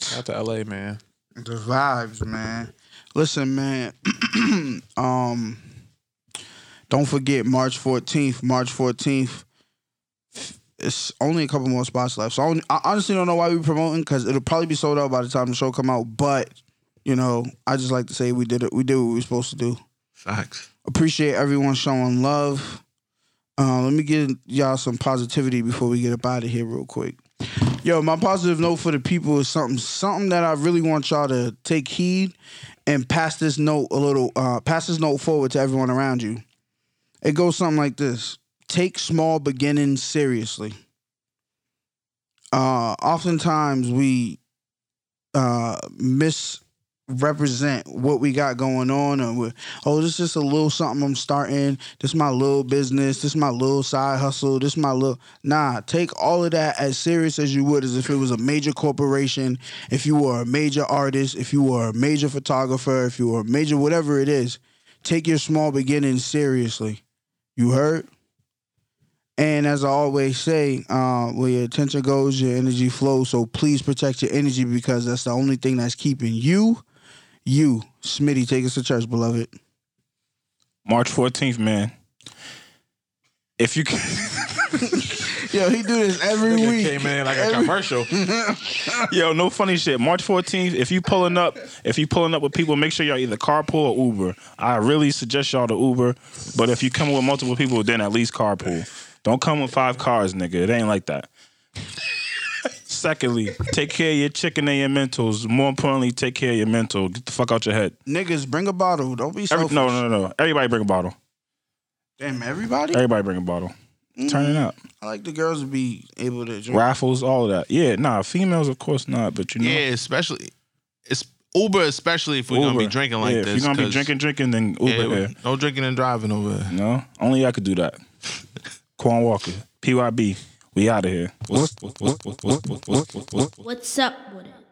D: Shout out to LA, man.
A: The vibes, man. Listen, man. um, don't forget March 14th. March 14th. It's only a couple more spots left. So I, don't- I honestly don't know why we're promoting because it'll probably be sold out by the time the show come out. But you know, I just like to say we did it. We did what we were supposed to do.
E: Facts.
A: Appreciate everyone showing love. Uh, let me give y'all some positivity before we get up out of here real quick. Yo, my positive note for the people is something something that I really want y'all to take heed and pass this note a little uh, pass this note forward to everyone around you. It goes something like this. Take small beginnings seriously. Uh oftentimes we uh misrepresent what we got going on or we oh this is just a little something I'm starting this my little business this my little side hustle this my little nah take all of that as serious as you would as if it was a major corporation if you were a major artist if you were a major photographer if you were a major whatever it is take your small beginnings seriously you heard and as I always say, uh, where your attention goes, your energy flows. So please protect your energy because that's the only thing that's keeping you, you, Smitty. Take us to church, beloved.
C: March 14th, man. If you can,
A: Yo, he do this every week.
D: Came in like a
A: Every-
D: commercial.
C: yo, no funny shit. March 14th, if you pulling up, if you pulling up with people, make sure y'all either carpool or Uber. I really suggest y'all to Uber, but if you come with multiple people, then at least carpool. Don't come with five cars, nigga. It ain't like that. Secondly, take care of your chicken and your mentals. More importantly, take care of your mental. Get the fuck out your head.
A: Niggas, bring a bottle. Don't be
C: Every,
A: selfish.
C: no, no, no, no. Everybody bring a bottle.
A: Damn, everybody.
C: Everybody bring a bottle.
E: Mm-hmm.
C: Turn it up.
A: I like the girls to be able to drink.
C: Raffles, all of that. Yeah, nah, females, of course not, but you know.
E: Yeah, especially it's Uber, especially if we're gonna be
C: Uber.
E: drinking like
C: Yeah,
E: this.
C: If you're gonna be
E: 'cause-
C: drinking, drinking, then
E: Yeah,
C: Uber. Yeah,
E: no drinking and driving over. here.
C: No, only I could do that. Quan Walker, PYB, we out of here. What's- what's- what's- what's- what's- what's- what's- what's-
N: What's up with it?